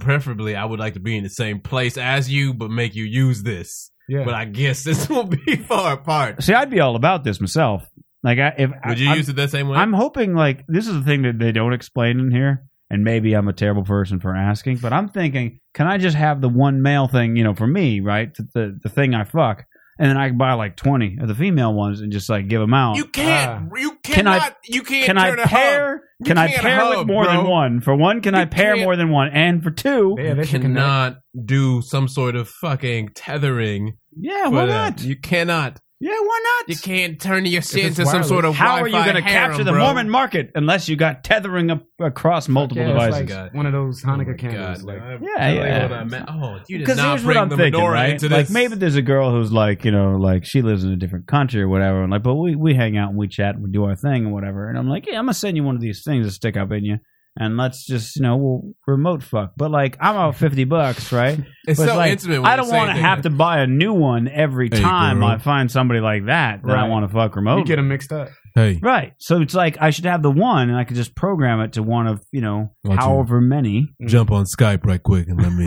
preferably, I would like to be in the same place as you, but make you use this.
Yeah.
But I guess this will be far apart.
See, I'd be all about this myself. Like, I, if I,
Would you
I'm-
use it that same way?
I'm hoping like this is the thing that they don't explain in here, and maybe I'm a terrible person for asking, but I'm thinking, can I just have the one male thing, you know, for me, right? The the, the thing I fuck, and then I can buy like twenty of the female ones and just like give them out.
you can't. you
uh, can I-
cannot. you can't.
can I
turn a hub.
pair?
You
Can I
can't
pair with
hub,
more than
bro.
one? For one, can I
You
pair
can't-
more than one? And for two,
yeah,
You
they should connect.
cannot do some sort of fucking tethering.
yeah,
for
why
that.
not?
You cannot.
Yeah, why
You
not?
can't turn your shit
it's
into some sort of
How are you
going to
capture the Mormon market unless you got tethering up across multiple
Yeah,
devices?
it's like
God.
one of those
Oh my
Hanukkah
God,
candles. Like,
no, I'm
Yeah,
telling you
yeah.
what I meant. Oh, you did
Because
not
here's what
bring
I'm
the
thinking,
menorah
right?
into
Like
this.
maybe there's a girl who's like, you know, like she lives in a different country or whatever, and like, but we we hang out and we chat and we do our thing and whatever. And I'm like, yeah, I'm gonna send you one of these things to stick up in you, and let's just you know we'll remote fuck. But like, I'm out fifty bucks, right?
it's
But
so
like,
intimate. When
I don't
want to
have to buy a new one every
Hey,
time
girl.
I find somebody like that that I
Right.
want to fuck
you
remote.
get them mixed up.
Hey,
Right, so it's like I should have the one, and I could just program it to one of you know
Want to-
however many.
jump on Skype right quick and let me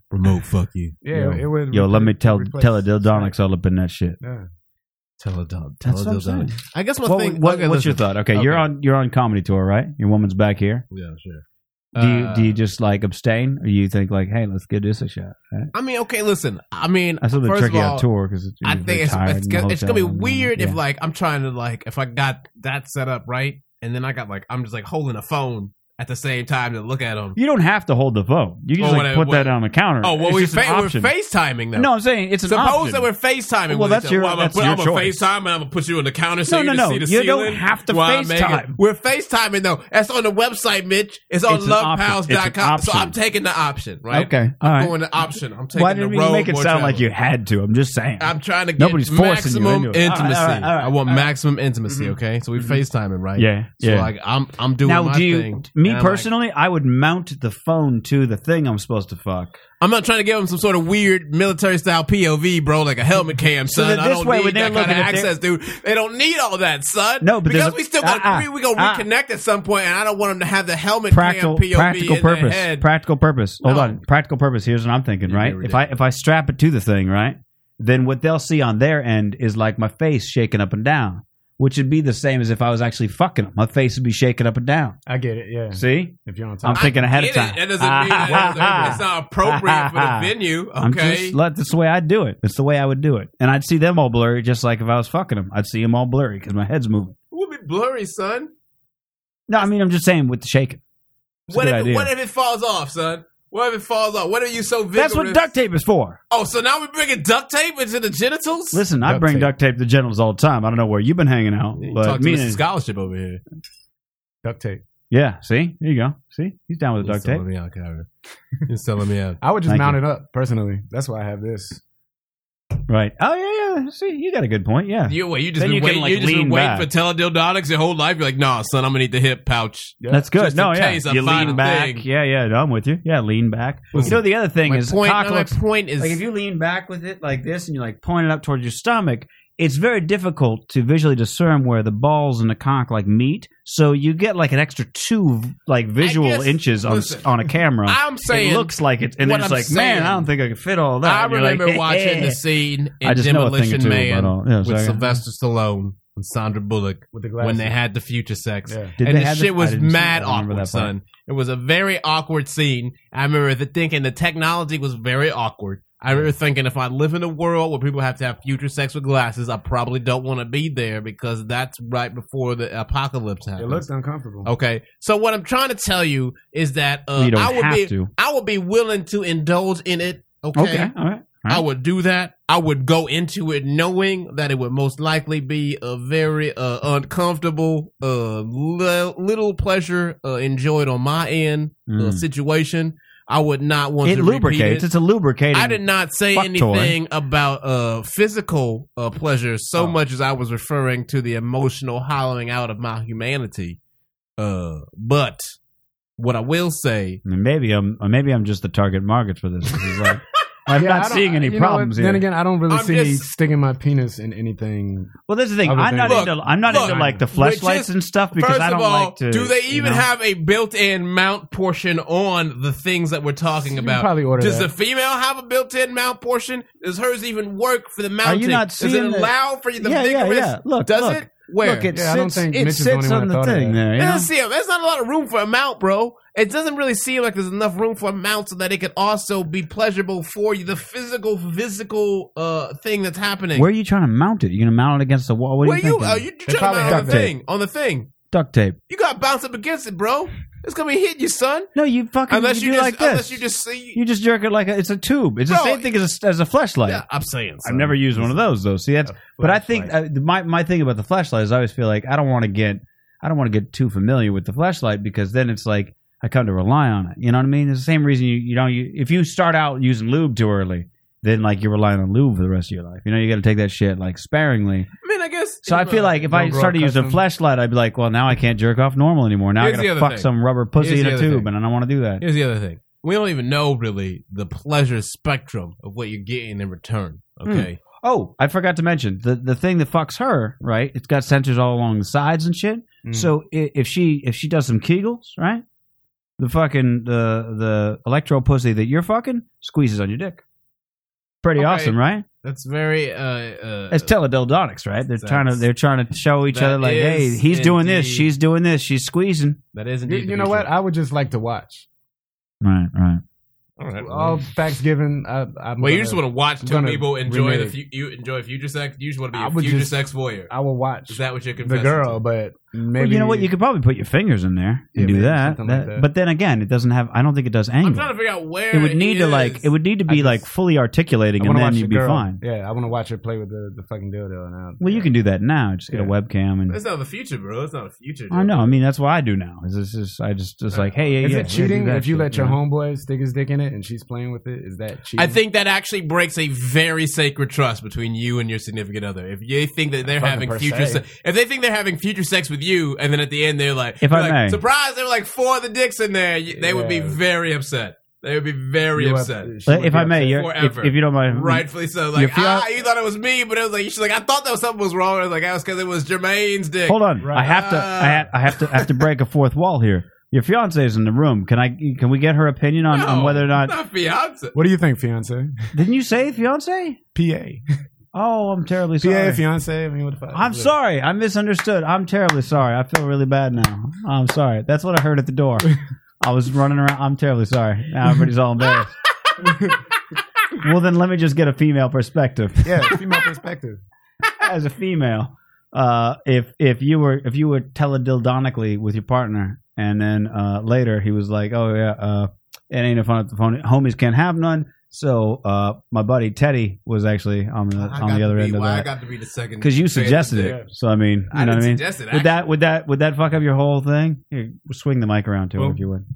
remote fuck you.
Yeah,
Yo,
it would.
Yo, let me tell
replace-
teledildonics all up in that shit.
Yeah.
Teledon.
That's what I'm
teledon.
saying.
I guess my
What-
thing.
what-
okay,
what's your
listen.
thought? Okay, you're
Okay.
on you're on comedy tour, right? Your woman's back here.
Yeah, sure.
Do you do you
Uh,
just like abstain, or you think like, hey, let's give this a shot? Right?
I mean, okay, listen. I mean,
That's a little
first
tricky
of all,
on tour because
I think it's it's, gonna, it's gonna be weird if like I'm trying to like if I got that set up right and then I got like I'm just like holding a phone at the same time to look at them.
you don't have to hold the phone. You can
Or
just like,
what-
put
what-
that on the counter.
Oh well,
It's
we
just an
fa- we're
option.
FaceTiming them.
No, I'm saying it's an
Suppose
option.
that we're FaceTiming.
Well,
with
that's
each other.
your-
Well, I'm gonna
that's
put-
your
I'm gonna
choice.
FaceTime and I'm gonna put you on the counter so
No,
you
no,
can
no.
see the
You don't
ceiling.
have to
while I make it.
FaceTime.
We're FaceTiming though. That's on the website, Mitch. It's on
It's an option. It's an
lovepounds.com. So
option.
I'm taking the option, right?
Okay, all
I'm
right.
going the option. I'm taking
Why
the
didn't
road
you make it
more
sound like
traveled.
you had to? I'm just saying.
I'm trying to get
Nobody's forcing you
maximum
into it. All right, all
intimacy.
right, all right,
I want
all right. Mm-hmm.
maximum intimacy. Okay, so we FaceTiming, right?
yeah,
So
yeah.
like I'm I'm doing
now,
my
do you?
thing.
Me
and I'm like-
personally, I would mount the phone to the thing I'm supposed to fuck.
I'm not trying to give them some sort of weird military style POV, bro, like a helmet cam,
So
son.
that
I
this
don't
way,
need
when they're
that kind of
looking at their-
access, dude. They don't need all that, son.
No, but there's
because
a-
we still got
uh-uh,
we, we gonna
uh-uh.
reconnect at some point, and I don't want them to have the helmet
practical
cam POV
practical
in their
purpose
head.
practical purpose hold
No.
on practical purpose here's what i'm thinking
You'd be
right if i
ridiculous.
if i strap it to the thing right then what they'll see on their end is like my face shaking up and down which would be the same as if i was actually fucking them my face would be shaking up and down
I get it. Yeah.
see
If you're on
i'm
top,
Mm-hmm. I
thinking ahead of
It is-
time
That doesn't mean that it's- it's not appropriate for the venue.
I'm
Okay,
just let that's the way I'd do it. That's the way I would do it, and I'd see them all blurry, just like if I was fucking them. I'd see them all blurry because my head's moving.
we'll be blurry, son.
No, I mean I'm just saying with the shaking. It's a
What
good
if,
idea.
what if it falls off, son? What if it falls off? What are you so vigorous?
That's what duct tape is for.
Oh, so now we're bringing duct tape into the genitals?
Listen, I
Duct
bring
tape.
duct tape to genitals all the time. I don't know where you've been hanging out,
You
but
Talk to
me
Mr.
and,
scholarship over here.
duct tape.
yeah. See, there you go. See, he's down with the duct
You're
tape.
selling me out, Kyron. You're selling me out.
I would just
Thank
mount
you.
it up personally. That's why I have this.
Right. Oh yeah, yeah. See, you got a good point. Yeah.
You wait. You just
Then
been
you can,
waiting.
like,
you just been
lean
waiting
back.
for teledildonics your whole life. You're like, nah, son, I'm gonna need the hip pouch.
Yeah.
That's good.
Just
no,
in
yeah.
case I
You
find
lean
a
back.
thing.
Yeah, yeah. No, I'm with you. Yeah, lean back. You
Listen,
know, the other thing
my
is
point.
cock
no, my
looks-
point is
like if you lean back with it like this and you like point it up towards your stomach, it's very difficult to visually discern where the balls and the cock like meet. So you get like an extra two like visual
guess-
inches on
listen,
on a camera.
I'm saying
it looks like it, and
what
then it's
I'm
like, man,
saying-
I don't think I can fit all that.
I
And you're like,
remember watching the scene in
I just know a thing or
Demolition
two about
Man
all. Yeah,
with
sorry.
Sylvester Stallone and Sandra Bullock
With the glasses.
when they had the future sex.
Yeah.
Did
and
they
the
have
shit
this? I
was
didn't see
mad
it. I remember
awkward,
that part.
son. It was a very awkward scene. I remember the thinking the technology was very awkward. I remember thinking if I live in a world where people have to have future sex with glasses, I probably don't want to be there because that's right before the apocalypse
It
happens.
looks uncomfortable.
okay, so what I'm trying to tell you is that uh,
Well, you don't
I would
have
be
to.
I would be willing to indulge in it.
Okay, all right.
I would do that. I would go into it knowing that it would most likely be a very uh, uncomfortable, uh, li- little pleasure uh, enjoyed on my end uh,
Mm.
situation. I would not want
It
to
lubricates.
Repeat
It's a
it.
lubricating.
I did not say
fuck toy.
anything about uh, physical uh, pleasure
Oh.
so much as I was referring to the emotional hollowing out of my humanity. Uh, but what I will say
I mean, maybe I'm or maybe I'm just the target market for this. This is like I'm
Yeah, I
not
don't-
seeing any
you know
problems
what?
here.
Then again, I don't really
I'm
see
just-
sticking my penis in anything.
well, this is the thing.
Other
I'm not
things.
into. I'm not
Look,
into like the
look,
flashlights
just-
and stuff because
First
I don't
of all,
like to.
do they
you
even
know?
have a built-in mount portion on the things that we're talking
You can
about?
probably order
Does
that.
the female have a built-in mount portion? Does hers even work for the mounting?
not
Does it
seeing the-
allow for the
Yeah, yeah,
vigorous?
yeah. Look,
does
look.
it? Where?
Look, it
Yeah, I don't
sits,
think
it
Mitch is the
sits
only one
on
that
the
thought of
thing
that.
there. You
It
know?
doesn't seem, there's not a lot of room for a mount, bro. It doesn't really seem like there's enough room for a mount so that it could also be pleasurable for you. The physical, physical uh, thing that's happening.
Where are you trying to mount it? You gonna mount it against the wall? What
Where
are you
you?
thinking?
Are you trying to
probably
mount on
duct
the
tape.
thing? On the thing.
Duct tape.
You got to bounce up against it, bro. It's gonna be hitting you, son.
No, you fucking
Unless
you,
you
do
just,
like this.
unless you just see.
You just jerk it like a, it's a tube. It's the
Bro,
same thing as a, as a flashlight.
yeah, I'm saying.
I've never used one of those though. See, that's but I think uh, my my thing about the flashlight is I always feel like I don't want to get I don't want to get too familiar with the flashlight because then it's like I come to rely on it. You know what I mean? It's the same reason you you know you, if you start out using lube too early, then like you're relying on lube for the rest of your life. You know you got to take that shit like sparingly.
I mean, I guess.
So I feel like if I
Don't grow
started using a
accustomed.
flashlight, I'd be like, well, now I can't jerk off normal anymore. Now
Here's
I
the
got
other
to fuck
thing.
some rubber pussy
Here's
in
the
a
other
tube,
thing.
and I don't want to do that.
Here's the other thing. We don't even know really the pleasure spectrum of what you're getting in return. Okay.
Oh, I forgot to mention the the thing that fucks her. Right, it's got sensors all along the sides and shit.
Mm.
So i- if she if she does some Kegels, right, the fucking the the electro pussy that you're fucking squeezes on your dick. Pretty
Okay.
awesome, right?
That's very. uh, uh
It's teledildonics, right? They're
That's-
trying to they're trying to show each
that
other like, hey,
is
he's doing this,
indeed-
she's doing this, she's squeezing.
That is
You,
indeed.
you know what? I would just like to watch.
Right, right.
All right.
All Thanksgiving, I, I'm
Mm. Well,
gonna,
you just want to watch two
gonna
people enjoy the
renege.
fu- you enjoy future sex. You just want to
I
be a
would
future
just-
sex voyeur.
I will watch
Is that what you're
the
confessing?
girl,
to?
but maybe
Well, you know what? You could probably put your fingers in there and
Yeah,
do
maybe
that.
something like
That-
that.
But then again, it doesn't have. I don't think it does
I'm
angle.
trying to figure out where
it would need
he
to
is.
like. It would need to
I
be
just-
like fully articulating,
I
and
wanna
then
watch
you'd
the
be
girl.
fine.
Yeah, I want to watch her play with the, the fucking dildo. And I,
Well, you can do that now. Just get a
Yeah.
webcam and
That's not the future, bro. That's not the future.
I know. I mean, that's what I do now. Is this is I just just like, hey, yeah,
Is
yeah,
it cheating
yeah, do that
if you
shit,
let your
know?
homeboy stick his dick in it and she's playing with it? Is that cheating?
I think that actually breaks a very sacred trust between you and your significant other. If you think that they're
Fucking
having
per
future,
se.
se- if they think they're having future sex with you, and then at the end they're like,
If
they're
I
like,
may.
surprise, there were like four of the dicks in there. You- They would be
Yeah.
very upset. They would be very
You have-
upset,
she would
If
be
I may,
upset.
you're, if,
forever.
if you don't mind,
rightfully so.
Your
Like,
fia-
ah, you thought it was me, but it was like she's like, I thought that was something was wrong. I was like, that was because it was Jermaine's dick.
Hold on,
Right.
I have to. I, ha- I have to. I have to break a fourth wall here. Your fiance is in the room. Can I? Can we get her opinion on, on
No,
whether or not?
not fiance.
What do you think, fiance?
Didn't you say fiance?
PA,
Oh, I'm terribly
PA,
sorry.
fiance. I mean, what the fuck?
I'm sorry. I misunderstood. I'm terribly sorry. I feel really bad now. I'm sorry. That's what I heard at the door. I was running around. I'm terribly sorry. Now everybody's all embarrassed. well, then let me just get a female perspective.
Yeah, female perspective.
as a female, uh, if if you were if you were teledildonically with your partner, and then uh, later he was like, "Oh yeah, uh, it ain't a fun at the phone. Homies can't have none." So uh, my buddy Teddy was actually on the
I got
on the
to
other
be-
end of
why I
that
got to be the second
because you suggested
fan
it.
of the-
So I mean, you
I
know
didn't
what I mean.
suggest it.
Would that would that would that fuck up your whole thing? Here, swing the mic around to him
Well-
if you would.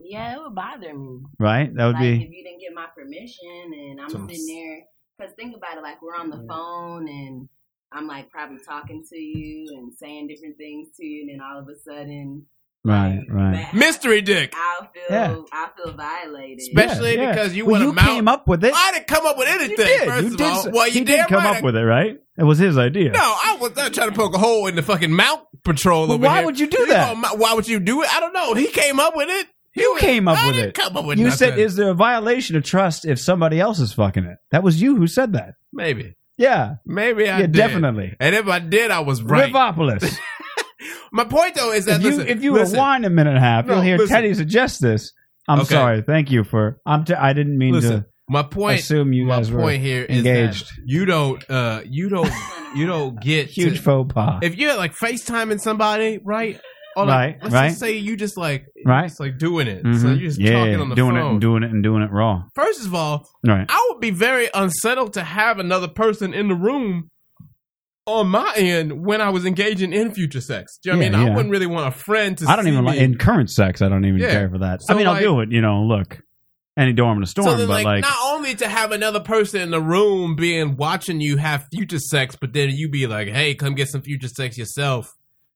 Yeah, it would bother me.
Right, that would
like if
be.
you didn't get my permission and I'm
Some-
sitting there because think about it, like we're on the phone and I'm like probably talking to you and saying different things to you, and then all of a sudden,
Right,
like,
right.
that-
mystery dick.
I'll feel
Yeah.
I feel violated.
Especially
yeah.
because you
Well,
want
you
to mount.
came up with it.
I didn't come up with anything.
You did.
First
you
of
did.
all,
s-
well, you
he did
damn
come
right I-
up with it, right? It was his idea.
No, I was not trying to poke a hole in the fucking mount patrol
Well,
over
why
here.
would you do that?
gonna mou- why would you do it? I don't know. He came up with it. He
You
was-
came up
I
with
didn't
it.
Come up with
You
nothing.
said, "Is there a violation of trust if somebody else is fucking it?" That was you who said that.
maybe,
Yeah,
maybe I
yeah,
did.
definitely.
And if I did, I was right.
Rivopolis.
My point though is that
if you
listen,
if you
listen,
rewind a minute and a half,
No,
you'll hear
listen.
Teddy suggest this. I'm
Okay.
sorry. Thank you for. I'm. T- I didn't mean
Listen,
to
my point.
uh, assume you
my
guys were
point here is
engaged.
that you don't. Uh, you don't. You don't get to-
Huge faux pas.
if you're like FaceTiming somebody, right? Or like,
Right,
let's
right.
Just say you just like,
Right.
It's like doing it. So
Mhm.
you're just
yeah,
talking on the
doing
phone.
it and doing it and doing it raw.
First of all,
Right.
I would be very unsettled to have another person in the room on my end when I was engaging in future sex. Do you know what I
Yeah,
mean?
yeah.
I wouldn't really want a friend to.
I don't
see
even
me.
like in current sex. I don't even
Yeah.
care for that.
So,
I mean,
like-
I'll do it. You know, look, any dorm in a storm,
So then,
but
like,
like,
not only to have another person in the room being watching you have future sex, but then you be like, "Hey, come get some future sex yourself,"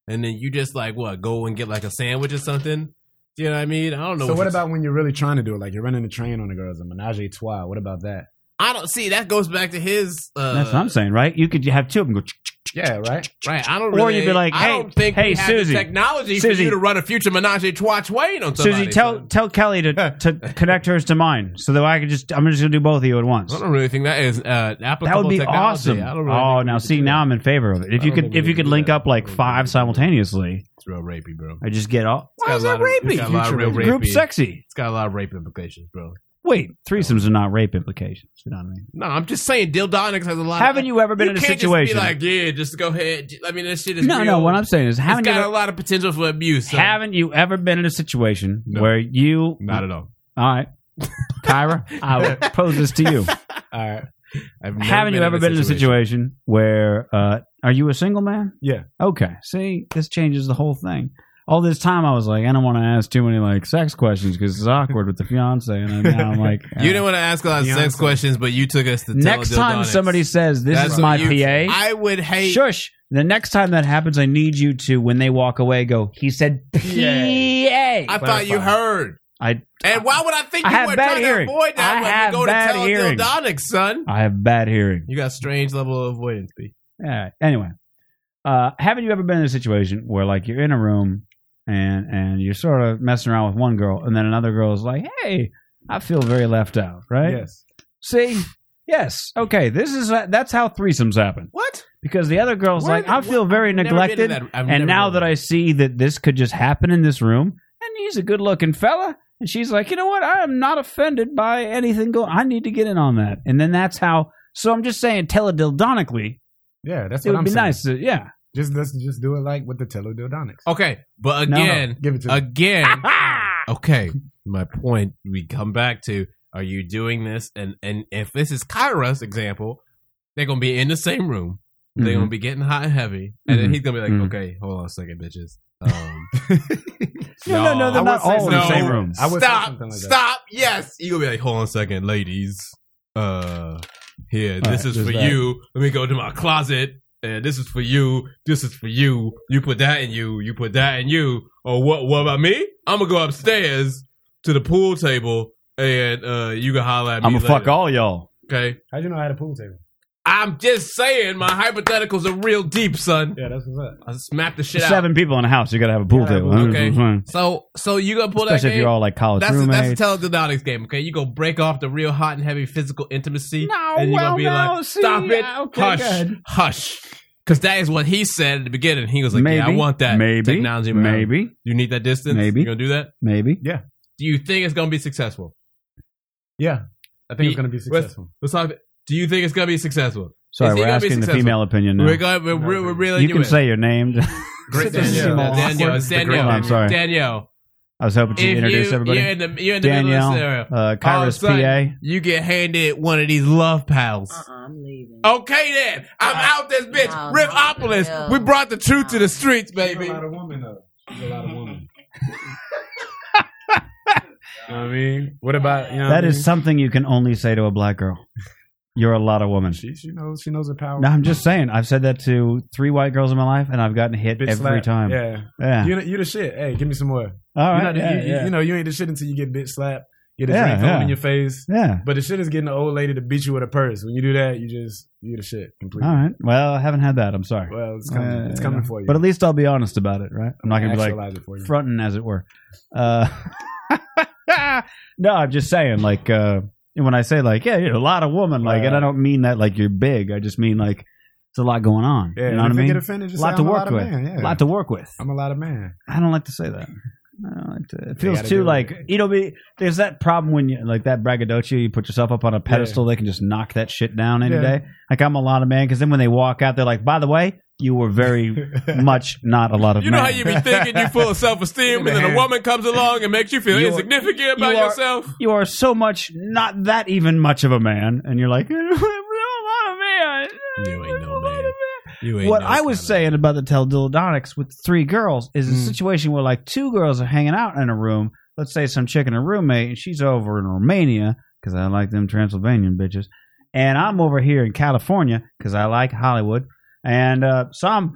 and then you just like what go and get like a sandwich or something. Do you know what I mean? I don't know.
So
if
what
it's-
about when you're really trying to do it? Like you're running a train on a girl, it's a menage a trois. What about that?
I don't see that goes back to his. Uh,
That's what I'm saying, right? You could have two of them go. "Ch- ch- ch-
Yeah, right.
Right, I don't.
Or
Really,
you'd be like,
I
hey,
don't think
hey,
we have the
Susie.
technology for
Susie.
you to run a future menage a trois Wayne on somebody.
Susie, tell
so-
tell Kelly to, to connect hers to mine, so that I could just I'm just gonna do both of you at once.
I don't really think that is uh, applicable.
That would be
technology.
awesome.
I don't really
oh,
think we
now
could
see,
do
now I'm in favor of it. If you
don't
could,
think we
if you
could
could
do
link
that.
up like five simultaneously,
that. it's real rapey, bro.
I just get all.
It's got
Why is
a
that
lot of-
rapey?
it's got a lot of real
Group
rapey.
sexy.
It's got a lot of rape implications, bro.
Wait, threesomes are not rape implications. You know what I mean?
No, I'm just saying, dildonics has a lot.
Haven't
of,
you ever been in a
uh, can't
situation?
Just be like, yeah, just go ahead. I mean, this shit is
no,
Real.
no. What I'm saying is,
it's
haven't you,
got a
ever,
lot of potential for abuse. So.
haven't you ever been in a situation
No.
where you?
Not at all.
All right, Kyra, I will pose this to you.
All right.
I've never
Haven't you ever been in a situation where uh are you a single man?
Yeah.
Okay. See, this changes the whole thing. All this time I was like, I don't want to ask too many like sex questions because it's awkward with the fiance, and I'm, now I'm like, uh,
You didn't want to ask a lot of sex
Beyonce.
questions, but you took us to
next time
teledildonics.
somebody says this
That's
is my
what you-
PA,
I would hate.
shush. The next time that happens, I need you to when they walk away, go. He said PA.
I thought you heard.
I-
and why would I think
I
you
have
were
bad
trying
hearing.
to avoid
I
that
have
when we go
bad hearing.
to teledildonics, son?
I have bad hearing.
You got strange level of avoidance, B.
All right. Anyway, uh, haven't you ever been in a situation where like you're in a room and and you're sort of messing around with one girl, and then another girl is like, "Hey, I feel very left out." Right?
Yes.
See. Yes. Okay. This is that's how threesomes happen
What?
because the other girl's
Where
like,
the-
"I feel very
I've never been in
neglected,"
that- I've never
and now
been
that
in
I see that this could just happen in this room, and he's a good-looking fella, and she's like, "You know what? I am not offended by anything going. I need to get in on that." And then that's how. So I'm just saying, teledildonically,
Yeah, that's
it
what
would
I'm
be
saying.
nice. To, yeah.
Just let's just do it like with the teledildonics.
Okay, but
No.
Oh.
Ah!
again,
Give it to
again, okay. My point we come back to: Are you doing this? And and if this is Kyra's example, they're gonna be in the same room. They're
Mm-hmm.
gonna be getting hot and heavy, and then
Mhm.
he's gonna be like,
Mhm.
"Okay, hold on a second, bitches." Um,
No, no, no. They're
I
not
would say
all in the
something.
same room.
I would say
Oh, stop,
something like that.
stop. Yes, you gonna be like, "Hold on a second, ladies. Uh, here, this
right,
is
there's
for
that.
you. Let me go to my closet." And this is for you. This is for you. You put that in you. You put that in you. Or what? What about me? I'm gonna go upstairs to the pool table, and uh, you can holler at me.
I'm gonna fuck
later.
all y'all.
Okay.
How'd you know I had a pool table?
I'm just saying, my hypotheticals are real deep, son.
Yeah, that's what's up.
I smack the shit out.
Seven people in a house. You gotta have a pool
Yeah,
table. Mm-hmm.
well,
okay. So, so you gonna pull
Especially
that
if
game?
you're all like college
that's a, that's a
roommates.
teledildonics game, okay? You gonna break off the real hot and heavy physical intimacy, and you're gonna be like,
see,
"Stop it,
okay,
hush,
good.
hush," because that is what he said at the beginning. He was like, "Yeah, I want that
Maybe
technology, man.
Maybe,
You need that distance.
Maybe.
you gonna do that?
maybe.
Do you think it's gonna be successful?
Yeah. I think
Be-
it's gonna be
with-
successful.
Let's talk. Do you think it's gonna be successful?
Sorry,
Is he
we're
gonna be
asking the
successful?
female opinion now.
We're going. We're,
No,
we're, we're
baby.
reeling
you can
in.
say your name.
Great
Danielle.
Danielle.
Small
That's
Danielle,
awkward.
it's
The great
Danielle.
I'm sorry.
Danielle.
I was hoping
If
you'd introduce
you,
everybody.
You're in the, you're in the middle of the
Danielle,
scenario.
uh,
All of a
Kyra's
sudden,
PA.
You get handed one of these love pals.
Uh-uh, I'm leaving.
Okay then, I'm out this bitch.
No,
Ripopolis,
no.
we brought the truth to the streets, baby.
She's a lot of woman though. She's a lot of woman.
I mean, what about you know?
That
Um,
is something you can only say to a black girl. You're a lot of women.
She she knows she knows her power.
No, I'm just saying. I've said that to three white girls in my life, and I've gotten hit
Bitch
every
slap.
time. Yeah.
Yeah. You you the shit. Hey, give me some more.
All
You're
right.
not the-
yeah,
you, you-
yeah.
you know, you ain't the shit until you get bitch slapped. Get a
Yeah,
drink thrown
yeah.
in your face.
Yeah.
But the shit is getting an old lady to beat you with a purse. When you do that, you just you the shit completely.
All right. Well, I haven't had that. I'm sorry.
Well, it's coming.
Uh,
it's coming for you.
But at least I'll be honest about it, right? I'm not going to be like
Actualize it for you.
fronting, as it were. Uh, no, I'm just saying, like, uh, when I say, like, yeah, you're a lot of woman, like,
Uh,
and I don't mean that, like, you're big. I just mean, like, it's a lot going on.
yeah,
you know
and
what I
if they
mean?
Get offended,
A
just
lot
say,
to
I'm
work
a lot
with.
of Man, yeah.
A lot to work with.
I'm a lot of man.
I don't like to say that. I don't like to. It feels
gotta
too
do it.
like it'll be. There's that problem when you like that braggadocio. You put yourself up on a pedestal. They can just knock that shit down any
Yeah.
day. Like I'm a lot of man. Because then when they walk out, they're like, by the way, you were very much not a lot of
You know
man.
how you be thinking you full of self esteem, and then a woman comes along and makes you feel
You are-
insignificant about
you are-
yourself.
You are so much not that even much of a man, and you're like, I'm a lot of man.
You ain't no man. You
What I was saying about the teledildonics with three girls is a
Mm.
situation where like two girls are hanging out in a room. Let's say some chick and her roommate, and she's over in Romania because I like them Transylvanian bitches, and I'm over here in California because I like Hollywood, and uh, so I'm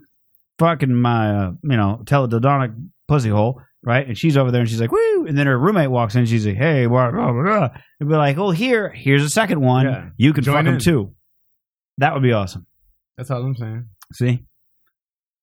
fucking my uh, you know teledildonic pussy hole, right? And she's over there and she's like, woo. And then her roommate walks in. She's like, hey, blah, blah, blah. And be like, oh, here, here's a second one.
Yeah.
You can
Join
fuck him
in.
too. That would be awesome.
That's all I'm saying.
See?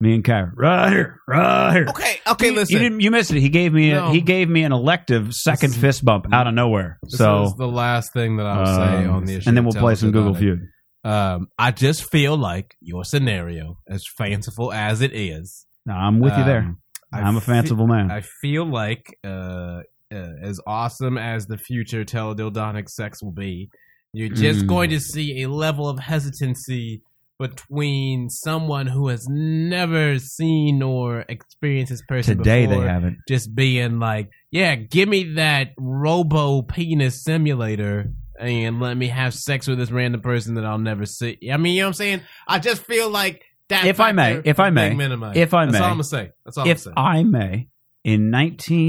Me and Kyra. Right here. Right here.
Okay, okay,
You- You, didn't, you missed it. He gave me a,
No.
he gave me an elective second
This-
fist bump out of nowhere.
This
so
is the last thing that I'll say
um,
on the issue.
and then we'll
of
play some Google
telephonic.
Feud.
Um, I just feel like your scenario, as fanciful as it is,
No, I'm with you there.
um, I
I'm a
fe-
fanciful man.
I feel like uh, uh, as awesome as the future teledildonic sex will be, you're just
Mm.
going to see a level of hesitancy between someone who has never seen or experienced this person
Today
before,
they haven't.
just being like, "Yeah, give me that robo penis simulator." And let me have sex with this random person that I'll never see. I mean, you know what I'm saying? I just feel like that.
If I may,
factor
if I
is being
may,
minimized.
if I
That's
may,
all I'm gonna say. That's all I'm
If
saying.
I may, in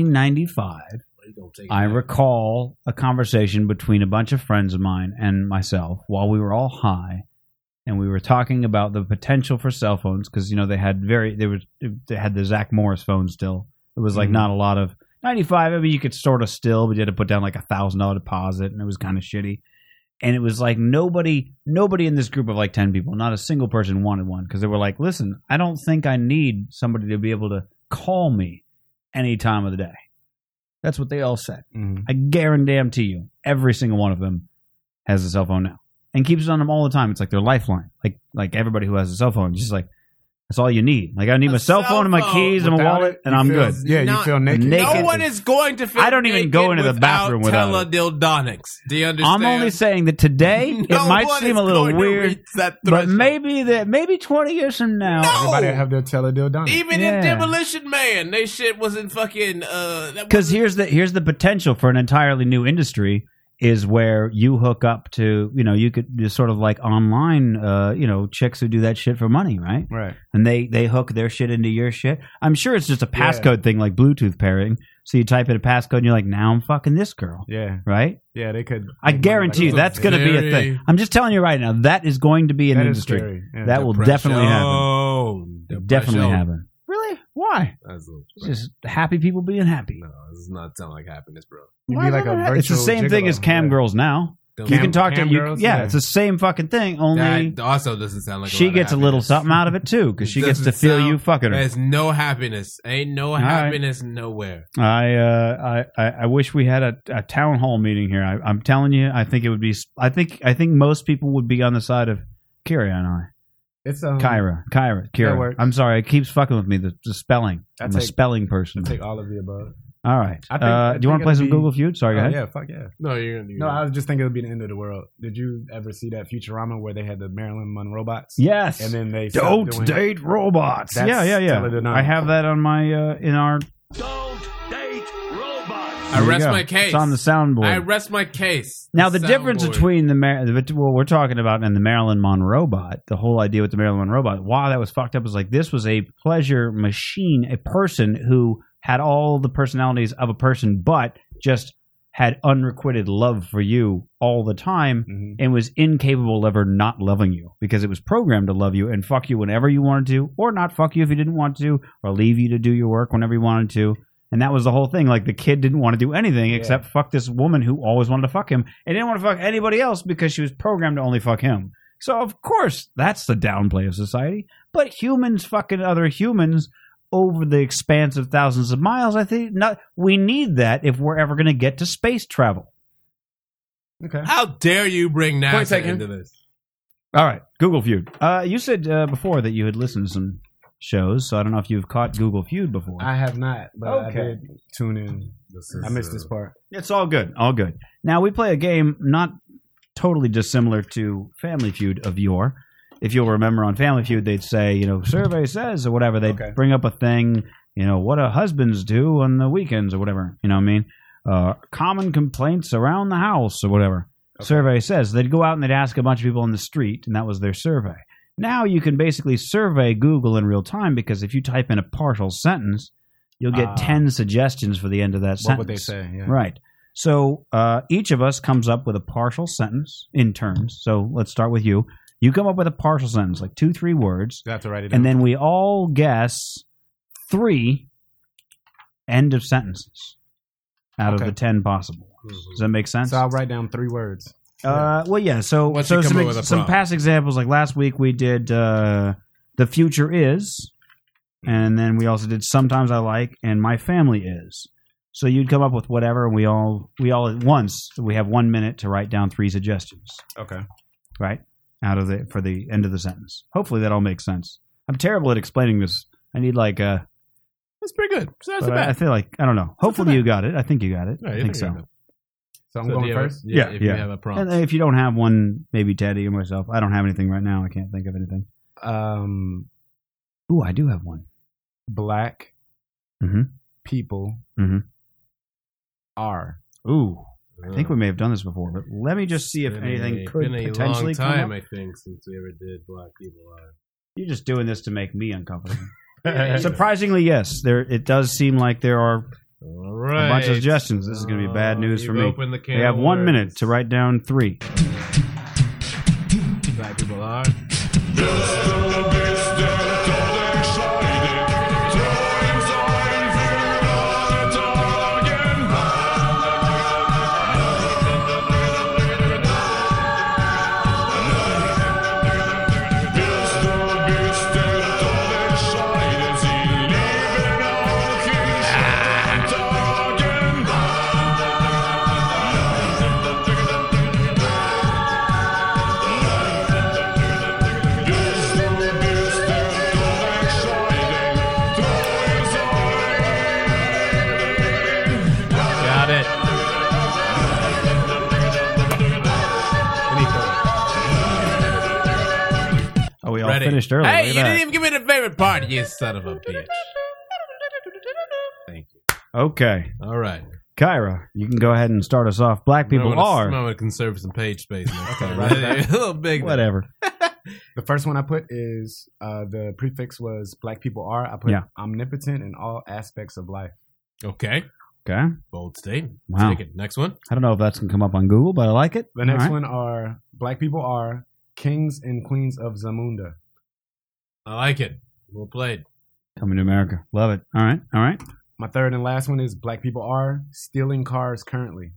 1995,
You gonna take it
I
back.
recall a conversation between a bunch of friends of mine and myself while we were all high, and we were talking about the potential for cell phones because you know they had very they were they had the Zach Morris phone still. It was like not a lot of 95. I mean, you could sort of still, but you had to put down like a thousand dollar deposit, and it was kind of shitty. And it was like nobody, nobody in this group of like ten people, not a single person wanted one because they were like, "Listen, I don't think I need somebody to be able to call me any time of the day." That's what they all said.
Mm-hmm.
I guarantee you, every single one of them has a cell phone now and keeps it on them all the time. It's like their lifeline. Like like everybody who has a cell phone, just like that's all you need. Like I need
A
my cell,
cell
phone and my
phone
keys and my
Without
wallet,
it,
and
you
I'm
feel-
good.
Yeah, you
Not-
feel naked.
Naked.
No one is going to. Feel
I don't even go
naked
into the bathroom without
teledildonics. Do you understand?
I'm only saying that today
No
it might
one
seem
is
a little
going to reach
weird,
that
but
threshold.
maybe that maybe 20 years from now.
Everybody
No!
have their teledildonic.
even
Yeah.
in Demolition Man, they shit wasn't fucking. uh that
Because
wasn't-
here's the here's the potential for an entirely new industry is where you hook up to you know you could just sort of like online uh, you know chicks who do that shit for money, right?
Right.
and they they hook their shit into your shit. I'm sure it's just a passcode thing like Bluetooth pairing. So you type in a passcode and you're like, now I'm fucking this girl,
Yeah.
right?
Yeah, they could.
I guarantee you
a
that's going to be a
very-
thing. I'm just telling you right now, that is going to be an
That is
industry.
scary. Yeah.
That will definitely happen.
Oh,
Definitely
depression.
happen. Really? Why?
That's a-
It's just happy people being happy.
no, this is not sound like happiness, bro.
You'd
Why
be
is
like
that
a
not
virtual
hap- it's the same thing
gigolo.
as cam
Yeah.
girls now.
Don't-
you
Cam-
can talk to
cam
you,
girls?
yeah,
Yeah.
it's the same fucking thing. Only
that also doesn't sound like a lot
she
of
gets a little
happiness.
something out of it too because
It
she gets to
doesn't
feel
sound-
you fucking her.
There's no happiness. Ain't no
right.
happiness nowhere.
I, uh, I I I wish we had a, a town hall meeting here. I, I'm telling you, I think it would be. I think I think most people would be on the side of Kira and I.
It's um,
Kyra, Kyra, Kira.
works.
I'm sorry, it keeps fucking with me. The, the spelling.
I
I'm a
take-
spelling person.
I take all of the above.
All right.
I think-
uh,
I
do you want
think
to play
it'll
some
be-
Google feud? Sorry, go
Oh,
ahead.
yeah, fuck yeah.
No, you're gonna.
No, I was just thinking it would be the end of the world. Did you ever see that Futurama where they had the Marilyn Monroe bots?
Yes.
And then they stopped
Don't
doing-
date robots.
That's
yeah, yeah, yeah.
teledynamic.
I have that on my uh, in our.
I
There you
rest
go.
my case.
It's on the soundboard.
I rest my case.
Now the difference
soundboard.
between the, Mar- the bet- well, we're talking about and the Marilyn Monroe bot, the whole idea with the Marilyn Monroe bot, why that was fucked up is like this was a pleasure machine, a person who had all the personalities of a person, but just had unrequited love for you all the time
Mhm.
and was incapable of ever not loving you because it was programmed to love you and fuck you whenever you wanted to, or not fuck you if you didn't want to, or leave you to do your work whenever you wanted to. And that was the whole thing. Like the kid didn't want to do anything except fuck this woman who always wanted to fuck him and didn't want to fuck anybody else because she was programmed to only fuck him. So of course that's the downplay of society. But humans fucking other humans over the expanse of thousands of miles, I think not we need that if we're ever gonna get to space travel.
Okay.
How dare you bring
Point
NASA
taken.
into this?
All right, Google Feud. Uh, you said uh, before that you had listened to some shows, so I don't know if you've caught Google Feud before.
I have not, but I
Okay.
did tune in. I missed this part.
It's all good, all good. Now we play a game not totally dissimilar to Family Feud of yore. If you'll remember on Family Feud, they'd say, you know, survey says or whatever. They'd
Okay.
bring up a thing, you know, what do husbands do on the weekends or whatever. You know what I mean? Uh, common complaints around the house or whatever. Survey says. They'd go out and they'd ask a bunch of people in the street, and that was their survey. Now you can basically survey Google in real time because if you type in a partial sentence, you'll get
Ah.
10 suggestions for the end of that sentence.
What would they say? Yeah.
Right. So uh, each of us comes up with a partial sentence in terms. So let's start with you. You come up with a partial sentence, like two, three words,
You have to write it down.
and then we all guess three end of sentences out of
Okay.
the 10 possible ones. Does that make sense?
So I'll write down three words.
Uh, well, yeah. So,
Once
so
you come
some,
up with a
some
prompt.
past examples, like last week, we did uh, the future is, and then we also did sometimes I like and my family is. So you'd come up with whatever, and we all we all at once we have one minute to write down three suggestions,
Okay.
right? Out of the for the end of the sentence. Hopefully that all makes sense. I'm terrible at explaining this. I need like uh,
That's pretty good. So that's
but I, I
about.
feel like I don't know. Hopefully
bad.
you got it. I think you got it.
Yeah,
I
you
think
think
so.
you got
So I'm
So do
going
you have a-
first.
Yeah,
If
yeah.
you have a prompt.
And if you don't have one, maybe Teddy or myself. I don't have anything right now. I can't think of anything.
Um,
Ooh, I do have one.
black
Mhm.
people
Mhm.
are.
Ooh, I think we may have done this before, but let me just see if
Been
anything
a,
could
been a long
potentially
time,
come up.
I think, since we ever did Black People Live.
You're just doing this to make me uncomfortable.
Surprise!
Surprisingly, yes, there. It does seem like there are
All
a
right.
bunch of suggestions. This is going to be bad
Uh,
news for
you've
me.
opened The can
We have
of
one
worms.
minute to write down three.
Black people are. Got it.
Oh, we all
Ready.
finished early.
Hey,
Look
you
at that.
didn't even give me the favorite part, you son of a bitch. Thank you.
Okay,
All right.
Kyra, you can go ahead and start us off. Black people
I'm gonna,
are
I'm gonna conserve some page space. Next time.
right there.
a little big.
whatever.
The first one I put is uh, the prefix was black people are. I put
Yeah.
omnipotent in all aspects of life.
Okay.
Okay,
Bold statement.
Wow.
Take it. Next one.
I don't know if that's gonna come up on Google, but I like it.
The next
All right.
one are black people are kings and queens of Zamunda.
I like it. Well played.
coming to America, love it. All right, all right.
My third and last one is black people are stealing cars currently.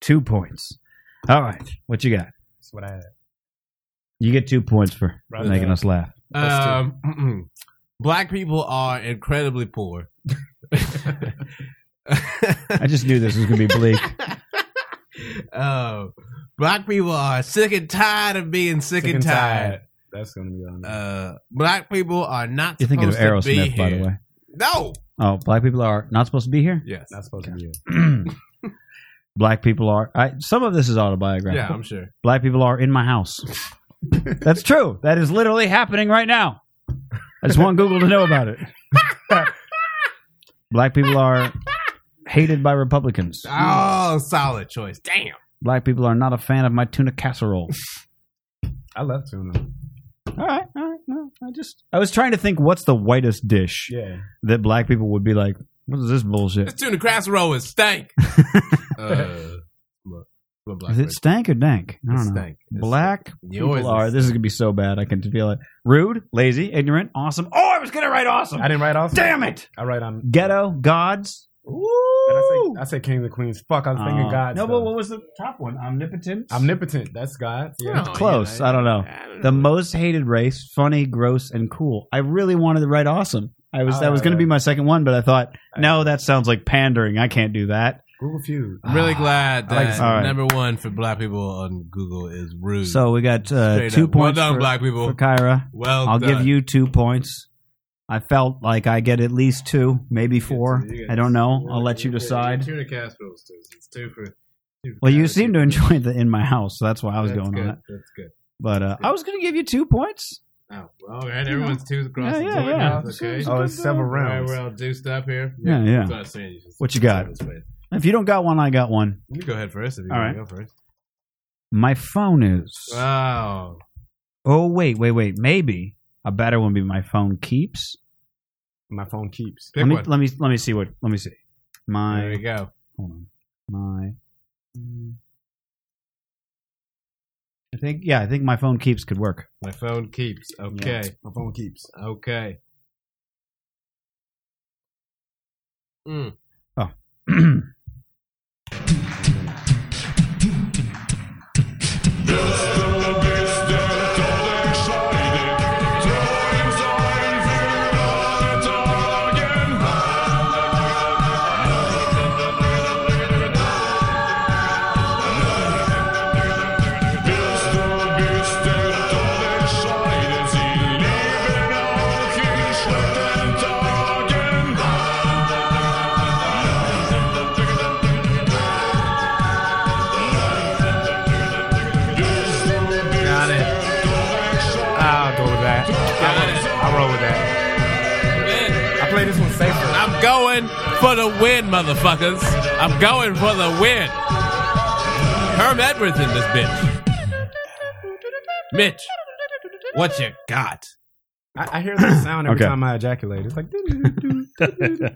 Two points. All right, what you got?
That's what I had.
You get two points for
Right.
making us laugh.
Let's do it.
Um, black people are incredibly poor.
I just knew this was going to be bleak.
Uh, black people are sick and tired of being sick, and tired.
That's gonna be on. there.
Uh, black people are not.
You're thinking of
supposed to be
Aerosmith, by the
here.
way.
No.
Oh, black people are not supposed to be here.
Yes.
Not supposed to be. it.
black people are. I, some of this is autobiographical.
Yeah, I'm sure.
black people are in my house. That's true. That is literally happening right now. I just want Google to know about it. black people are hated by Republicans.
Oh, solid choice. Damn.
Black people are not a fan of my tuna casserole.
I love tuna.
All right, all right. No, I just I was trying to think what's the whitest dish
Yeah.
that black people would be like. What is this bullshit?
This tuna casserole is stank. uh, look, look, black
Is it
person.
stank or dank? I don't know.
stank. It's-
Black
Yours
people are.
is-
This is gonna be so bad. I can feel it. Rude, lazy, ignorant, awesome. Oh, I was gonna write awesome.
I didn't write off.
Damn it!
I write on.
Ghetto gods. Ooh.
Did I say, I said kings and queens. Fuck, I was thinking
Uh,
gods.
No,
though.
but what was the top one? Omnipotent.
Omnipotent. That's God.
No,
Yeah.
Close.
you know,
I don't know.
I don't
The
know.
most hated race. Funny, gross, and cool. I really wanted to write awesome. I was that was gonna be my second one, but Uh, I thought no, that sounds like pandering. I can't do that.
Google feud.
I'm really glad
Ah, I like
that
this. All right.
number one for black people on Google is rude.
So we got uh,
Straight
two
up. Well
points
done,
for,
black people.
for Kyra.
well,
I'll
done.
give you two points. I felt like I get at least two, maybe four. I don't know. I'll let you decide.
Tuna casseroles. too. It's two for. two
Well, you
for-
seem to enjoy the in my house, so that's why I was
That's
going
good.
on it.
That's good.
But uh, I was going to give you two points.
Oh, well, all right. Everyone's two across
Yeah,
the
yeah,
board.
yeah.
now,
It's-
Okay.
it's
Oh, it's several rounds.
We're all juiced up here.
Yeah, yeah.
That's what I'm saying. You just-
What you got? If you don't got one, I got one.
You go ahead first. If you
All
wanna
right.
go first.
My phone is.
Wow.
Oh wait, wait, wait. Maybe a better one would be my phone keeps.
My phone keeps.
Pick
let me
one.
let me let me see what. Let me see.
There you
My
go.
hold on. My. um, I think yeah. I think my phone keeps could work.
My phone keeps. Okay.
My phone keeps.
Okay. Mm.
Oh.
Got it. I'll go with that. I'll, I'll roll with that. I play this one safer.
I'm going for the win, motherfuckers. I'm going for the win. Herm Edwards in this bitch. Mitch, what you got?
I, I hear that sound every
Okay.
time I ejaculate. It's like doo-doo-doo-doo.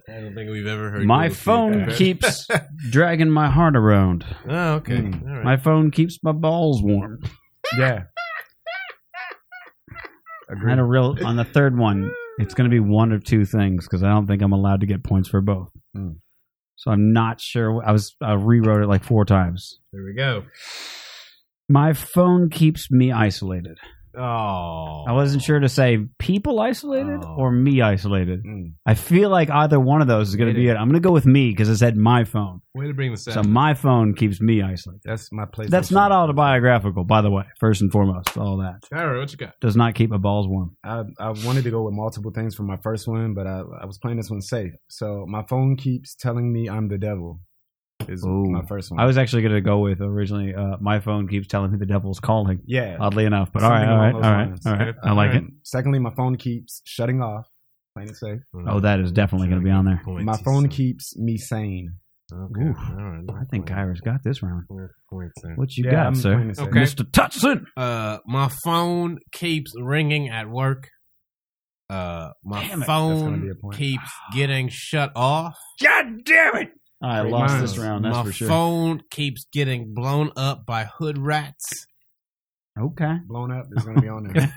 I don't think we've ever heard.
My phone keeps dragging my heart around.
Oh, okay.
Mm.
All right.
My phone keeps my balls warm.
yeah.
I had a real on the third one. It's going to be one of two things because I don't think I'm allowed to get points for both.
Hmm.
So I'm not sure. I was I rewrote it like four times.
there we go.
My phone keeps me isolated.
Oh,
I wasn't sure to say people isolated
Oh.
or me isolated.
Mm.
I feel like either one of those is going to be it. I'm going to go with me because it said my phone.
Way to bring this
So
up.
my phone keeps me isolated.
That's my place.
That's not autobiographical, by the way. First and foremost, all that
All right, what you got?
does not keep my balls warm.
I, I wanted to go with multiple things for my first one, but I, I was playing this one safe. So my phone keeps telling me I'm the devil. Is
Ooh.
my first one.
I was actually going to go with originally. Uh, my phone keeps telling me the devil's calling.
yeah.
Oddly enough, but all right,
Something
all right, all
along
right,
those
all
lines.
right. I like it.
And Secondly, my phone keeps shutting off. Playing it safe.
Oh, that is definitely going to be on there.
My phone keeps me sane.
Okay.
Oof.
All right.
I think Kyra's got this round.
Points there.
What you
Yeah,
got,
I'm
sir?
playing it safe.
Okay.
Mr. Tutson.
Uh, my phone keeps ringing at work. Uh, my
Damn it.
That's gonna be
phone
a point.
keeps getting shut off.
God damn it! I
Three
lost
miles.
this round. Oh, That's
my
for sure.
phone keeps getting blown up by hood rats.
Okay.
Blown up is going to be on there.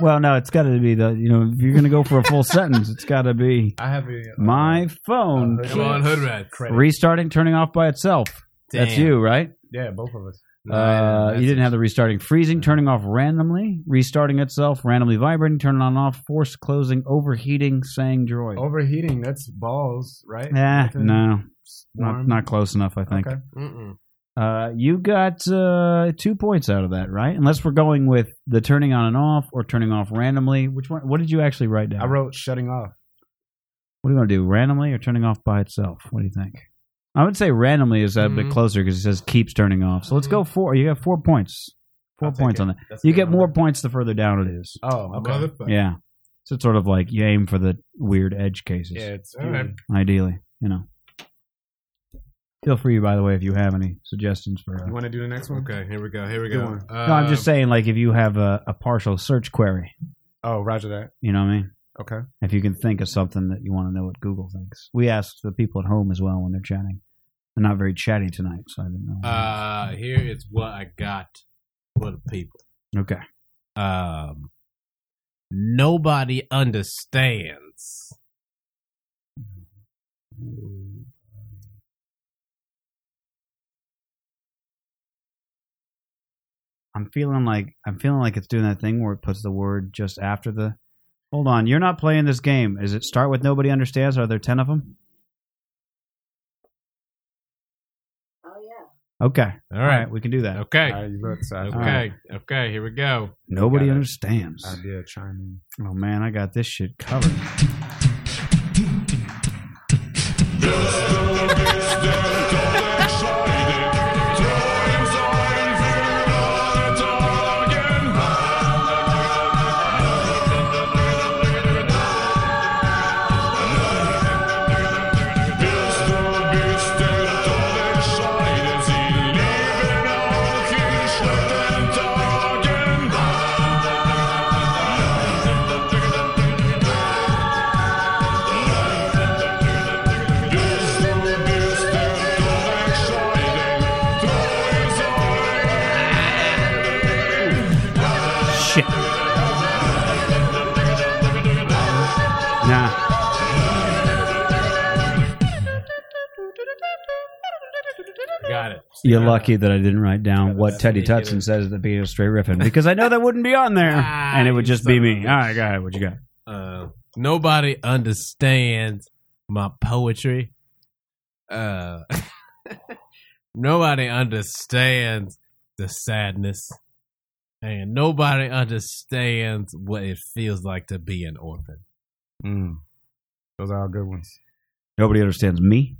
Well, no, it's got to be the. You know, if you're going to go for a full sentence, it's got to be
I have a uh,
my phone.
Uh,
keeps
Come on, hood rats.
credit.
restarting, turning off by itself. That's
Damn.
you, right?
yeah, both of us.
Uh,
Right,
you didn't have the restarting, freezing, turning off randomly, restarting itself, randomly vibrating, turning on and off, force closing, overheating, saying droid.
Oh, Overheating. That's balls, right?
Nah,
Nothing
no, not
warm.
not close enough. I think.
Okay.
Mm-mm.
Uh, you got uh, two points out of that, right? Unless we're going with the turning on and off or turning off randomly. Which one? What did you actually write down?
I wrote shutting off.
What are you going to do? Randomly or turning off by itself? What do you think? I would say randomly is a
Mhm.
Mm-hmm.
bit closer because it says keeps turning off. So let's go four. You got four points. 4
I'll take
points
it.
on that.
That's
You
good.
get more points the further down it is.
Oh, okay.
Yeah. So it's sort of like you aim for the weird edge cases,
Yeah, it's
All right.
ideally. You know. Feel free, by the way, if you have any suggestions for. Uh,
You want to do the next one?
Okay, here we go. Here we
Good
go.
one.
Uh,
no, I'm just saying, like if you have a, a partial search query,
Oh, Roger that.
you know what I mean.
Okay.
If you can think of something that you want to know what Google thinks, we asked the people at home as well when they're chatting. They're not very chatty tonight, so I didn't know.
Uh, here is what I got for the people.
okay.
Um, nobody understands.
I'm feeling like I'm feeling like it's doing that thing where it puts the word just after the. Hold on, you're not playing this game. Is it start with nobody understands? Are there ten of them?
Oh yeah.
Okay,
All
all
right.
right, we can do that.
Okay.
All right, you look. So I
Okay.
All right.
Okay. Here we go.
Nobody
Got it.
understands.
Idea chiming.
Oh man, I got this shit covered. Shit. Nah. You're lucky that I didn't write down what
that's
Teddy
ridiculous.
Tutson says at the beginning of Straight Riffin because I know that wouldn't be on there
Ah,
and it would
you
just
son
be
of a
me.
bitch.
All right, go ahead. What you got?
Uh, nobody understands my poetry. Uh, nobody understands the sadness, and nobody understands what it feels like to be an orphan.
Mm. Those are all good ones.
Nobody understands me.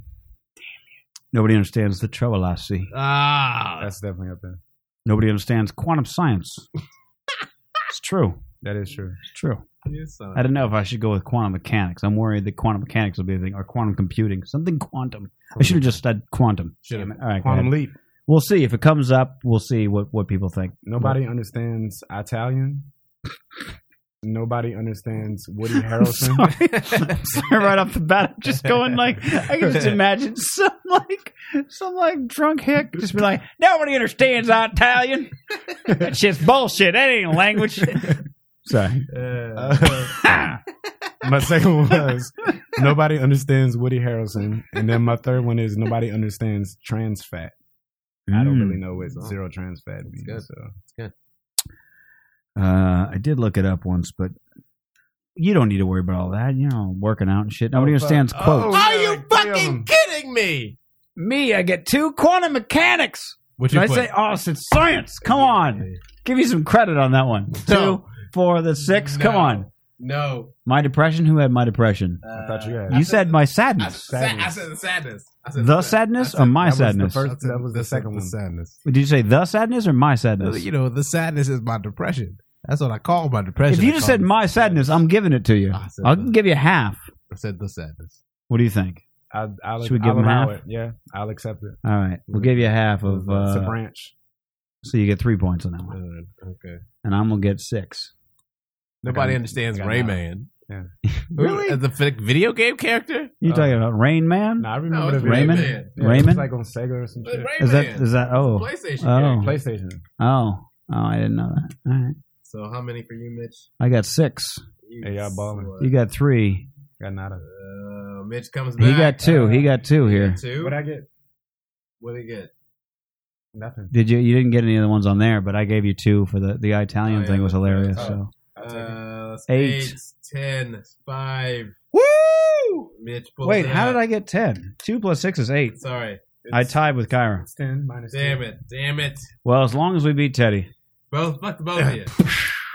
Nobody understands the trouble I see.
Ah,
That's definitely up there.
Nobody understands quantum science. it's true.
That is true.
It's true.
you son.
I don't know if I should go with quantum mechanics. I'm worried that quantum mechanics will be a thing or quantum computing. Something quantum. I should have just said quantum.
Should've.
Damn it. All right, go
Quantum
ahead.
leap.
We'll see. If it comes up, we'll see what, what people think.
Nobody understands Italian. Nobody understands Woody Harrelson.
Sorry. I'm sorry, right off the bat, I'm just going like I can just imagine some like some like drunk hick just be like, nobody understands Italian. That shit's bullshit. That ain't a language. Sorry.
Uh, my second one was nobody understands Woody Harrelson, and then my third one is nobody understands trans fat. I don't
Mm.
really know what zero trans fat means.
good.
So
Uh, I did look it up once, but you don't need to worry about all that. You know, working out and shit. Nobody
Oh, fuck.
understands quotes.
Oh.
Are
yeah,
you
like three of
fucking
them.
kidding me?
Me, I get two quantum mechanics.
What
Did I say? Oh, it's science. Come on, give me some credit on that one.
No.
Two, four, the six. Come
No.
on.
No,
My depression. Who had my depression?
I thought you had.
You said my
I,
sadness.
sa- I said the sadness. I said
The sadness
I said-
or my
that was the
sadness?
first-
I said
That was the second one.
sadness.
Did you say the sadness or my sadness?
You know, the sadness is my depression. That's what I call my depression.
If you
I
just
call
said
it-
my sadness, I'm giving it to you.
I said
I'll
the-
give you half.
I said the sadness.
What do you think?
I, I'll,
Should we give
I'll
him
allow
half?
It. Yeah, I'll accept it.
All right, we'll give you half of.
it's a
Uh,
branch.
so you get three points on that one,
Uh, okay.
and I'm gonna get six.
Nobody
Okay.
understands
Okay,
Rayman.
Yeah.
really? the fi- video game character?
You
Uh,
talking about Rain Man?
No, I
No,
remember
it's
the video.
Raymond?
Rayman.
Yeah,
Raymond?
It's like on Sega or some
It's
shit.
Rayman.
is that is that?
It's
Oh,
PlayStation
Oh.
character.
PlayStation.
oh, oh! I didn't know that. All right,
So how many for you, Mitch?
I got six.
You
Hey, y'all balling.
slut.
You got three.
Got nada.
Uh, Mitch comes back. Uh,
He got two. He got two here.
Two?
What I get?
What did he get?
Nothing.
Did you? You didn't get any of the ones on there, but I gave you two for the the
Oh,
Italian
yeah,
thing was
that's right.
hilarious.
Oh.
So
Uh,
Eight.
eight, ten, five. Oh.
woo!
Mitch pulls
Wait,
it
how
out.
did I get ten? Two plus six is eight.
Sorry.
I tied with Kyra.
It's ten minus.
Damn
10.
it. Damn it.
Well, as long as we beat Teddy.
Both, fuck the both of you.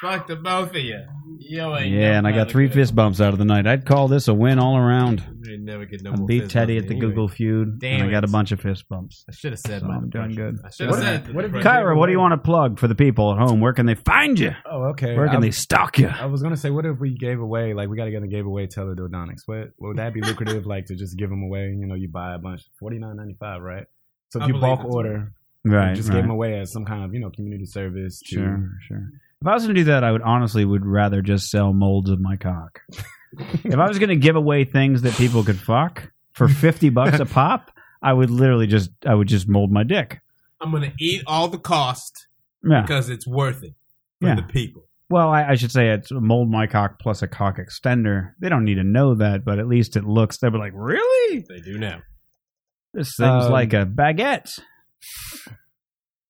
fuck the both of you. Yo, ain't never
Yeah, and I got
gonna
three
get-
fist bumps out of the night. I'd call this a win all around.
You ain't never get no
I
more
beat
fist
Teddy
bumps
at the
anyway.
Google feud,
Damn
and I got a
it.
bunch of fist bumps.
I should have said
So
my
I'm doing
depression.
good.
I should have
What if-
said.
what if-
depression.
Kyra, what do you want to plug for the people at home? Where can they find you?
Oh, okay.
Where can
I'm-
they stalk you?
I was gonna say, what if we gave away like we gotta get a giveaway teledodonics? What would that be lucrative? like to just give them away? You know, you buy a bunch, forty nine ninety five, right? So if
I
you
believe
bulk
it's
order,
Right,
you just
right.
give them away as some kind of you know community service. To,
Sure, sure. If I was going to do that, I would honestly would rather just sell molds of my cock. if I was going to give away things that people could fuck for fifty bucks a pop, I would literally just I would just mold my dick.
I'm gonna eat all the cost
Yeah.
because it's worth it for
Yeah.
the people.
Well, I, I should say it's a mold my cock plus a cock extender. They don't need to know that, but at least it looks. They'll be like, really?
They do now.
This thing's
Um,
like a baguette.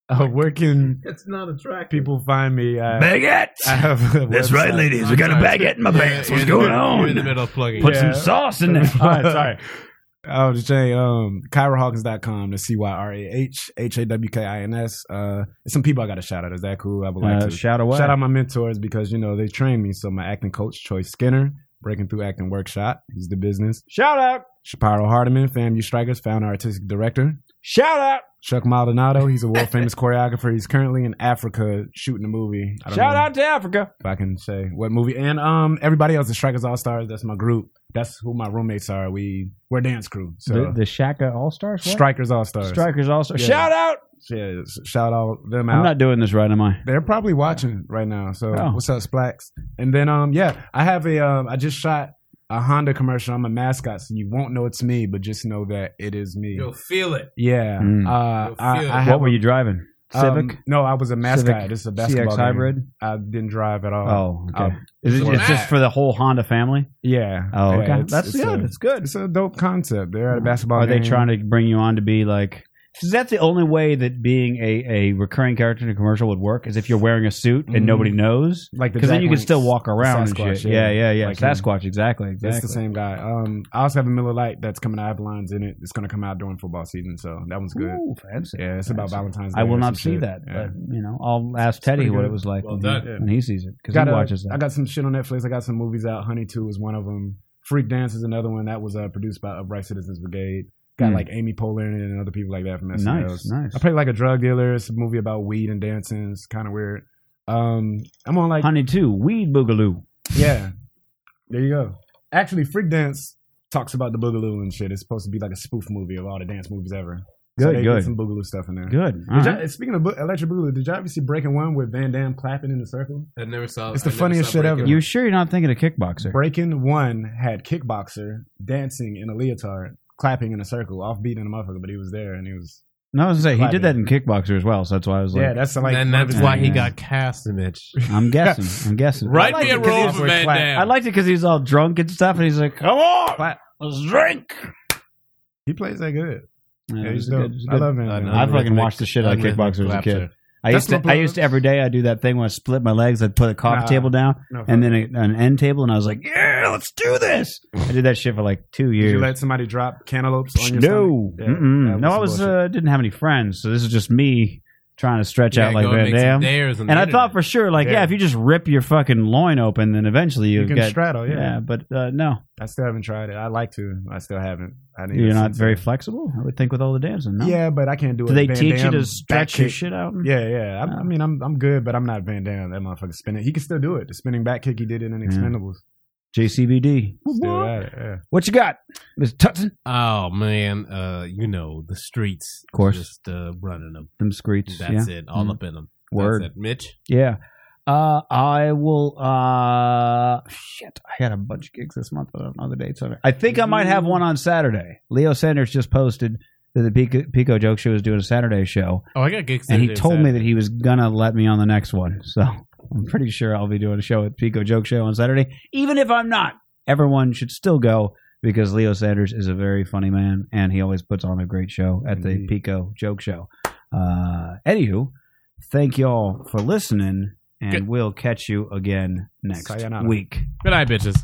Uh, where can
It's not attractive.
people find me? I,
Baguette.
I have. A
That's
website.
right, ladies. We got a baguette in my pants. What's going
You're in the
on?
middle of plugging.
Put
it.
some
Yeah.
sauce in there.
All right, sorry. I was just saying, um, KyraHawkins.com, that's C Y R A H H A W K I N S. Uh, some people I got to shout out. Is that cool? I would like
Uh,
to
shout away.
Shout out my mentors because you know they trained me. So my acting coach Troy Skinner, Breaking Through Acting Workshop, he's the business.
Shout out.
Shapiro Hardiman, FAMU Strikers, founder artistic director.
Shout out.
Chuck Maldonado, he's a world famous choreographer. He's currently in Africa shooting a movie. I don't
Shout
know
out to Africa.
if I can say what movie. And um, everybody else, the Strikers All Stars. That's my group. That's who my roommates are. We we're a dance crew. So
The, the Shaka All Stars?
Strikers All Stars.
Strikers All Stars.
Yeah.
Shout out.
yeah, shout out them out.
I'm not doing this right, am I?
They're probably watching right now. So
Oh.
what's up, Splax? And then um yeah, I have a um I just shot a Honda commercial. I'm a mascot, so you won't know it's me, but just know that it is me.
You'll feel it.
Yeah.
Mm.
Uh,
You'll
I,
feel
I
it.
have
What were you driving?
a- um,
Civic?
no, I was a mascot.
Civic
this is a
CX
basketball game.
Hybrid?
I didn't drive at all.
Oh, okay.
Um,
Is it
so
it's just
Matt-
for the whole Honda family?
Yeah.
Oh,
Yeah,
okay.
it's-
That's
it's
good.
A,
That's good.
it's a dope concept. They're at a basketball.
Are they
game.
trying to bring you on to be like
'Cause that's the only way that being a, a recurring character in a commercial would work is if you're wearing a suit and
Mm-hmm.
Mhm.
nobody knows.
Like the
Because then
Jack
you can
Links,
still walk
the
around
Sasquatch,
and shit. Yeah, yeah, yeah.
Like,
Sasquatch, exactly, exactly.
That's the same guy. Um, I also have a Miller Lite that's coming out of lines in it. It's gonna come out during football season, so that one's good.
Ooh, fancy.
yeah, it's about
fancy.
Valentine's. Day
I will
or
not
some
see
shit.
that,
Yeah.
but you know, I'll ask Teddy
pretty
what
good.
it was like when,
done.
he, when he sees it because
Got
he
a-
watches that.
I got some shit on Netflix. I got some movies out. Honey Two is one of them. Freak Dance is another one that was uh, produced by Upright Citizens Brigade. Got
Hmm.
like Amy Poehler in it and other people like that from SNL.
nice, nice.
I play like a drug dealer. It's a movie about weed and dancing. It's kind of weird. Um, I'm on like
Honey, too. Weed Boogaloo.
yeah. There you go. Actually, Freak Dance talks about the Boogaloo and shit. It's supposed to be like a spoof movie of all the dance movies ever. so
Good,
they
good.
Get some Boogaloo stuff in there.
Good.
Did y'all- Speaking of bo- Electric Boogaloo, did y'all ever see Breaking One with Van Damme clapping in a circle?
I never saw.
It's the
I never
funniest
saw
shit
Breaking
ever.
Bad.
You sure you're not thinking of kickboxer?
Breaking One had kickboxer dancing in a leotard, clapping in a circle, off beating a motherfucker, but he was there and he was.
No, I was gonna say he did
Clapping.
that in kickboxer as well. So that's why I was like,
yeah, that's like.
and
one of
that's
his-
why he
Yeah.
got cast in it.
I'm guessing. I'm guessing.
Write
I
me a
liked it 'cause he
role
was-
for Van
clap.
I
Damme.
liked it because he's all drunk and stuff, and he's like, "Come on, let's drink."
He plays that good.
Yeah,
Yeah,
it was
he's
good,
dope.
it was
I
good.
love him.
I fucking watched the shit out of
Unrhythmic
kickboxer as a kid.
clapter.
I used to.
That's my
I used to every day. I do that thing where I split my legs. I'd put a coffee
Nah.
table down
No, fuck.
and then a, an end table, and I was like, "Yeah, let's do this." I did that shit for like two
did you
years.
let somebody drop cantaloupes on your stomach?
No,
Yeah,
Mm-mm.
that was
no, I
some
was
bullshit.
uh, didn't have any friends, so this is just me trying to stretch
Yeah,
out like
go and
Van
make some
Damme.
dares on the
And I
internet.
thought for sure, like, yeah.
Yeah.
if you just rip your fucking loin open, then eventually
You
you
can
get.
straddle,
yeah.
yeah.
but uh, no,
I still haven't tried it. I like to. I still haven't. I need
you're
to-
not very flexible. I would think with all the dancing. No?
Yeah, but I can't do it.
Do they
Van
teach you
Damme
to
back
stretch your
kick.
shit out?
Yeah, yeah. I'm,
Oh.
I mean, I'm I'm good, but I'm not Van Damme. That motherfucker spinning. He can still do it. The spinning back kick he did it in
Yeah.
Expendables.
JCBD.
Still at it. Yeah.
What you got, Mister Tutson?
Oh man, uh, you know the streets,
Of course.
just uh, running them.
Them screech.
That's
yeah.
it, all
Mhm.
up in them.
Word.
That's it. Mitch.
Yeah. Uh, I will. Uh, shit, I had a bunch of gigs this month, but I don't know the dates on it. I think I might have
Mm.
one on Saturday. Leo Sanders just posted that the Pico, Pico Joke Show is doing a Saturday show,
Oh, I got gigs.
and he told me that he was gonna let me on the next one. So I'm pretty sure I'll be doing a show at Pico Joke Show on Saturday. Even if I'm not, everyone should still go because Leo Sanders is a very funny man, and he always puts on a great show at the
Indeed.
Pico Joke Show. Uh, anywho, thank y'all for listening, and
Good.
we'll catch you again next
Sayonara.
week.
Good night, bitches.